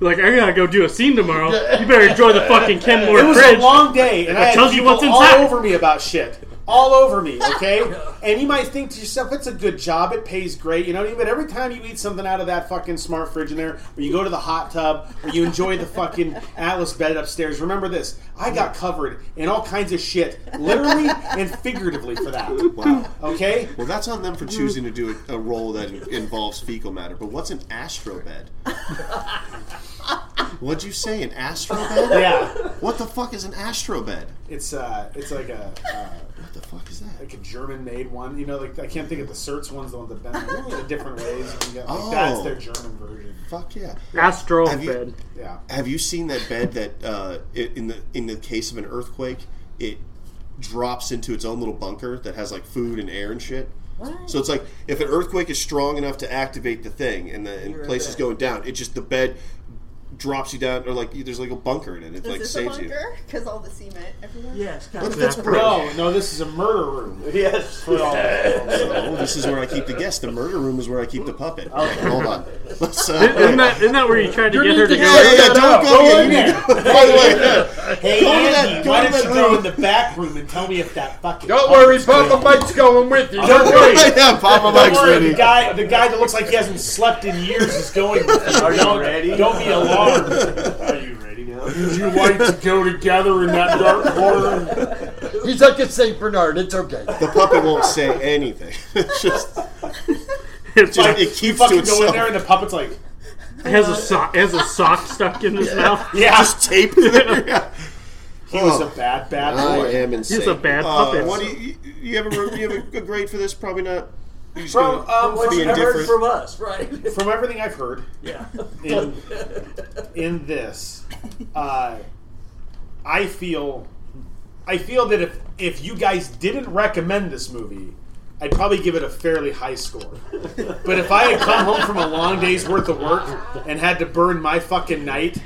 like, I gotta go do a scene tomorrow. You better enjoy the fucking Kenmore It was fridge. a long day, and I had tells you people what's all inside. over me about shit. All over me, <laughs> okay? and you might think to yourself, it's a good job, it pays great, you know what I mean? But every time you eat something out of that fucking smart fridge in there, or you go to the hot tub, or you enjoy the fucking Atlas bed upstairs, remember this. I got covered in all kinds of shit, literally and figuratively for that, Wow. okay? Well, that's on them for choosing to do a, a role that involves fecal matter. But what's an astrobed? What'd you say? An astrobed? Yeah. What the fuck is an astrobed? It's uh, it's like a. Uh, What the fuck is that? like a German-made one, you know, like I can't think of the certs ones, the ones that bend a little bit different ways. You can get, like, That's Oh. their German version. Fuck yeah. Astro Have you- bed. Yeah. Have you seen that bed that uh, i- in the in the case of an earthquake, it drops into its own little bunker that has like food and air and shit. What? So it's like if an earthquake is strong enough to activate the thing and the and You're place is right. going down, it just the bed drops you down or like there's like a bunker in it. It Is like this a saves you. bunker? Because all the cement everywhere. Yes, kind What of. if it's British? No, no, this is a murder room. Yes. No, this is where I keep the guest. The murder room is where I keep the puppet. Okay, hold on. <laughs> Let's, uh, Isn't that, isn't that where you tried to You get need her to to go? yeah, get yeah, yeah, don't <laughs> go, Go yet. in You need there. to- By the way, yeah. Hey, Go to Andy, that- go why to don't that you go room. in the back room and tell me if that fucking. Don't worry, Papa Mike's going with you. Don't worry. yeah, Papa Don't Mike's worry, the ready. guy, the guy that looks like he hasn't slept in years is going. Are you ready? Don't be alarmed. Are you ready now? you like to go together in that dark corner? He's like a Saint Bernard. It's okay. The puppet won't say anything. <laughs> It's just It's Dude, like, it You keeps to fucking go in itself. there and the puppet's like, it has a sock, it has a sock stuck in his mouth. yeah. Just tape <laughs> it there. Yeah. Oh, he was a bad, bad I boy. am insane. He's a bad Uh, puppet. What do you, you- you have a you have a grade for this? Probably not. You're just From, gonna- um, What Being you heard different. from us, right? <laughs> from everything I've heard, yeah. in, in this, uh, I feel I feel that if if you guys didn't recommend this movie, I'd probably give it a fairly high score. But if I had come home from a long day's worth of work and had to burn my fucking night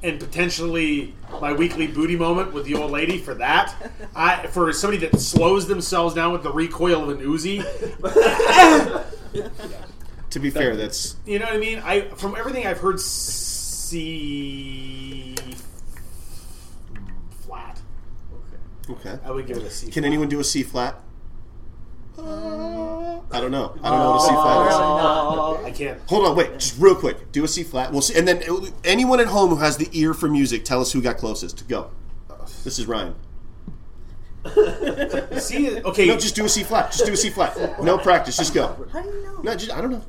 and potentially my weekly booty moment with the old lady for that, I for somebody that slows themselves down with the recoil of an Uzi, to be fair, that's you know what I mean? I from everything I've heard, C flat. okay. I would give it a C. Can flat. anyone do a C flat? Uh, I don't know. I don't know what a C flat is. Oh, I can't. Hold on, wait, just real quick. Do a C flat. We'll see, and then uh, anyone at home who has the ear for music, tell us who got closest. Go. This is Ryan. See, okay, No, just do a C flat. Just do a C flat. No practice. Just go. How do you know? No, just, I don't know.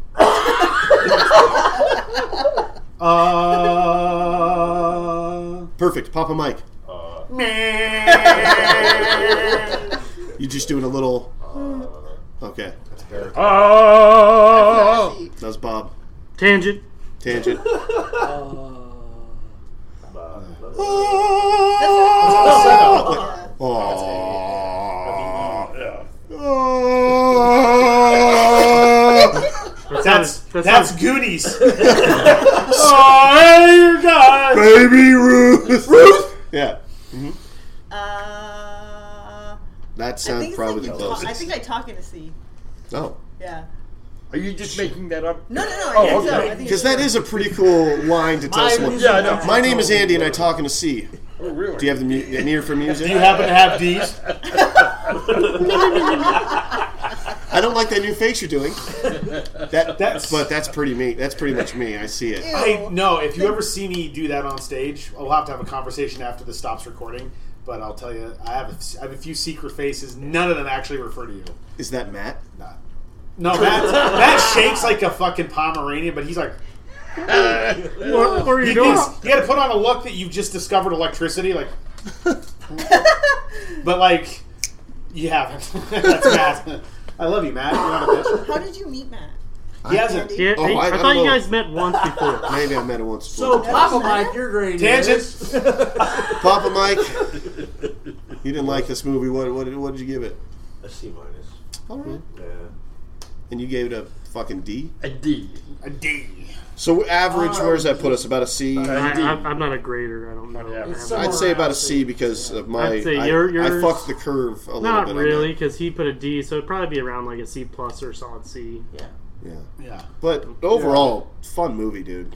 uh, Perfect. Papa Mike. You're just doing a little. Okay. Oh, Flashy. That was Bob. Tangent. Tangent. Oh, <laughs> Aww. that's That sounds- that that's sounds- Goonies. oh, you guys. Baby Ruth. Ruth. Yeah. Uh, That I think sounds it's probably like the you talk, I closest. think I talk in a C. Oh. Yeah. are you just making that up? No, no, no. Oh, I think so. okay. I think Because that is a pretty cool line to tell My- someone. Yeah, I know. My name is Andy, and I talk in a C. Oh, really? Do you have the, mu- an ear for music? Do you happen to have D's? I don't like that new face you're doing. That, That's- but that's pretty me. That's pretty much me. I see it. I no. If you ever see me do that on stage, we'll have to have a conversation after this stops recording. But I'll tell you, I have a, I have a few secret faces. None of them actually refer to you. Is that Matt? Not. No, Matt, Matt shakes like a fucking Pomeranian, but he's like, What, what are he you doing? thinks- he had to put on a look that you've just discovered electricity, like, <laughs> but like, you haven't. <laughs> That's Matt. I love you, Matt. You're not a bitch. How did you meet Matt? He hasn't. Andy? Yeah, Oh, hey, I- I, I thought you know. guys met once before. Maybe <laughs> I met him once. So, before. Papa Mike, your grade Tangent. is. <laughs> Papa Mike, you didn't like this movie. What what did, what did you give it? A C minus. All right. Yeah. And you gave it a fucking D. A D. A D. So average, where does that put us? About a C. I, Indeed. I, I'm not a grader. I don't know. Yeah. It's I haven't- I'd say about a C because of my. I'd say I, your- yours- I fucked the curve a little not bit. on really, because he put a D, so it'd probably be around like a C plus or solid C. Yeah. that. Yeah. Yeah. But overall, fun movie, <laughs> dude.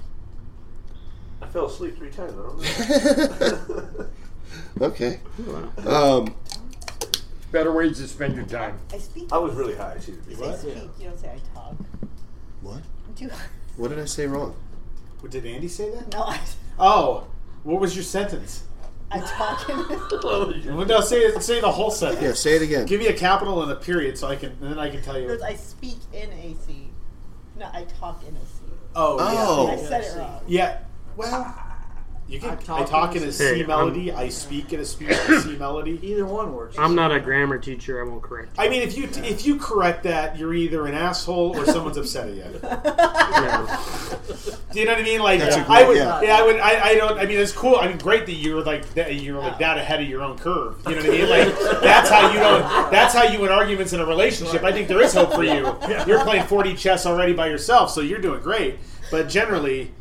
I fell asleep three times. I don't know. Okay. Um, Better ways to spend your time. I speak. <laughs> I was really high. Excuse me. You say speak. You don't say I talk. <laughs> what? Do What did I say wrong? What, did Andy say that? no. I, Oh, what was your sentence? I talk in. <laughs> No, say say the whole sentence. Yeah, say it again. Give me a capital and a period, so I can and then I can tell you. I speak in a C. No, I talk in a C. Oh, Oh. I said it <laughs> wrong. yeah. yeah. Well, you can. I talk, talk in in a a C Hey, melody. I speak in a speak in a C melody. Either one works. I'm not a grammar teacher. I won't correct. I mean, if you if you correct that, you're either an asshole or someone's upset at you. <laughs> You know. Do you know what I mean? Like, That's a good- I would, yeah. yeah. I would, I, I don't. I mean, it's cool. I mean, great that you're like that, you're like that ahead of your own curve. You know what I mean? Like, that's how you don't. That's how you win arguments in a relationship. I think there is hope for you. You're playing 40 chess already by yourself, so you're doing great. But generally,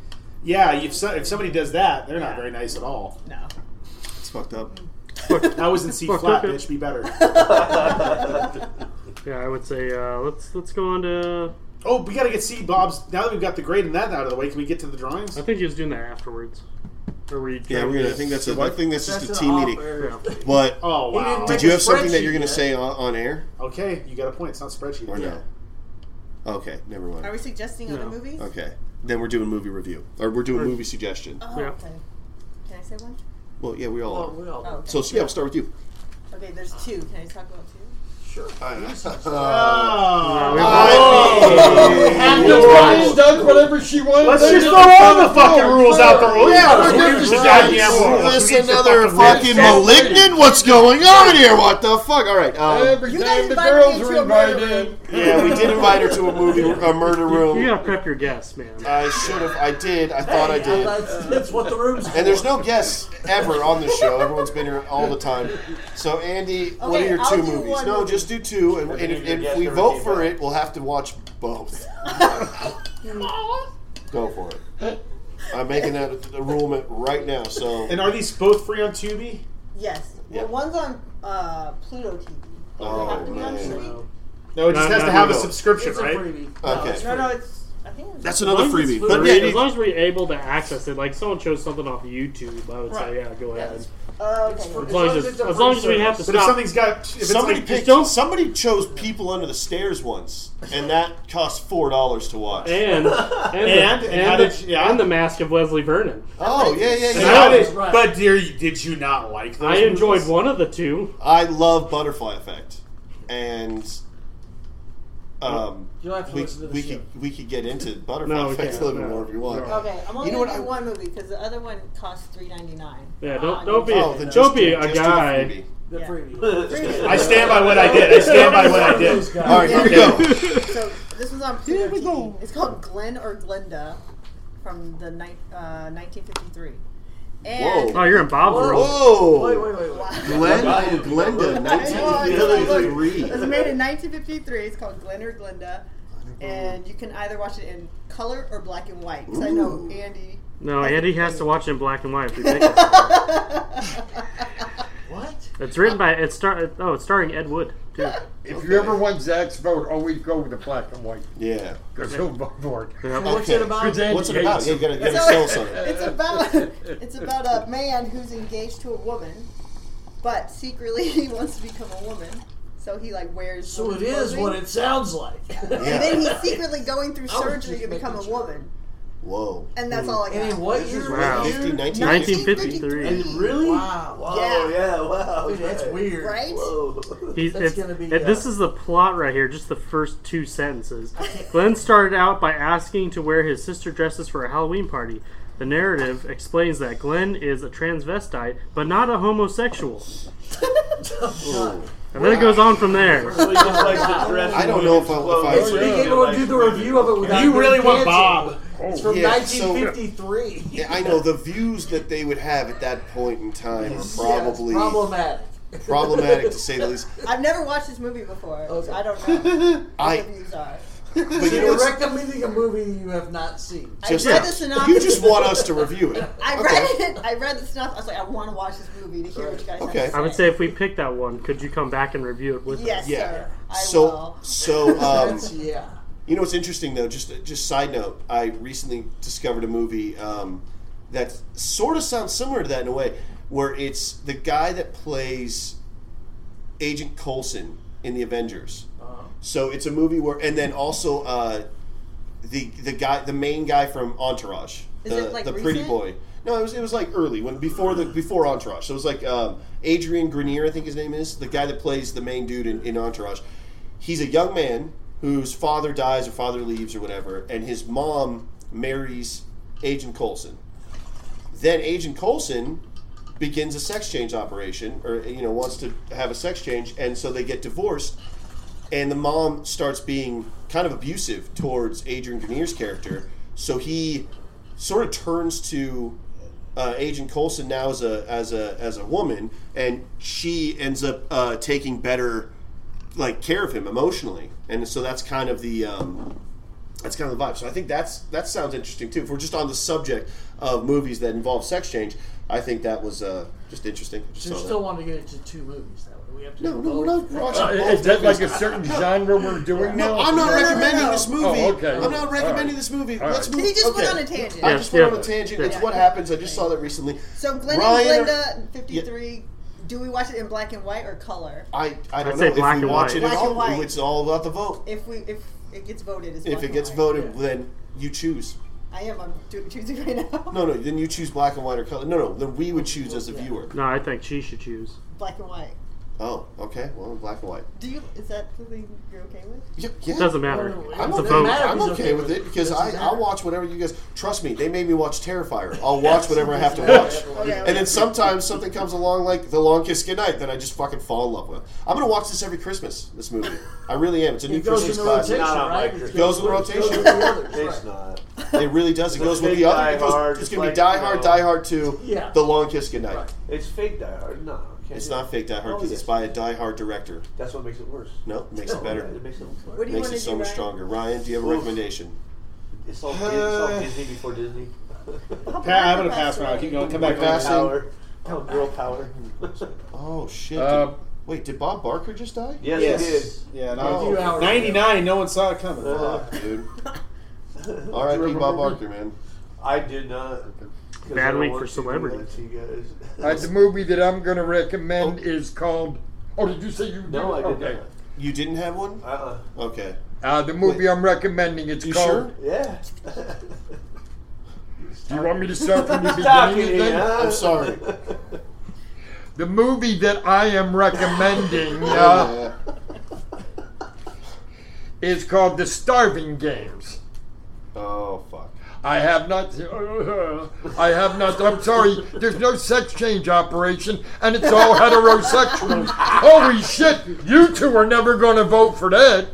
yeah, if so, if somebody does that, they're not very nice at all. No. It's fucked up. I was in C Fuck, flat, okay. bitch. Be better. yeah, I would say uh, let's let's go on to. Oh, we gotta get C Bob's. Now that we've got the grade and that out of the way, can we get to the drawings? I think he was doing that afterwards. Or were you Yeah, trying we're to- gonna, I think that's a, I think that's just a That's an team off meeting. area. But Oh wow. He do you have something that spreadsheet you're gonna yet. say on, on air Okay, you got a point. It's not spreadsheet. or no? Okay, never Are mind. we suggesting other No. movies? Okay, then we're doing movie review or we're doing movie suggestion. Oh, Yeah. okay. Can I say one? Well, yeah, we all. Well, Are. we all- Oh, okay. So yeah, we'll start with you. okay, there's two. Can I talk about two? Sure. Uh, No, Oh. we- And the woman does whatever she wants. Let's They just don't throw all follow the fucking rules. rules out the rule. Yeah, Let's we're use just- the goddamn Christ. rules. This We use the another fucking rules. fucking malignant. What's going on here? What the fuck? All right. Um, Every You time guys the invited girls me are to a murder invited. yeah, we did invite her to a movie, a murder You room. gotta prep your guests, man. I should have. I did. I thought I did. That's, that's what the room's for. And there's no guests ever on this show. Everyone's been here all the time. So Andy, what are Okay, your 2 I'll do movies? one no, movie. just do two, and, and if, Your if guest we ever vote came for up. it, we'll have to watch <laughs> both. Go for it. I'm making that a rule right now. So And are these both free on Tubi? Yes. Yeah. Well, one's on uh, Pluto TV. Does it Oh, have to be on man. Tubi? No, it just No, has no, to have a no. subscription, It's a right? freebie. Okay. it's No, free. no, it's I think it was That's another As long as it's freebie. But free- yeah, as long as we're able to access it, like someone shows something off YouTube, I would Right. say, yeah, go Yeah, ahead. it's- Oh, okay. for- as long as, it's it's, a as long as we have to But if stop. something's got if it's somebody like, picked, don't- somebody chose people under the stairs once, and that cost four dollars to watch. and and And- the, and how the, did you- yeah. and the Mask of Wesley Vernon. oh yeah, yeah, And yeah. how that did- was right. But dear, did you not like those? I enjoyed movies? one of the two. I love Butterfly Effect, and um, You'll have to we, listen to the we show. could we could get into Butterfly No, we Effect a can't, little bit no, more if you want. no. Okay, I'm only You know gonna what I- do one movie because the other one costs three Uh, ninety nine. Yeah, don't don't be Oh, then don't just be do- a just do the guy. freebie. The Yeah. preview. <laughs> I stand by what I did. I stand by what I Those did. guys. All right, here we go. <laughs> So this was on Pluto Here we TV. go. It's called Glenn or Glenda from the ni- uh, 1953. And Whoa. Oh, you're in Bob Whoa. world. Wait, Whoa, wait, wait, wait. Glenn and Glenda, It 1953. was made in 1953. It's called Glenn or Glenda, and you can either watch it in color or black and white. 'Cause I know Ooh. Andy. No, Andy has to watch it in black and white. It's ridiculous. What? it's written by it's star. Oh, it's starring Ed Wood. Too. If you ever want Zach's vote, always go with the black and white Yeah. because he'll vote for it. Yep. What's it Okay. about? Because Andy What's it hates about? it. Yeah, you gotta, you gotta So- sell <laughs> something. It's about it's about a man who's engaged to a woman, but secretly <laughs> he wants to become a woman. So he like wears. So it woman's is clothing. what it <laughs> sounds like. Yeah. And then <laughs> he's secretly going through I was surgery just to become a making sure. woman, Whoa. and that's all I got. And in what This year? is was wow. it? 50, 1953. And really? Oh, Wow. Wow. Yeah. Yeah. wow. Oh. Dude, that's okay. weird. Right? Whoa. He's, That's it's, gonna be, it- uh, this is the plot right here, just the first two sentences. Glenn started out by asking to wear his sister dresses for a Halloween party. The narrative explains that Glenn is a transvestite, but not a homosexual. and then it goes on from there. Well, he just likes <laughs> to dress I don't in know if I- clothes. if I- It's Being able to do the review of it without You being really want canceled. Bob? It's from Oh, Yeah, so- 1953. <laughs> Yeah, I know the views that they would have at that point in time are Yeah, it's probably problematic. problematic to say the least. I've never watched this movie before, Okay. so I don't <laughs> know what the I, views are. but you know You're what's- recommending a movie you have not seen. just- I read the synopsis. you just want us to <laughs> review it. I Okay. read it. I read the synopsis. I was like, I want to watch this movie to hear what you guys Okay. have to I would say if we pick that one, could you come back and review it with yes, us? Yeah. sir. I So, will. <laughs> so um, That's, yeah. you know what's interesting though? Just just side note, I recently discovered a movie um, that sort of sounds similar to that in a way, where it's the guy that plays Agent Coulson in the Avengers. So it's a movie where, and then also uh, the the guy, the main guy from Entourage, Is the, it, like, the pretty recent? boy. No, it was it was like early when before the before Entourage. So it was like um, Adrian Grenier, I think his name is the guy that plays the main dude in, in Entourage. He's a young man whose father dies or father leaves or whatever, and his mom marries Agent Coulson. Then Agent Coulson begins a sex change operation, or you know wants to have a sex change, and so they get divorced and the mom starts being kind of abusive towards Adrian Grenier's character. So he sort of turns to uh, Agent Coulson now as a as a as a woman, and she ends up uh, taking better like care of him emotionally, and so that's kind of the um, that's kind of the vibe. So I think that's that sounds interesting too. If we're just on the subject of movies that involve sex change, I think that was uh, just interesting. Just So you saw that. still want to get into two movies that way. We have to no, no, do both. we're not watching. Uh, both is that movies. like a certain genre we're doing No, now? I'm not no, no, recommending no. this movie. Oh, okay. I'm not recommending Alright. this movie. Alright. Let's move. he just okay. went on a tangent. I Yeah. just went on yeah. a tangent. Yeah. It's what happens. I just saw that recently. So Glenn Ryan or- and Glenda, 53, do we watch it in black and white or color? I, I don't I'd know say if black we and watch white. it Black at all. and white. It's all about the vote. If we if it gets voted, it's If black it and gets white. voted, then you choose. I am. I'm do- choosing right now. No, no. Then you choose black and white or color. No, no. Then we would choose as a viewer. No, I think she should choose. <laughs> Black and white. Oh, okay. Well, black and white. Do you? Is that something you're okay with? Yeah, yeah. It doesn't matter. No, no, I'm It's a okay, vote. I'm It's okay with it because I, Doesn't I'll matter. watch whatever you guys. Trust me, they made me watch Terrifier. I'll watch whatever I have to watch. Okay, And then sometimes something comes along like The Long Kiss Goodnight that I just fucking fall in love with. I'm gonna watch this every Christmas. This movie, I really am. It's a new It goes in Christmas the classic. rotation, Not on right? my It Christmas. Goes in the with- goes rotation. with the others, It's right. not. It really does. It It's goes with big the other. Die It goes- Hard, it's just gonna be like, Die you Hard, know. Die Hard Two, Yeah. The Long Kiss Goodnight. Right. It's fake Die Hard. No, I can't It's do not it. fake Die Hard because it's by a Die Hard director. That's Oh, what makes it worse. No, it makes it better. It makes it worse. What do you Makes want it to so do? much Ryan? <laughs> stronger. Ryan, do you have a Oof. recommendation? It's <sighs> all, it's all Disney before Disney. Pat, I'm gonna pass around. Keep going. Come back. Pass. Pass. Power. Oh, girl power. Oh shit! Uh, did- wait, did Bob Barker just die? yes, Yes. Yeah. A few Oh. hours. Uh, Uh, Ninety nine. No one saw it coming. Fuck, dude. R.I.P. Bob Barker, man. I did not. 'cause I Bad don't week want for you to do that celebrities. to you guys. Uh, the movie that I'm going to recommend is called. Oh, did you say you? <laughs> No, I did okay. You didn't have one? not. Uh-uh. Okay. Uh, the movie I'm recommending it's You called. sure? Yeah. <laughs> Do you want me to <laughs> start from the Stop beginning? again? I'm sorry. The movie that I am recommending <laughs> uh, Uh, is called The Starving Games. oh fuck. I have not. I have not. I'm sorry. There's no sex change operation, and <laughs> it's all heterosexuals. Holy shit! You two are never going to vote for that.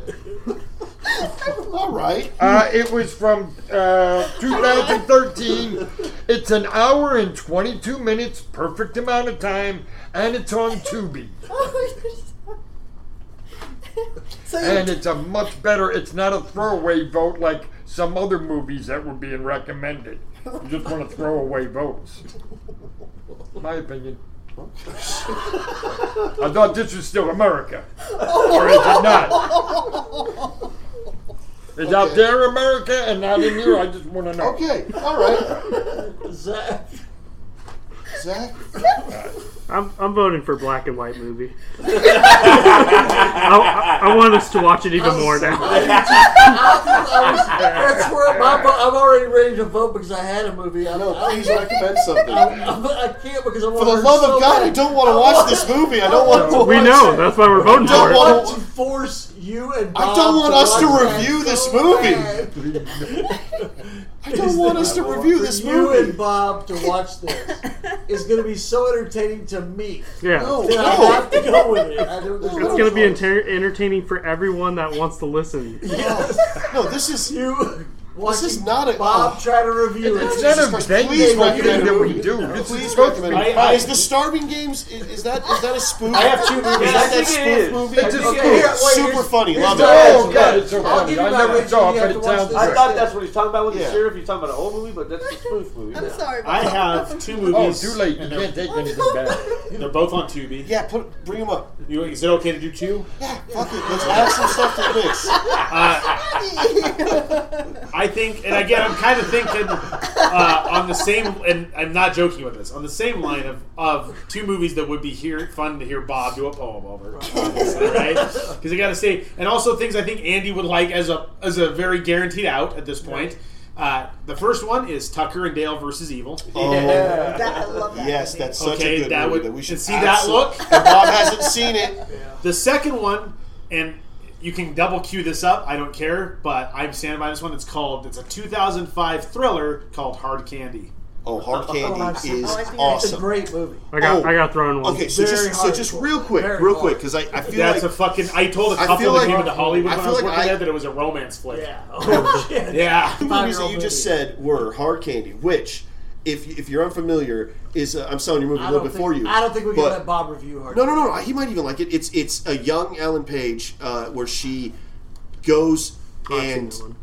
All right. Uh, it was from uh, 2013. It's an hour and 22 minutes, perfect amount of time, and it's on Tubi. Oh, so <laughs> And you, it's a much better. It's not a throwaway vote like some other movies that were being recommended. You just want to throw away votes. My opinion. I thought this was still America, or is it not? It's out there, America, and not in here. I just want to know. Okay. All right. Zach. Zach. I'm, I'm voting for black and white movie. I, I, I want us to watch it even more now. <laughs> That's where my, vo- I'm already ready to vote because I had a movie. I, No, I, please recommend something. I'm- I can't because I'm For the love of God, I don't want to watch this movie. I don't want to. We know that's why we're voting Don't for want- it. want to force you and I Bob don't want us to watch that review this so movie. bad. I don't want us to review For this you movie. and Bob to watch this is going to be so entertaining to me. Yeah, No, that I no. have to go with it. I don't, there's it's no gonna be choice. enter- entertaining for everyone that wants to listen. No, this is. You watching is not a- Bob oh. try to review it. It's Jesus not a Christ, thing please thing recommend that it. we do. This is Please supposed to recommend. be it. fun. Is the Starving Games? Is, is that is that a spoof? I have two movies. Is that I that think it spoof is. movie? It's a Okay, here, spoof. wait, Super here's- funny, here's love the it. answer. Oh, God, it's so I'll funny. give you I my never rating. saw it, You but have it to watch sounds this I great. thought that's what he's talking about with the Yeah. sheriff. He's talking about a whole movie, but that's the spoof movie. I'm Yeah. sorry. I Bob. have two Oh, movies. too late. You can't take anything back. They're both on Tubi. Yeah, put bring them up. You, is it okay to do two? Yeah, fuck it. Let's add some stuff to the <laughs> mix. I think, and again, I'm kind of thinking uh, on the same, and I'm not joking with this, on the same line of, of two movies that would be here, fun to hear Bob do a <laughs> poem over, right? Because I got to say, and also things I think Andy would like as a as a very guaranteed out at this point. Uh, the first one is Tucker and Dale versus Evil. Oh, That- I love that yes, movie. that's such Okay, a good that movie would- that we should and see that absol- look? <laughs> And Bob hasn't seen it. The second one, and you can double cue this up. I don't care, but I'm standing by this one. It's called. It's a 2005 thriller called Hard Candy. Oh, Hard Candy I've seen- is oh, I've seen it. It's a awesome. great movie. I Oh. got I got thrown one. Okay, so Very just so hardcore. just real quick, Very real hardcore. quick, because I, I feel That's like a fucking. I told a I couple feel that like- came into Hollywood I when I, feel was like working I- there that it was a romance flick. Yeah. Oh, shit. Yeah. the movies that you Five-year-old just movie. said were Hard Candy, which if you- if you're unfamiliar is uh, I'm selling your movie a I little don't, bit for think, you. I don't think we can but- let Bob review her. No, no, no. He might even like it. It's it's a young Ellen Page uh, where she goes I've seen and that one.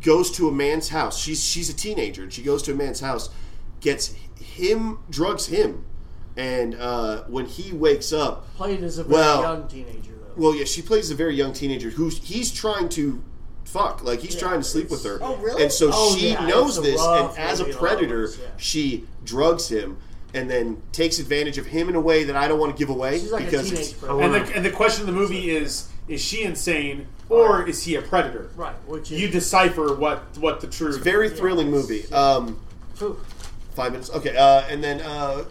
goes to a man's house. She's she's a teenager and she goes to a man's house, gets him, drugs him, and uh, when he wakes up, Played as a very Well- young teenager, though. well, yeah, she plays a very young teenager who's he's trying to fuck, like he's trying to sleep with her. Oh, really? And so Oh, she yeah, knows it's a this, rough and as a movie in a lot of predator, ways, yeah. she drugs him. And then takes advantage of him in a way that I don't want to give away She's like a because teenage it's, predator. And <laughs> the, and the question of the movie is: Is she insane or is he a predator? Right, which is You decipher what what the truth. Very thrilling movie. Um, Phew. five minutes. Okay, uh, and then, uh,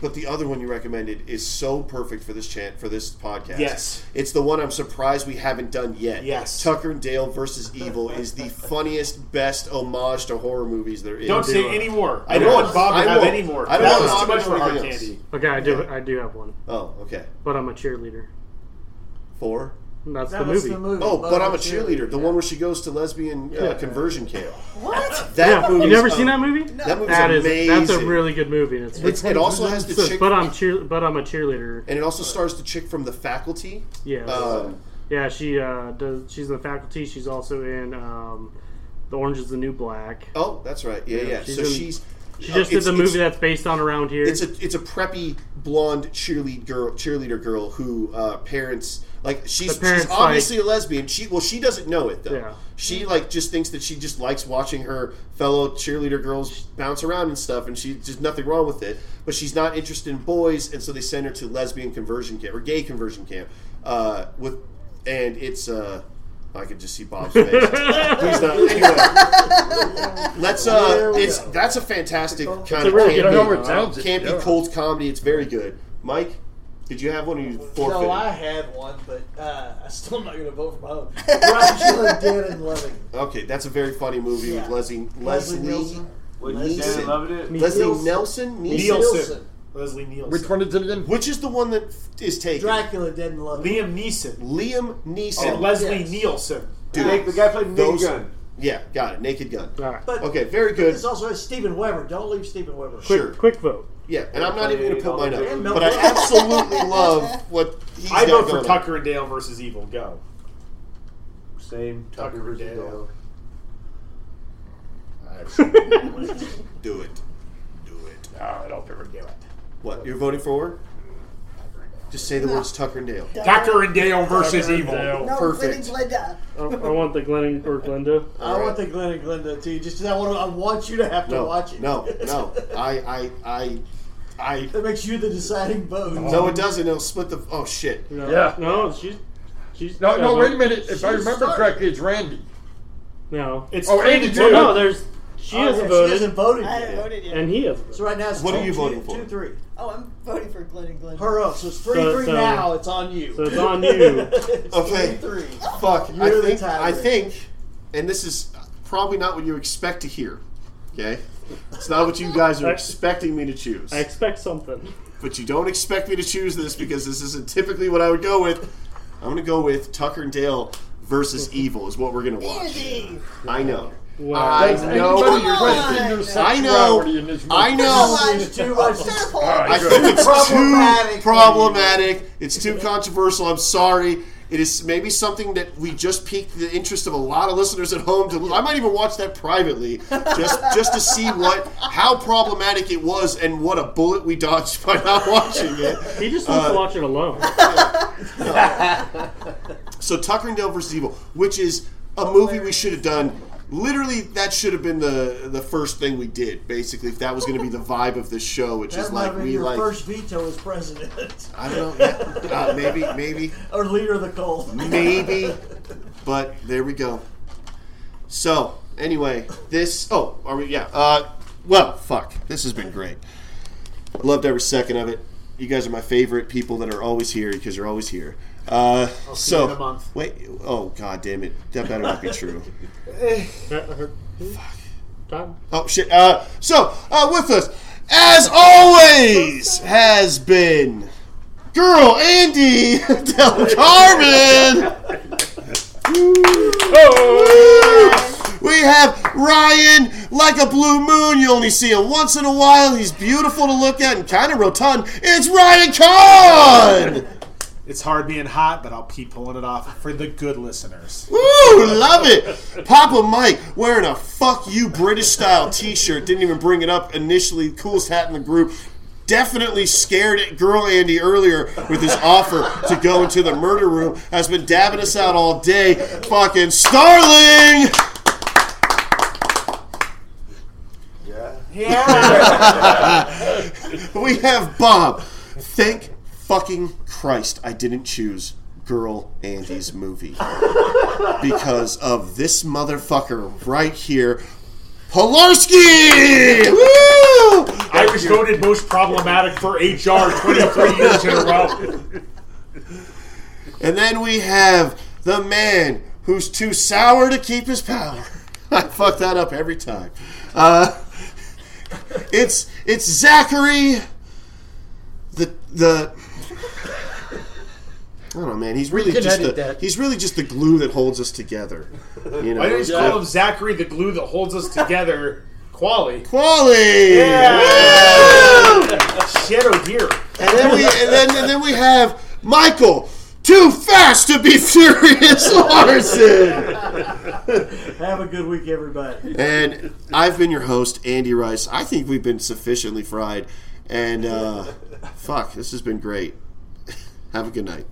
but the other one you recommended is so perfect for this chant for this podcast. Yes. it's the one I'm surprised we haven't done yet. Yes. Tucker and Dale versus Evil is the funniest, best homage to horror movies there is. don't say any more. I I don't won't. want Bob I to have won't. any more. I don't that want was Bob to too much have for Hard anything else. Candy. Okay, I do I do have one, Oh, okay. but I'm a cheerleader. Four. And that's that the was movie. the movie. Oh, but I'm a Cheer- cheerleader. The one where she goes to lesbian uh, conversion camp. What? That Yeah, movie. you never seen that movie? That movie's That is amazing. that's a really good movie. And it's, It's, it also has the says, chick, <laughs> but I'm cheer, but I'm a cheerleader. and it also stars the chick from The Faculty. Yeah, Um, yeah. She uh, does. She's in the faculty. She's also in um, the Orange Is the New Black. Oh, that's right. Yeah, yeah. she's so in- she's Oh, She just did It's- the it's- movie that's based on around here. It's a it's a preppy blonde cheerlead girl cheerleader girl who uh, parents like she's, The parents she's obviously a lesbian. She well she doesn't know it though. Yeah. She like just thinks that she just likes watching her fellow cheerleader girls bounce around and stuff, and she just nothing wrong with it. But she's not interested in boys, and so they send her to lesbian conversion camp or gay conversion camp. Uh, with and it's uh, I could just see Bob's <laughs> face. Please not. Anyway, let's uh, it's that's a fantastic kind of really campy- good movie. Sounds it, campy yeah. cold comedy. It's very good. Mike, did you have one? Or you forfeited? No, I had one, but uh, I'm still not going to vote for my own. <laughs> Dracula, Dead and Loving. Okay, that's a very funny movie Yeah. with Leslie Leslie Leslie Nielsen. Would Nielsen. you say I loved it? Leslie Nielsen. Nelson Nielsen, Nielsen. Nielsen. Leslie Nielsen. Which one is it again? which is the one that is taken. Dracula, Dead and Loving. Liam Neeson. Liam Neeson. And Oh, Leslie Yes. Nielsen. Dude, Nick, the guy played Naked those- Gun. Yeah, got it. Naked Gun. All right. But Okay, very good. It's also Stephen Weber. Don't leave Stephen Weber. quick, sure. quick <laughs> vote. Yeah, and I'm not even going to put mine And up, Mel but I Brooks. <laughs> absolutely love what he's I got vote for going on. Tucker and Dale versus Evil. Go. Same. Tucker versus Dale. Do it. Do it. No, I don't ever do it. What you're voting for? Just say the words Tucker and Dale. Tucker and Dale versus Tucker and Evil. Dale. No, Perfect. Glenn Glenda. I, I want the Glenn or Glenda. I want the Glenn and Glenda too. Just 'cause I want, to, I want you to have to No, watch it. no, <laughs> <laughs> no. I, I, I, I. that makes you the deciding vote. No, it doesn't. It'll split the. Oh shit. No, Yeah. No, she's. she's No, no, wait a minute. If I She's remember starting. correctly, it's Randy. No. It's Oh, three Andy to Well, two. no, there's. She Oh, has yeah, She voted, hasn't voted I haven't yet. voted yet. and he has So voted. right now it's What are you two- voting for? Two, three. Oh, I'm voting for Glenn and Glenda. Her up. So it's three, So- three so- now. It's on you. So it's on you. It's Okay. Three, three. Fuck. You're I the think. tiebreaker. I think. And this is probably not what you expect to hear. Okay. It's not what you guys are <laughs> I- expecting me to choose. I expect something. But you don't expect me to choose this because this isn't typically what I would go with. I'm gonna go with Tucker and Dale <laughs> versus Evil is what we're gonna watch. Andy. I know. Wow. I That's anybody know. Come questioning on. your I sexuality in know. this movie. Ah, I know. It's too much. Purple. right. I think it's too Problematic. problematic. It's too controversial. I'm sorry. It is maybe something that we just piqued the interest of a lot of listeners at home. To I might even watch that privately, just just to see what how problematic it was and what a bullet we dodged <laughs> by not watching it. He Uh, just wants to watch it alone. So Tucker and Dale versus Evil, which is a movie we should have done. Literally, that should have been the the first thing we did. Basically, if that was going to be the vibe of this show, which is That might like have been we your like first veto as president <laughs> I don't know, yeah, uh, maybe maybe or leader of the cold. <laughs> maybe but there we go so anyway this oh are we yeah uh well fuck this has been great loved every second of it you guys are my favorite people that are always here because you're always here uh so in a month. wait oh god damn it that better not be true Time. Oh shit! Uh, so uh, with us, as always, has been girl Andy <laughs> Del Carmen. Woo. We have Ryan, like a blue moon. You only see him once in a while. He's beautiful to look at and kind of rotund. It's Ryan Kahn. It's hard being hot, but I'll keep pulling it off for the good listeners. Woo, love it. Papa Mike wearing a fuck you British style t shirt. Didn't even bring it up initially. Coolest hat in the group. Definitely scared at girl Andy earlier with his offer to go into the murder room. Has been dabbing us out all day. Fucking Starling! Yeah. <laughs> We have Bob. Thank fucking Christ I didn't choose Girl Andy's movie. Because of this motherfucker right here, Polarski! Woo! I was voted most problematic for HR 23 years in a row. And then we have the man who's too sour to keep his power. <laughs> I fuck that up every time. Uh, <laughs> it's it's Zachary. The the. I don't know, man. He's really can just edit the, that. he's really just the glue that holds us together. You know, I just Yeah. call him Zachary the glue that holds us together. Quali. Quali. Yeah. Shit, oh dear. And then we and then, and then we have Michael. Too fast to be <laughs> furious, Larson. Have a good week, everybody. And I've been your host, Andy Rice. I think we've been sufficiently fried. And uh, fuck, this has been great. <laughs> Have a good night.